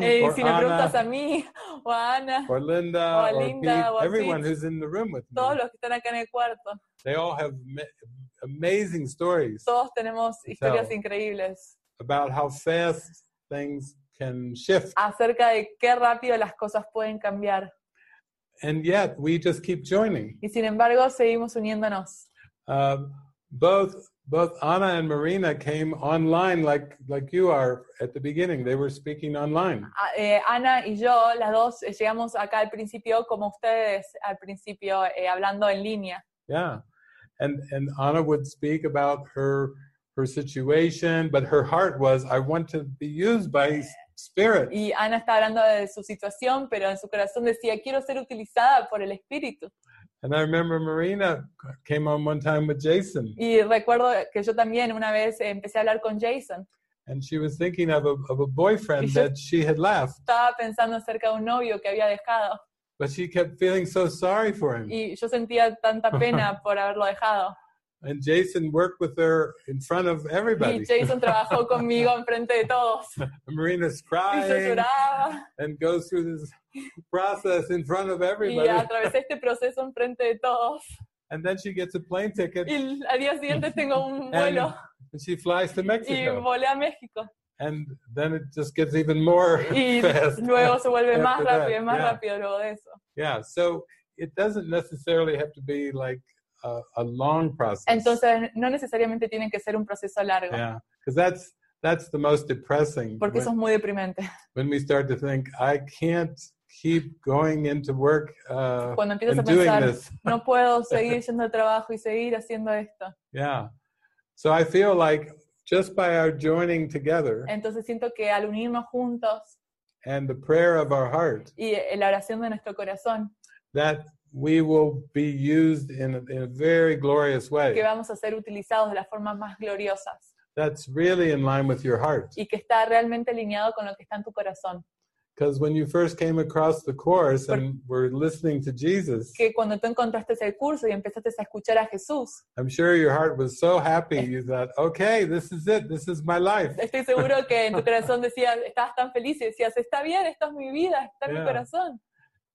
Speaker 5: Eh,
Speaker 4: or
Speaker 5: si me preguntas a
Speaker 4: Anna
Speaker 5: mí o a Ana,
Speaker 4: or
Speaker 5: o
Speaker 4: Linda
Speaker 5: a
Speaker 4: or
Speaker 5: Linda o
Speaker 4: Pete,
Speaker 5: a
Speaker 4: everyone
Speaker 5: Pete,
Speaker 4: who's in the room with me,
Speaker 5: todos los que están acá en el cuarto,
Speaker 4: they all have ma- amazing stories
Speaker 5: todos tenemos historias increíbles
Speaker 4: about how fast things can shift.
Speaker 5: acerca de qué rápido las cosas pueden cambiar.
Speaker 4: And yet we just keep joining.
Speaker 5: Y sin embargo, seguimos uniéndonos.
Speaker 4: Um, both both Anna and Marina came online like like you are at the beginning. They were speaking online.
Speaker 5: A- eh, Ana y yo, las dos, eh, llegamos acá al principio como ustedes al principio, eh, hablando en línea.
Speaker 4: Yeah. And and Anna would speak about her her situation, but her heart was, I want to be used by spirit.
Speaker 5: Y Ana está hablando de su situación, pero en su corazón decía, quiero ser utilizada por el Espíritu.
Speaker 4: And I remember Marina came on one time with Jason
Speaker 5: Y recuerdo que yo también una vez eh, empecé a hablar con Jason.
Speaker 4: and she was thinking of a of a boyfriend that she had left,
Speaker 5: Estaba pensando acerca de un novio que había dejado
Speaker 4: but she kept feeling so sorry for him.
Speaker 5: y yo sentía tanta pena por haberlo dejado.
Speaker 4: And Jason worked with her in front of everybody.
Speaker 5: Y Jason
Speaker 4: (laughs)
Speaker 5: trabajó conmigo enfrente de todos.
Speaker 4: And Marina's
Speaker 5: Y yo
Speaker 4: crying
Speaker 5: lloraba
Speaker 4: and goes through this process in front of
Speaker 5: y
Speaker 4: everybody.
Speaker 5: atravesé este proceso enfrente de todos.
Speaker 4: And then she gets a plane ticket
Speaker 5: Y al día siguiente tengo
Speaker 4: and,
Speaker 5: un vuelo
Speaker 4: and she flies to
Speaker 5: y
Speaker 4: Mexico.
Speaker 5: volé a México.
Speaker 4: And then it just gets even more
Speaker 5: (laughs) Y
Speaker 4: fast.
Speaker 5: luego
Speaker 4: (laughs)
Speaker 5: se vuelve más
Speaker 4: After that,
Speaker 5: rápido y más
Speaker 4: yeah.
Speaker 5: rápido luego de eso.
Speaker 4: Yeah, so it doesn't necessarily have to be like a, a long process.
Speaker 5: Entonces, no necesariamente tiene que ser un proceso largo,
Speaker 4: yeah, because that's that's the most depressing
Speaker 5: porque eso es
Speaker 4: when,
Speaker 5: muy deprimente.
Speaker 4: when we start to think I can't keep going into work uh,
Speaker 5: Cuando empiezas a
Speaker 4: and doing
Speaker 5: pensar,
Speaker 4: this.
Speaker 5: no puedo seguir yendo al trabajo y seguir haciendo esto.
Speaker 4: Yeah. So I feel like just by our joining together
Speaker 5: Entonces siento que al unirnos juntos
Speaker 4: and the prayer of our heart,
Speaker 5: y eh, la oración de nuestro corazón,
Speaker 4: that we will be used in a, in a very glorious
Speaker 5: que
Speaker 4: way.
Speaker 5: vamos a ser utilizados de las formas más gloriosas
Speaker 4: That's really in line with your heart.
Speaker 5: y que está realmente alineado con lo que está en tu corazón.
Speaker 4: Because when you first came across the course and were listening to Jesus,
Speaker 5: Que cuando tú encontraste el curso y empezaste a escuchar a Jesús,
Speaker 4: I'm sure your heart was so happy
Speaker 5: Eh.
Speaker 4: you thought, okay, this is it, this is my life.
Speaker 5: estoy seguro que en tu corazón decías, estabas tan feliz y decías, está bien, esto es mi vida, está en mi
Speaker 4: Yeah.
Speaker 5: corazón.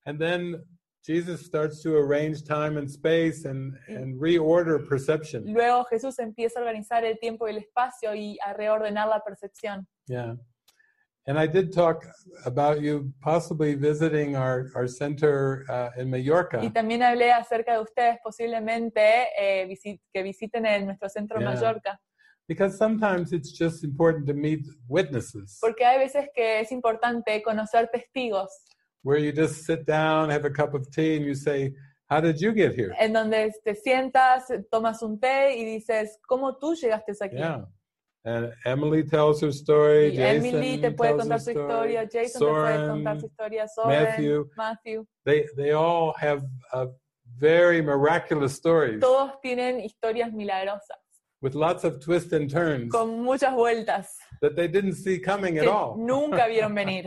Speaker 4: And then Jesus starts to arrange time and space and,
Speaker 5: Eh.
Speaker 4: and reorder perception.
Speaker 5: Luego Jesús empieza a organizar el tiempo y el espacio y a reordenar la percepción.
Speaker 4: Yeah. And I did talk about you possibly visiting our, our center uh, in
Speaker 5: Y
Speaker 4: Mallorca.
Speaker 5: también hablé acerca de ustedes posiblemente eh, visi- que visiten en nuestro centro en
Speaker 4: Yeah.
Speaker 5: Mallorca,
Speaker 4: Because sometimes it's just important to meet witnesses
Speaker 5: porque hay veces que es importante conocer testigos,
Speaker 4: where you just sit down, have a cup of tea, and you say, How did you get here?
Speaker 5: en donde te sientas, tomas un té y dices, ¿cómo tú llegaste aquí?
Speaker 4: Yeah. And Emily tells her story.
Speaker 5: Y
Speaker 4: Jason
Speaker 5: Emily te puede
Speaker 4: tells
Speaker 5: contar
Speaker 4: his
Speaker 5: su
Speaker 4: story,
Speaker 5: historia, Jason te puede
Speaker 4: Soren,
Speaker 5: contar su historia, Soren,
Speaker 4: Matthew.
Speaker 5: Matthew.
Speaker 4: They, they all have uh, very miraculous stories
Speaker 5: Todos tienen historias milagrosas,
Speaker 4: with lots of twists and turns
Speaker 5: con muchas vueltas,
Speaker 4: that they didn't see coming at
Speaker 5: que
Speaker 4: all.
Speaker 5: (laughs)
Speaker 4: (laughs)
Speaker 5: nunca vieron venir.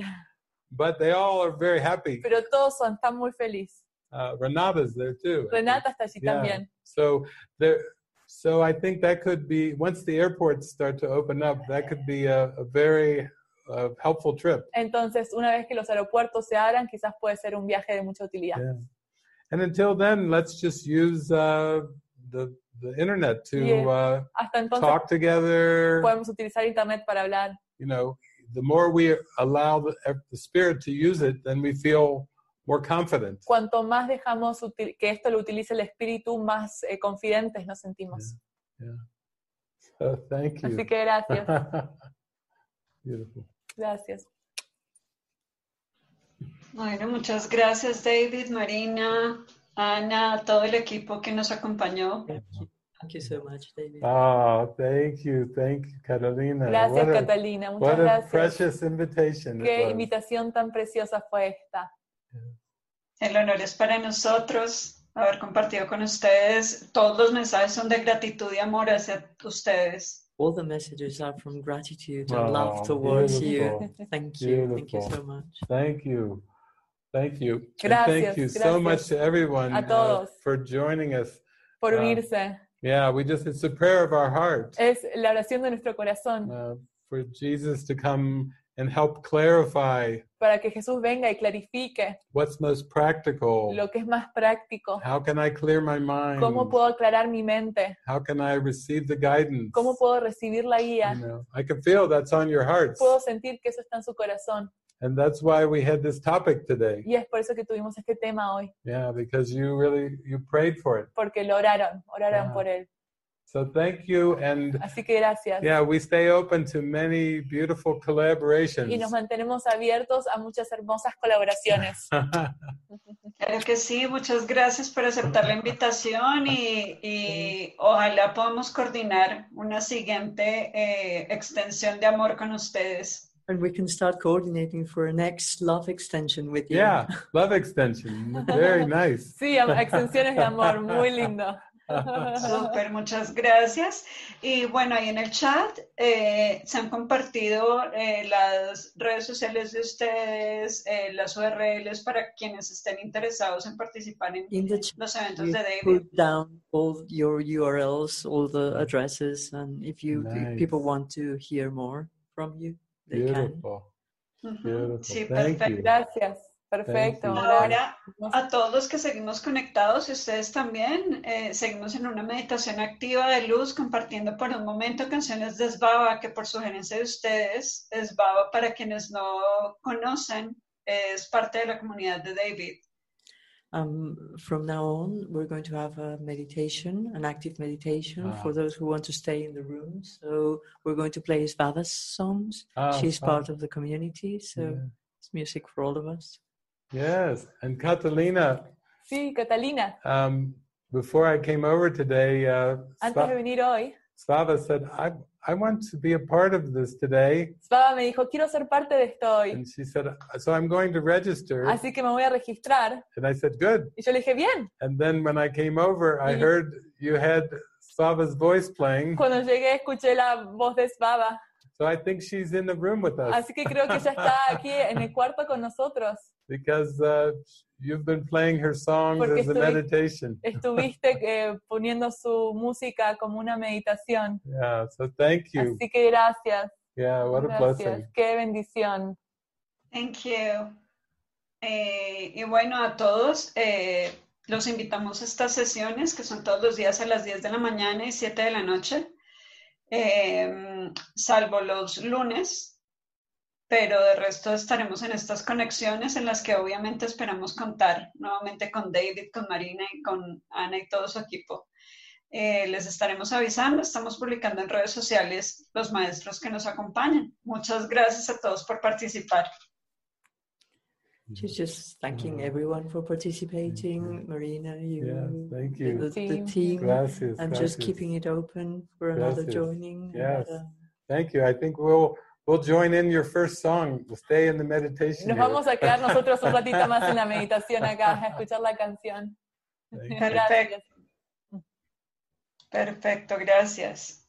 Speaker 4: But they all are very happy
Speaker 5: pero todos son tan muy felices
Speaker 4: uh, Renata's there too.
Speaker 5: Renata está (laughs) allí
Speaker 4: Yeah.
Speaker 5: también.
Speaker 4: So there, so I think that could be once the airports start to open up, that could be a, a very uh, helpful trip.
Speaker 5: Entonces, una vez que los aeropuertos se abran, quizás puede ser un viaje de mucha utilidad.
Speaker 4: Yeah. And until then, let's just use uh, the the internet to
Speaker 5: Yeah.
Speaker 4: uh,
Speaker 5: Hasta entonces
Speaker 4: talk together.
Speaker 5: podemos utilizar internet para hablar.
Speaker 4: You know, the more we allow the, the spirit to use it, then we feel more confident. (laughs)
Speaker 5: Cuanto más dejamos util- que esto lo utilice el espíritu, más eh, confidentes nos sentimos.
Speaker 4: So thank you.
Speaker 5: Así que gracias,
Speaker 4: (laughs) Beautiful.
Speaker 5: gracias.
Speaker 2: Bueno, muchas gracias David, Marina, Ana, a todo el equipo que nos acompañó.
Speaker 3: Thank you so much, David.
Speaker 4: Ah, thank you, thank you, Catalina.
Speaker 5: Gracias,
Speaker 4: What a-
Speaker 5: Catalina. Muchas
Speaker 4: What a
Speaker 5: gracias.
Speaker 4: precious invitation. it
Speaker 5: Qué
Speaker 4: was.
Speaker 5: invitación tan preciosa fue esta.
Speaker 2: El honor es para nosotros haber compartido con ustedes. Todos los mensajes son de gratitud y amor hacia ustedes.
Speaker 3: All the messages are from gratitude and
Speaker 4: Wow,
Speaker 3: love towards
Speaker 4: beautiful.
Speaker 3: you. Thank you. Thank you so
Speaker 4: Beautiful.
Speaker 3: much.
Speaker 4: Thank you. Thank you. And
Speaker 5: Gracias,
Speaker 4: thank you so
Speaker 5: gracias.
Speaker 4: much to everyone
Speaker 5: A
Speaker 4: uh,
Speaker 5: todos.
Speaker 4: for joining us.
Speaker 5: Por
Speaker 4: Ah.
Speaker 5: unirse.
Speaker 4: Yeah, we just, it's a prayer of our heart
Speaker 5: Es la oración de nuestro corazón
Speaker 4: uh, for Jesus to come and help clarify
Speaker 5: para que Jesús venga y clarifique
Speaker 4: what's most practical.
Speaker 5: lo que es más práctico.
Speaker 4: How can I clear my mind?
Speaker 5: ¿Cómo puedo aclarar mi mente?
Speaker 4: How can I receive the guidance?
Speaker 5: ¿Cómo puedo recibir la guía?
Speaker 4: You know, I can feel that's on your hearts.
Speaker 5: Puedo sentir que eso está en su corazón.
Speaker 4: And that's why we had this topic today.
Speaker 5: Y es por eso que tuvimos este tema hoy,
Speaker 4: Yeah, because you really, you prayed for it.
Speaker 5: porque lo oraron, oraron
Speaker 4: Ah.
Speaker 5: por él.
Speaker 4: So thank you, and
Speaker 5: Así que gracias.
Speaker 4: yeah, we stay open to many beautiful collaborations.
Speaker 5: Y nos mantenemos abiertos a muchas hermosas colaboraciones.
Speaker 2: Claro que sí, muchas gracias por aceptar la invitación y, y ojalá podamos coordinar una siguiente eh, extensión de amor con ustedes.
Speaker 3: And we can start coordinating for a next love extension with you.
Speaker 4: yeah, love extension,
Speaker 3: (laughs)
Speaker 4: very nice.
Speaker 5: Sí, am- extensiones de amor, muy lindo.
Speaker 2: Súper, muchas gracias. Y bueno, ahí en el chat eh, se han compartido eh, las redes sociales de ustedes, eh, las URLs para quienes estén interesados en participar en
Speaker 3: In the chat,
Speaker 2: los eventos
Speaker 3: you
Speaker 2: de David.
Speaker 3: put down all your URLs, all the addresses, and if you if people
Speaker 4: Nice.
Speaker 3: want to hear more from you, they can.
Speaker 4: Beautiful,
Speaker 2: Ujú,
Speaker 4: beautiful.
Speaker 2: Sí,
Speaker 4: Thank
Speaker 2: perfecto.
Speaker 4: you.
Speaker 5: Gracias. Perfecto.
Speaker 4: Thank you.
Speaker 5: gracias.
Speaker 2: Ahora, a todos los que seguimos conectados y ustedes también, eh, seguimos en una meditación activa de luz, compartiendo por un momento canciones de Sbaba, que por sugerencia de ustedes, Sbaba, para quienes no conocen, es parte de la comunidad de David.
Speaker 3: Um, from now on, we're going to have a meditation, an active meditation
Speaker 4: Ah.
Speaker 3: for those who want to stay in the room. So we're going to play Svava's songs.
Speaker 4: Ah,
Speaker 3: She's
Speaker 4: fun.
Speaker 3: part of the community, so
Speaker 4: Yeah.
Speaker 3: it's music for all of us.
Speaker 4: (laughs) Yes, and Catalina,
Speaker 5: Sí, Catalina,
Speaker 4: um, before I came over today, uh,
Speaker 5: antes de
Speaker 4: Sva-
Speaker 5: venir hoy,
Speaker 4: Svava said, I, I want to be a part of this today.
Speaker 5: Svaba me dijo, quiero ser parte de esto hoy.
Speaker 4: And she said, so I'm going to register.
Speaker 5: Así que me voy a registrar.
Speaker 4: And I said, good.
Speaker 5: Y yo le dije, bien.
Speaker 4: And then when I came over, I
Speaker 5: Mhm.
Speaker 4: heard you had Sava's voice playing.
Speaker 5: Cuando llegué escuché la voz de Svaba.
Speaker 4: So I think she's in the room with us
Speaker 5: Así que creo que ella está aquí en el cuarto con nosotros.
Speaker 4: because uh, you've been playing her songs
Speaker 5: Porque
Speaker 4: as a
Speaker 5: estoy-
Speaker 4: meditation.
Speaker 5: Estuviste eh, poniendo su música como una meditación.
Speaker 4: Yeah, so thank you.
Speaker 5: Así que gracias.
Speaker 4: Yeah, what a blessing.
Speaker 5: Gracias. Qué bendición.
Speaker 2: Thank you. Eh, y bueno, a todos eh, los invitamos a estas sesiones que son todos los días a las 10 de la mañana y 7 de la noche, eh, salvo los lunes, pero de resto estaremos en estas conexiones en las que obviamente esperamos contar nuevamente con David, con Marina y con Ana y todo su equipo. Eh, les estaremos avisando, estamos publicando en redes sociales los maestros que nos acompañan. Muchas gracias a todos por participar.
Speaker 4: Mm-hmm.
Speaker 3: She's just thanking
Speaker 4: Ah.
Speaker 3: everyone for participating, Marina, you,
Speaker 4: Yes, thank
Speaker 3: the-
Speaker 4: you.
Speaker 3: the, the
Speaker 5: Team.
Speaker 3: team,
Speaker 4: Gracias.
Speaker 3: and
Speaker 4: gracias.
Speaker 3: just keeping it open for another
Speaker 4: Gracias.
Speaker 3: joining. uh,
Speaker 4: Yes.
Speaker 3: another-
Speaker 4: Thank you. I think we'll we'll join in your first song. We'll stay in the meditation.
Speaker 5: Nos
Speaker 4: here.
Speaker 5: vamos a quedar nosotros
Speaker 4: (laughs)
Speaker 5: un ratito más en la meditación acá, a escuchar la canción.
Speaker 4: Thank you.
Speaker 5: Gracias.
Speaker 2: Perfecto, gracias.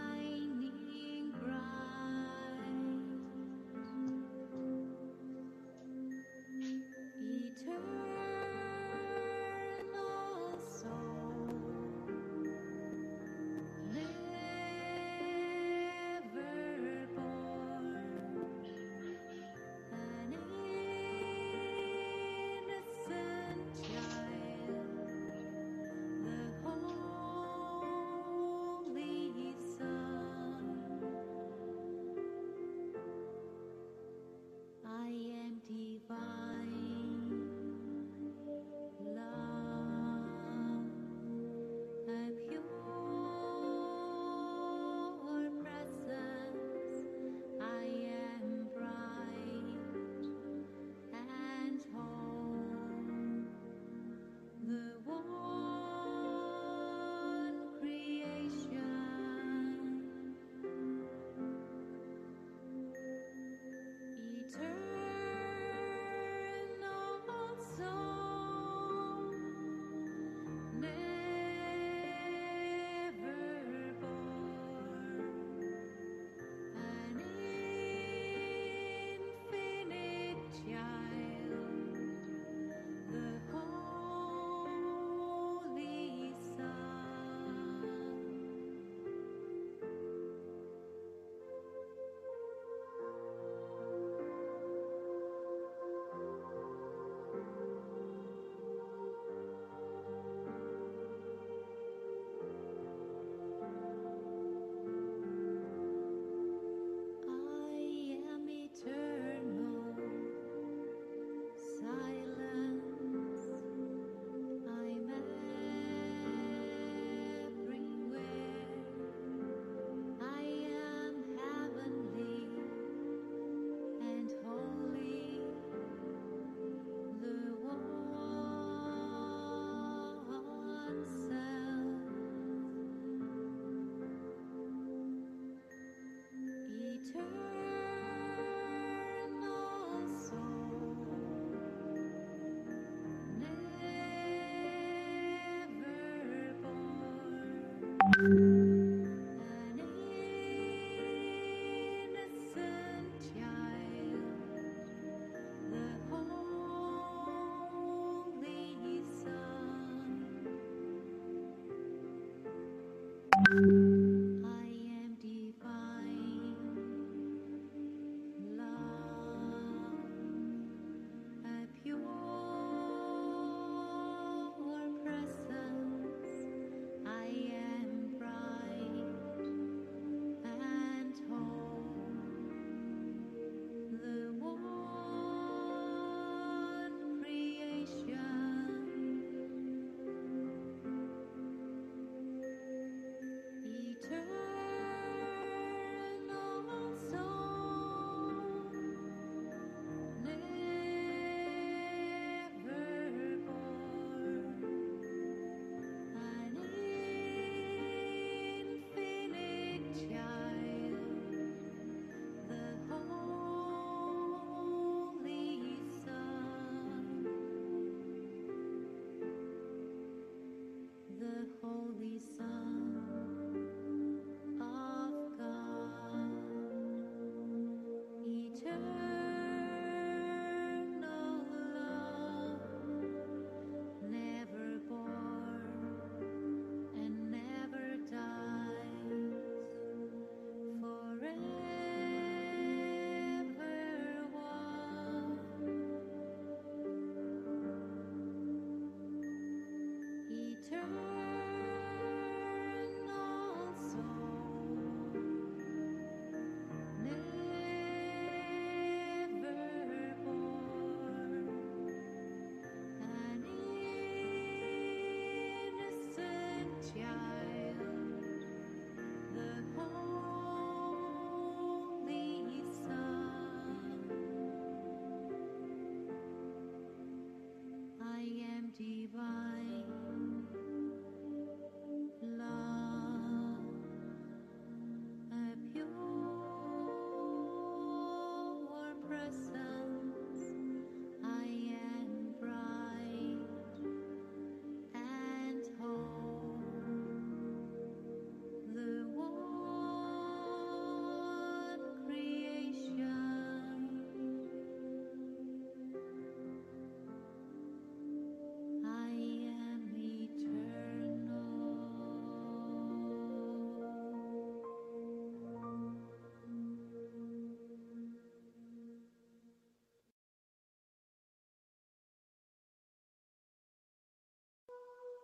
Speaker 1: shining bright, eternal soul, never born, an innocent child. The whole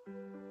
Speaker 1: Thank you.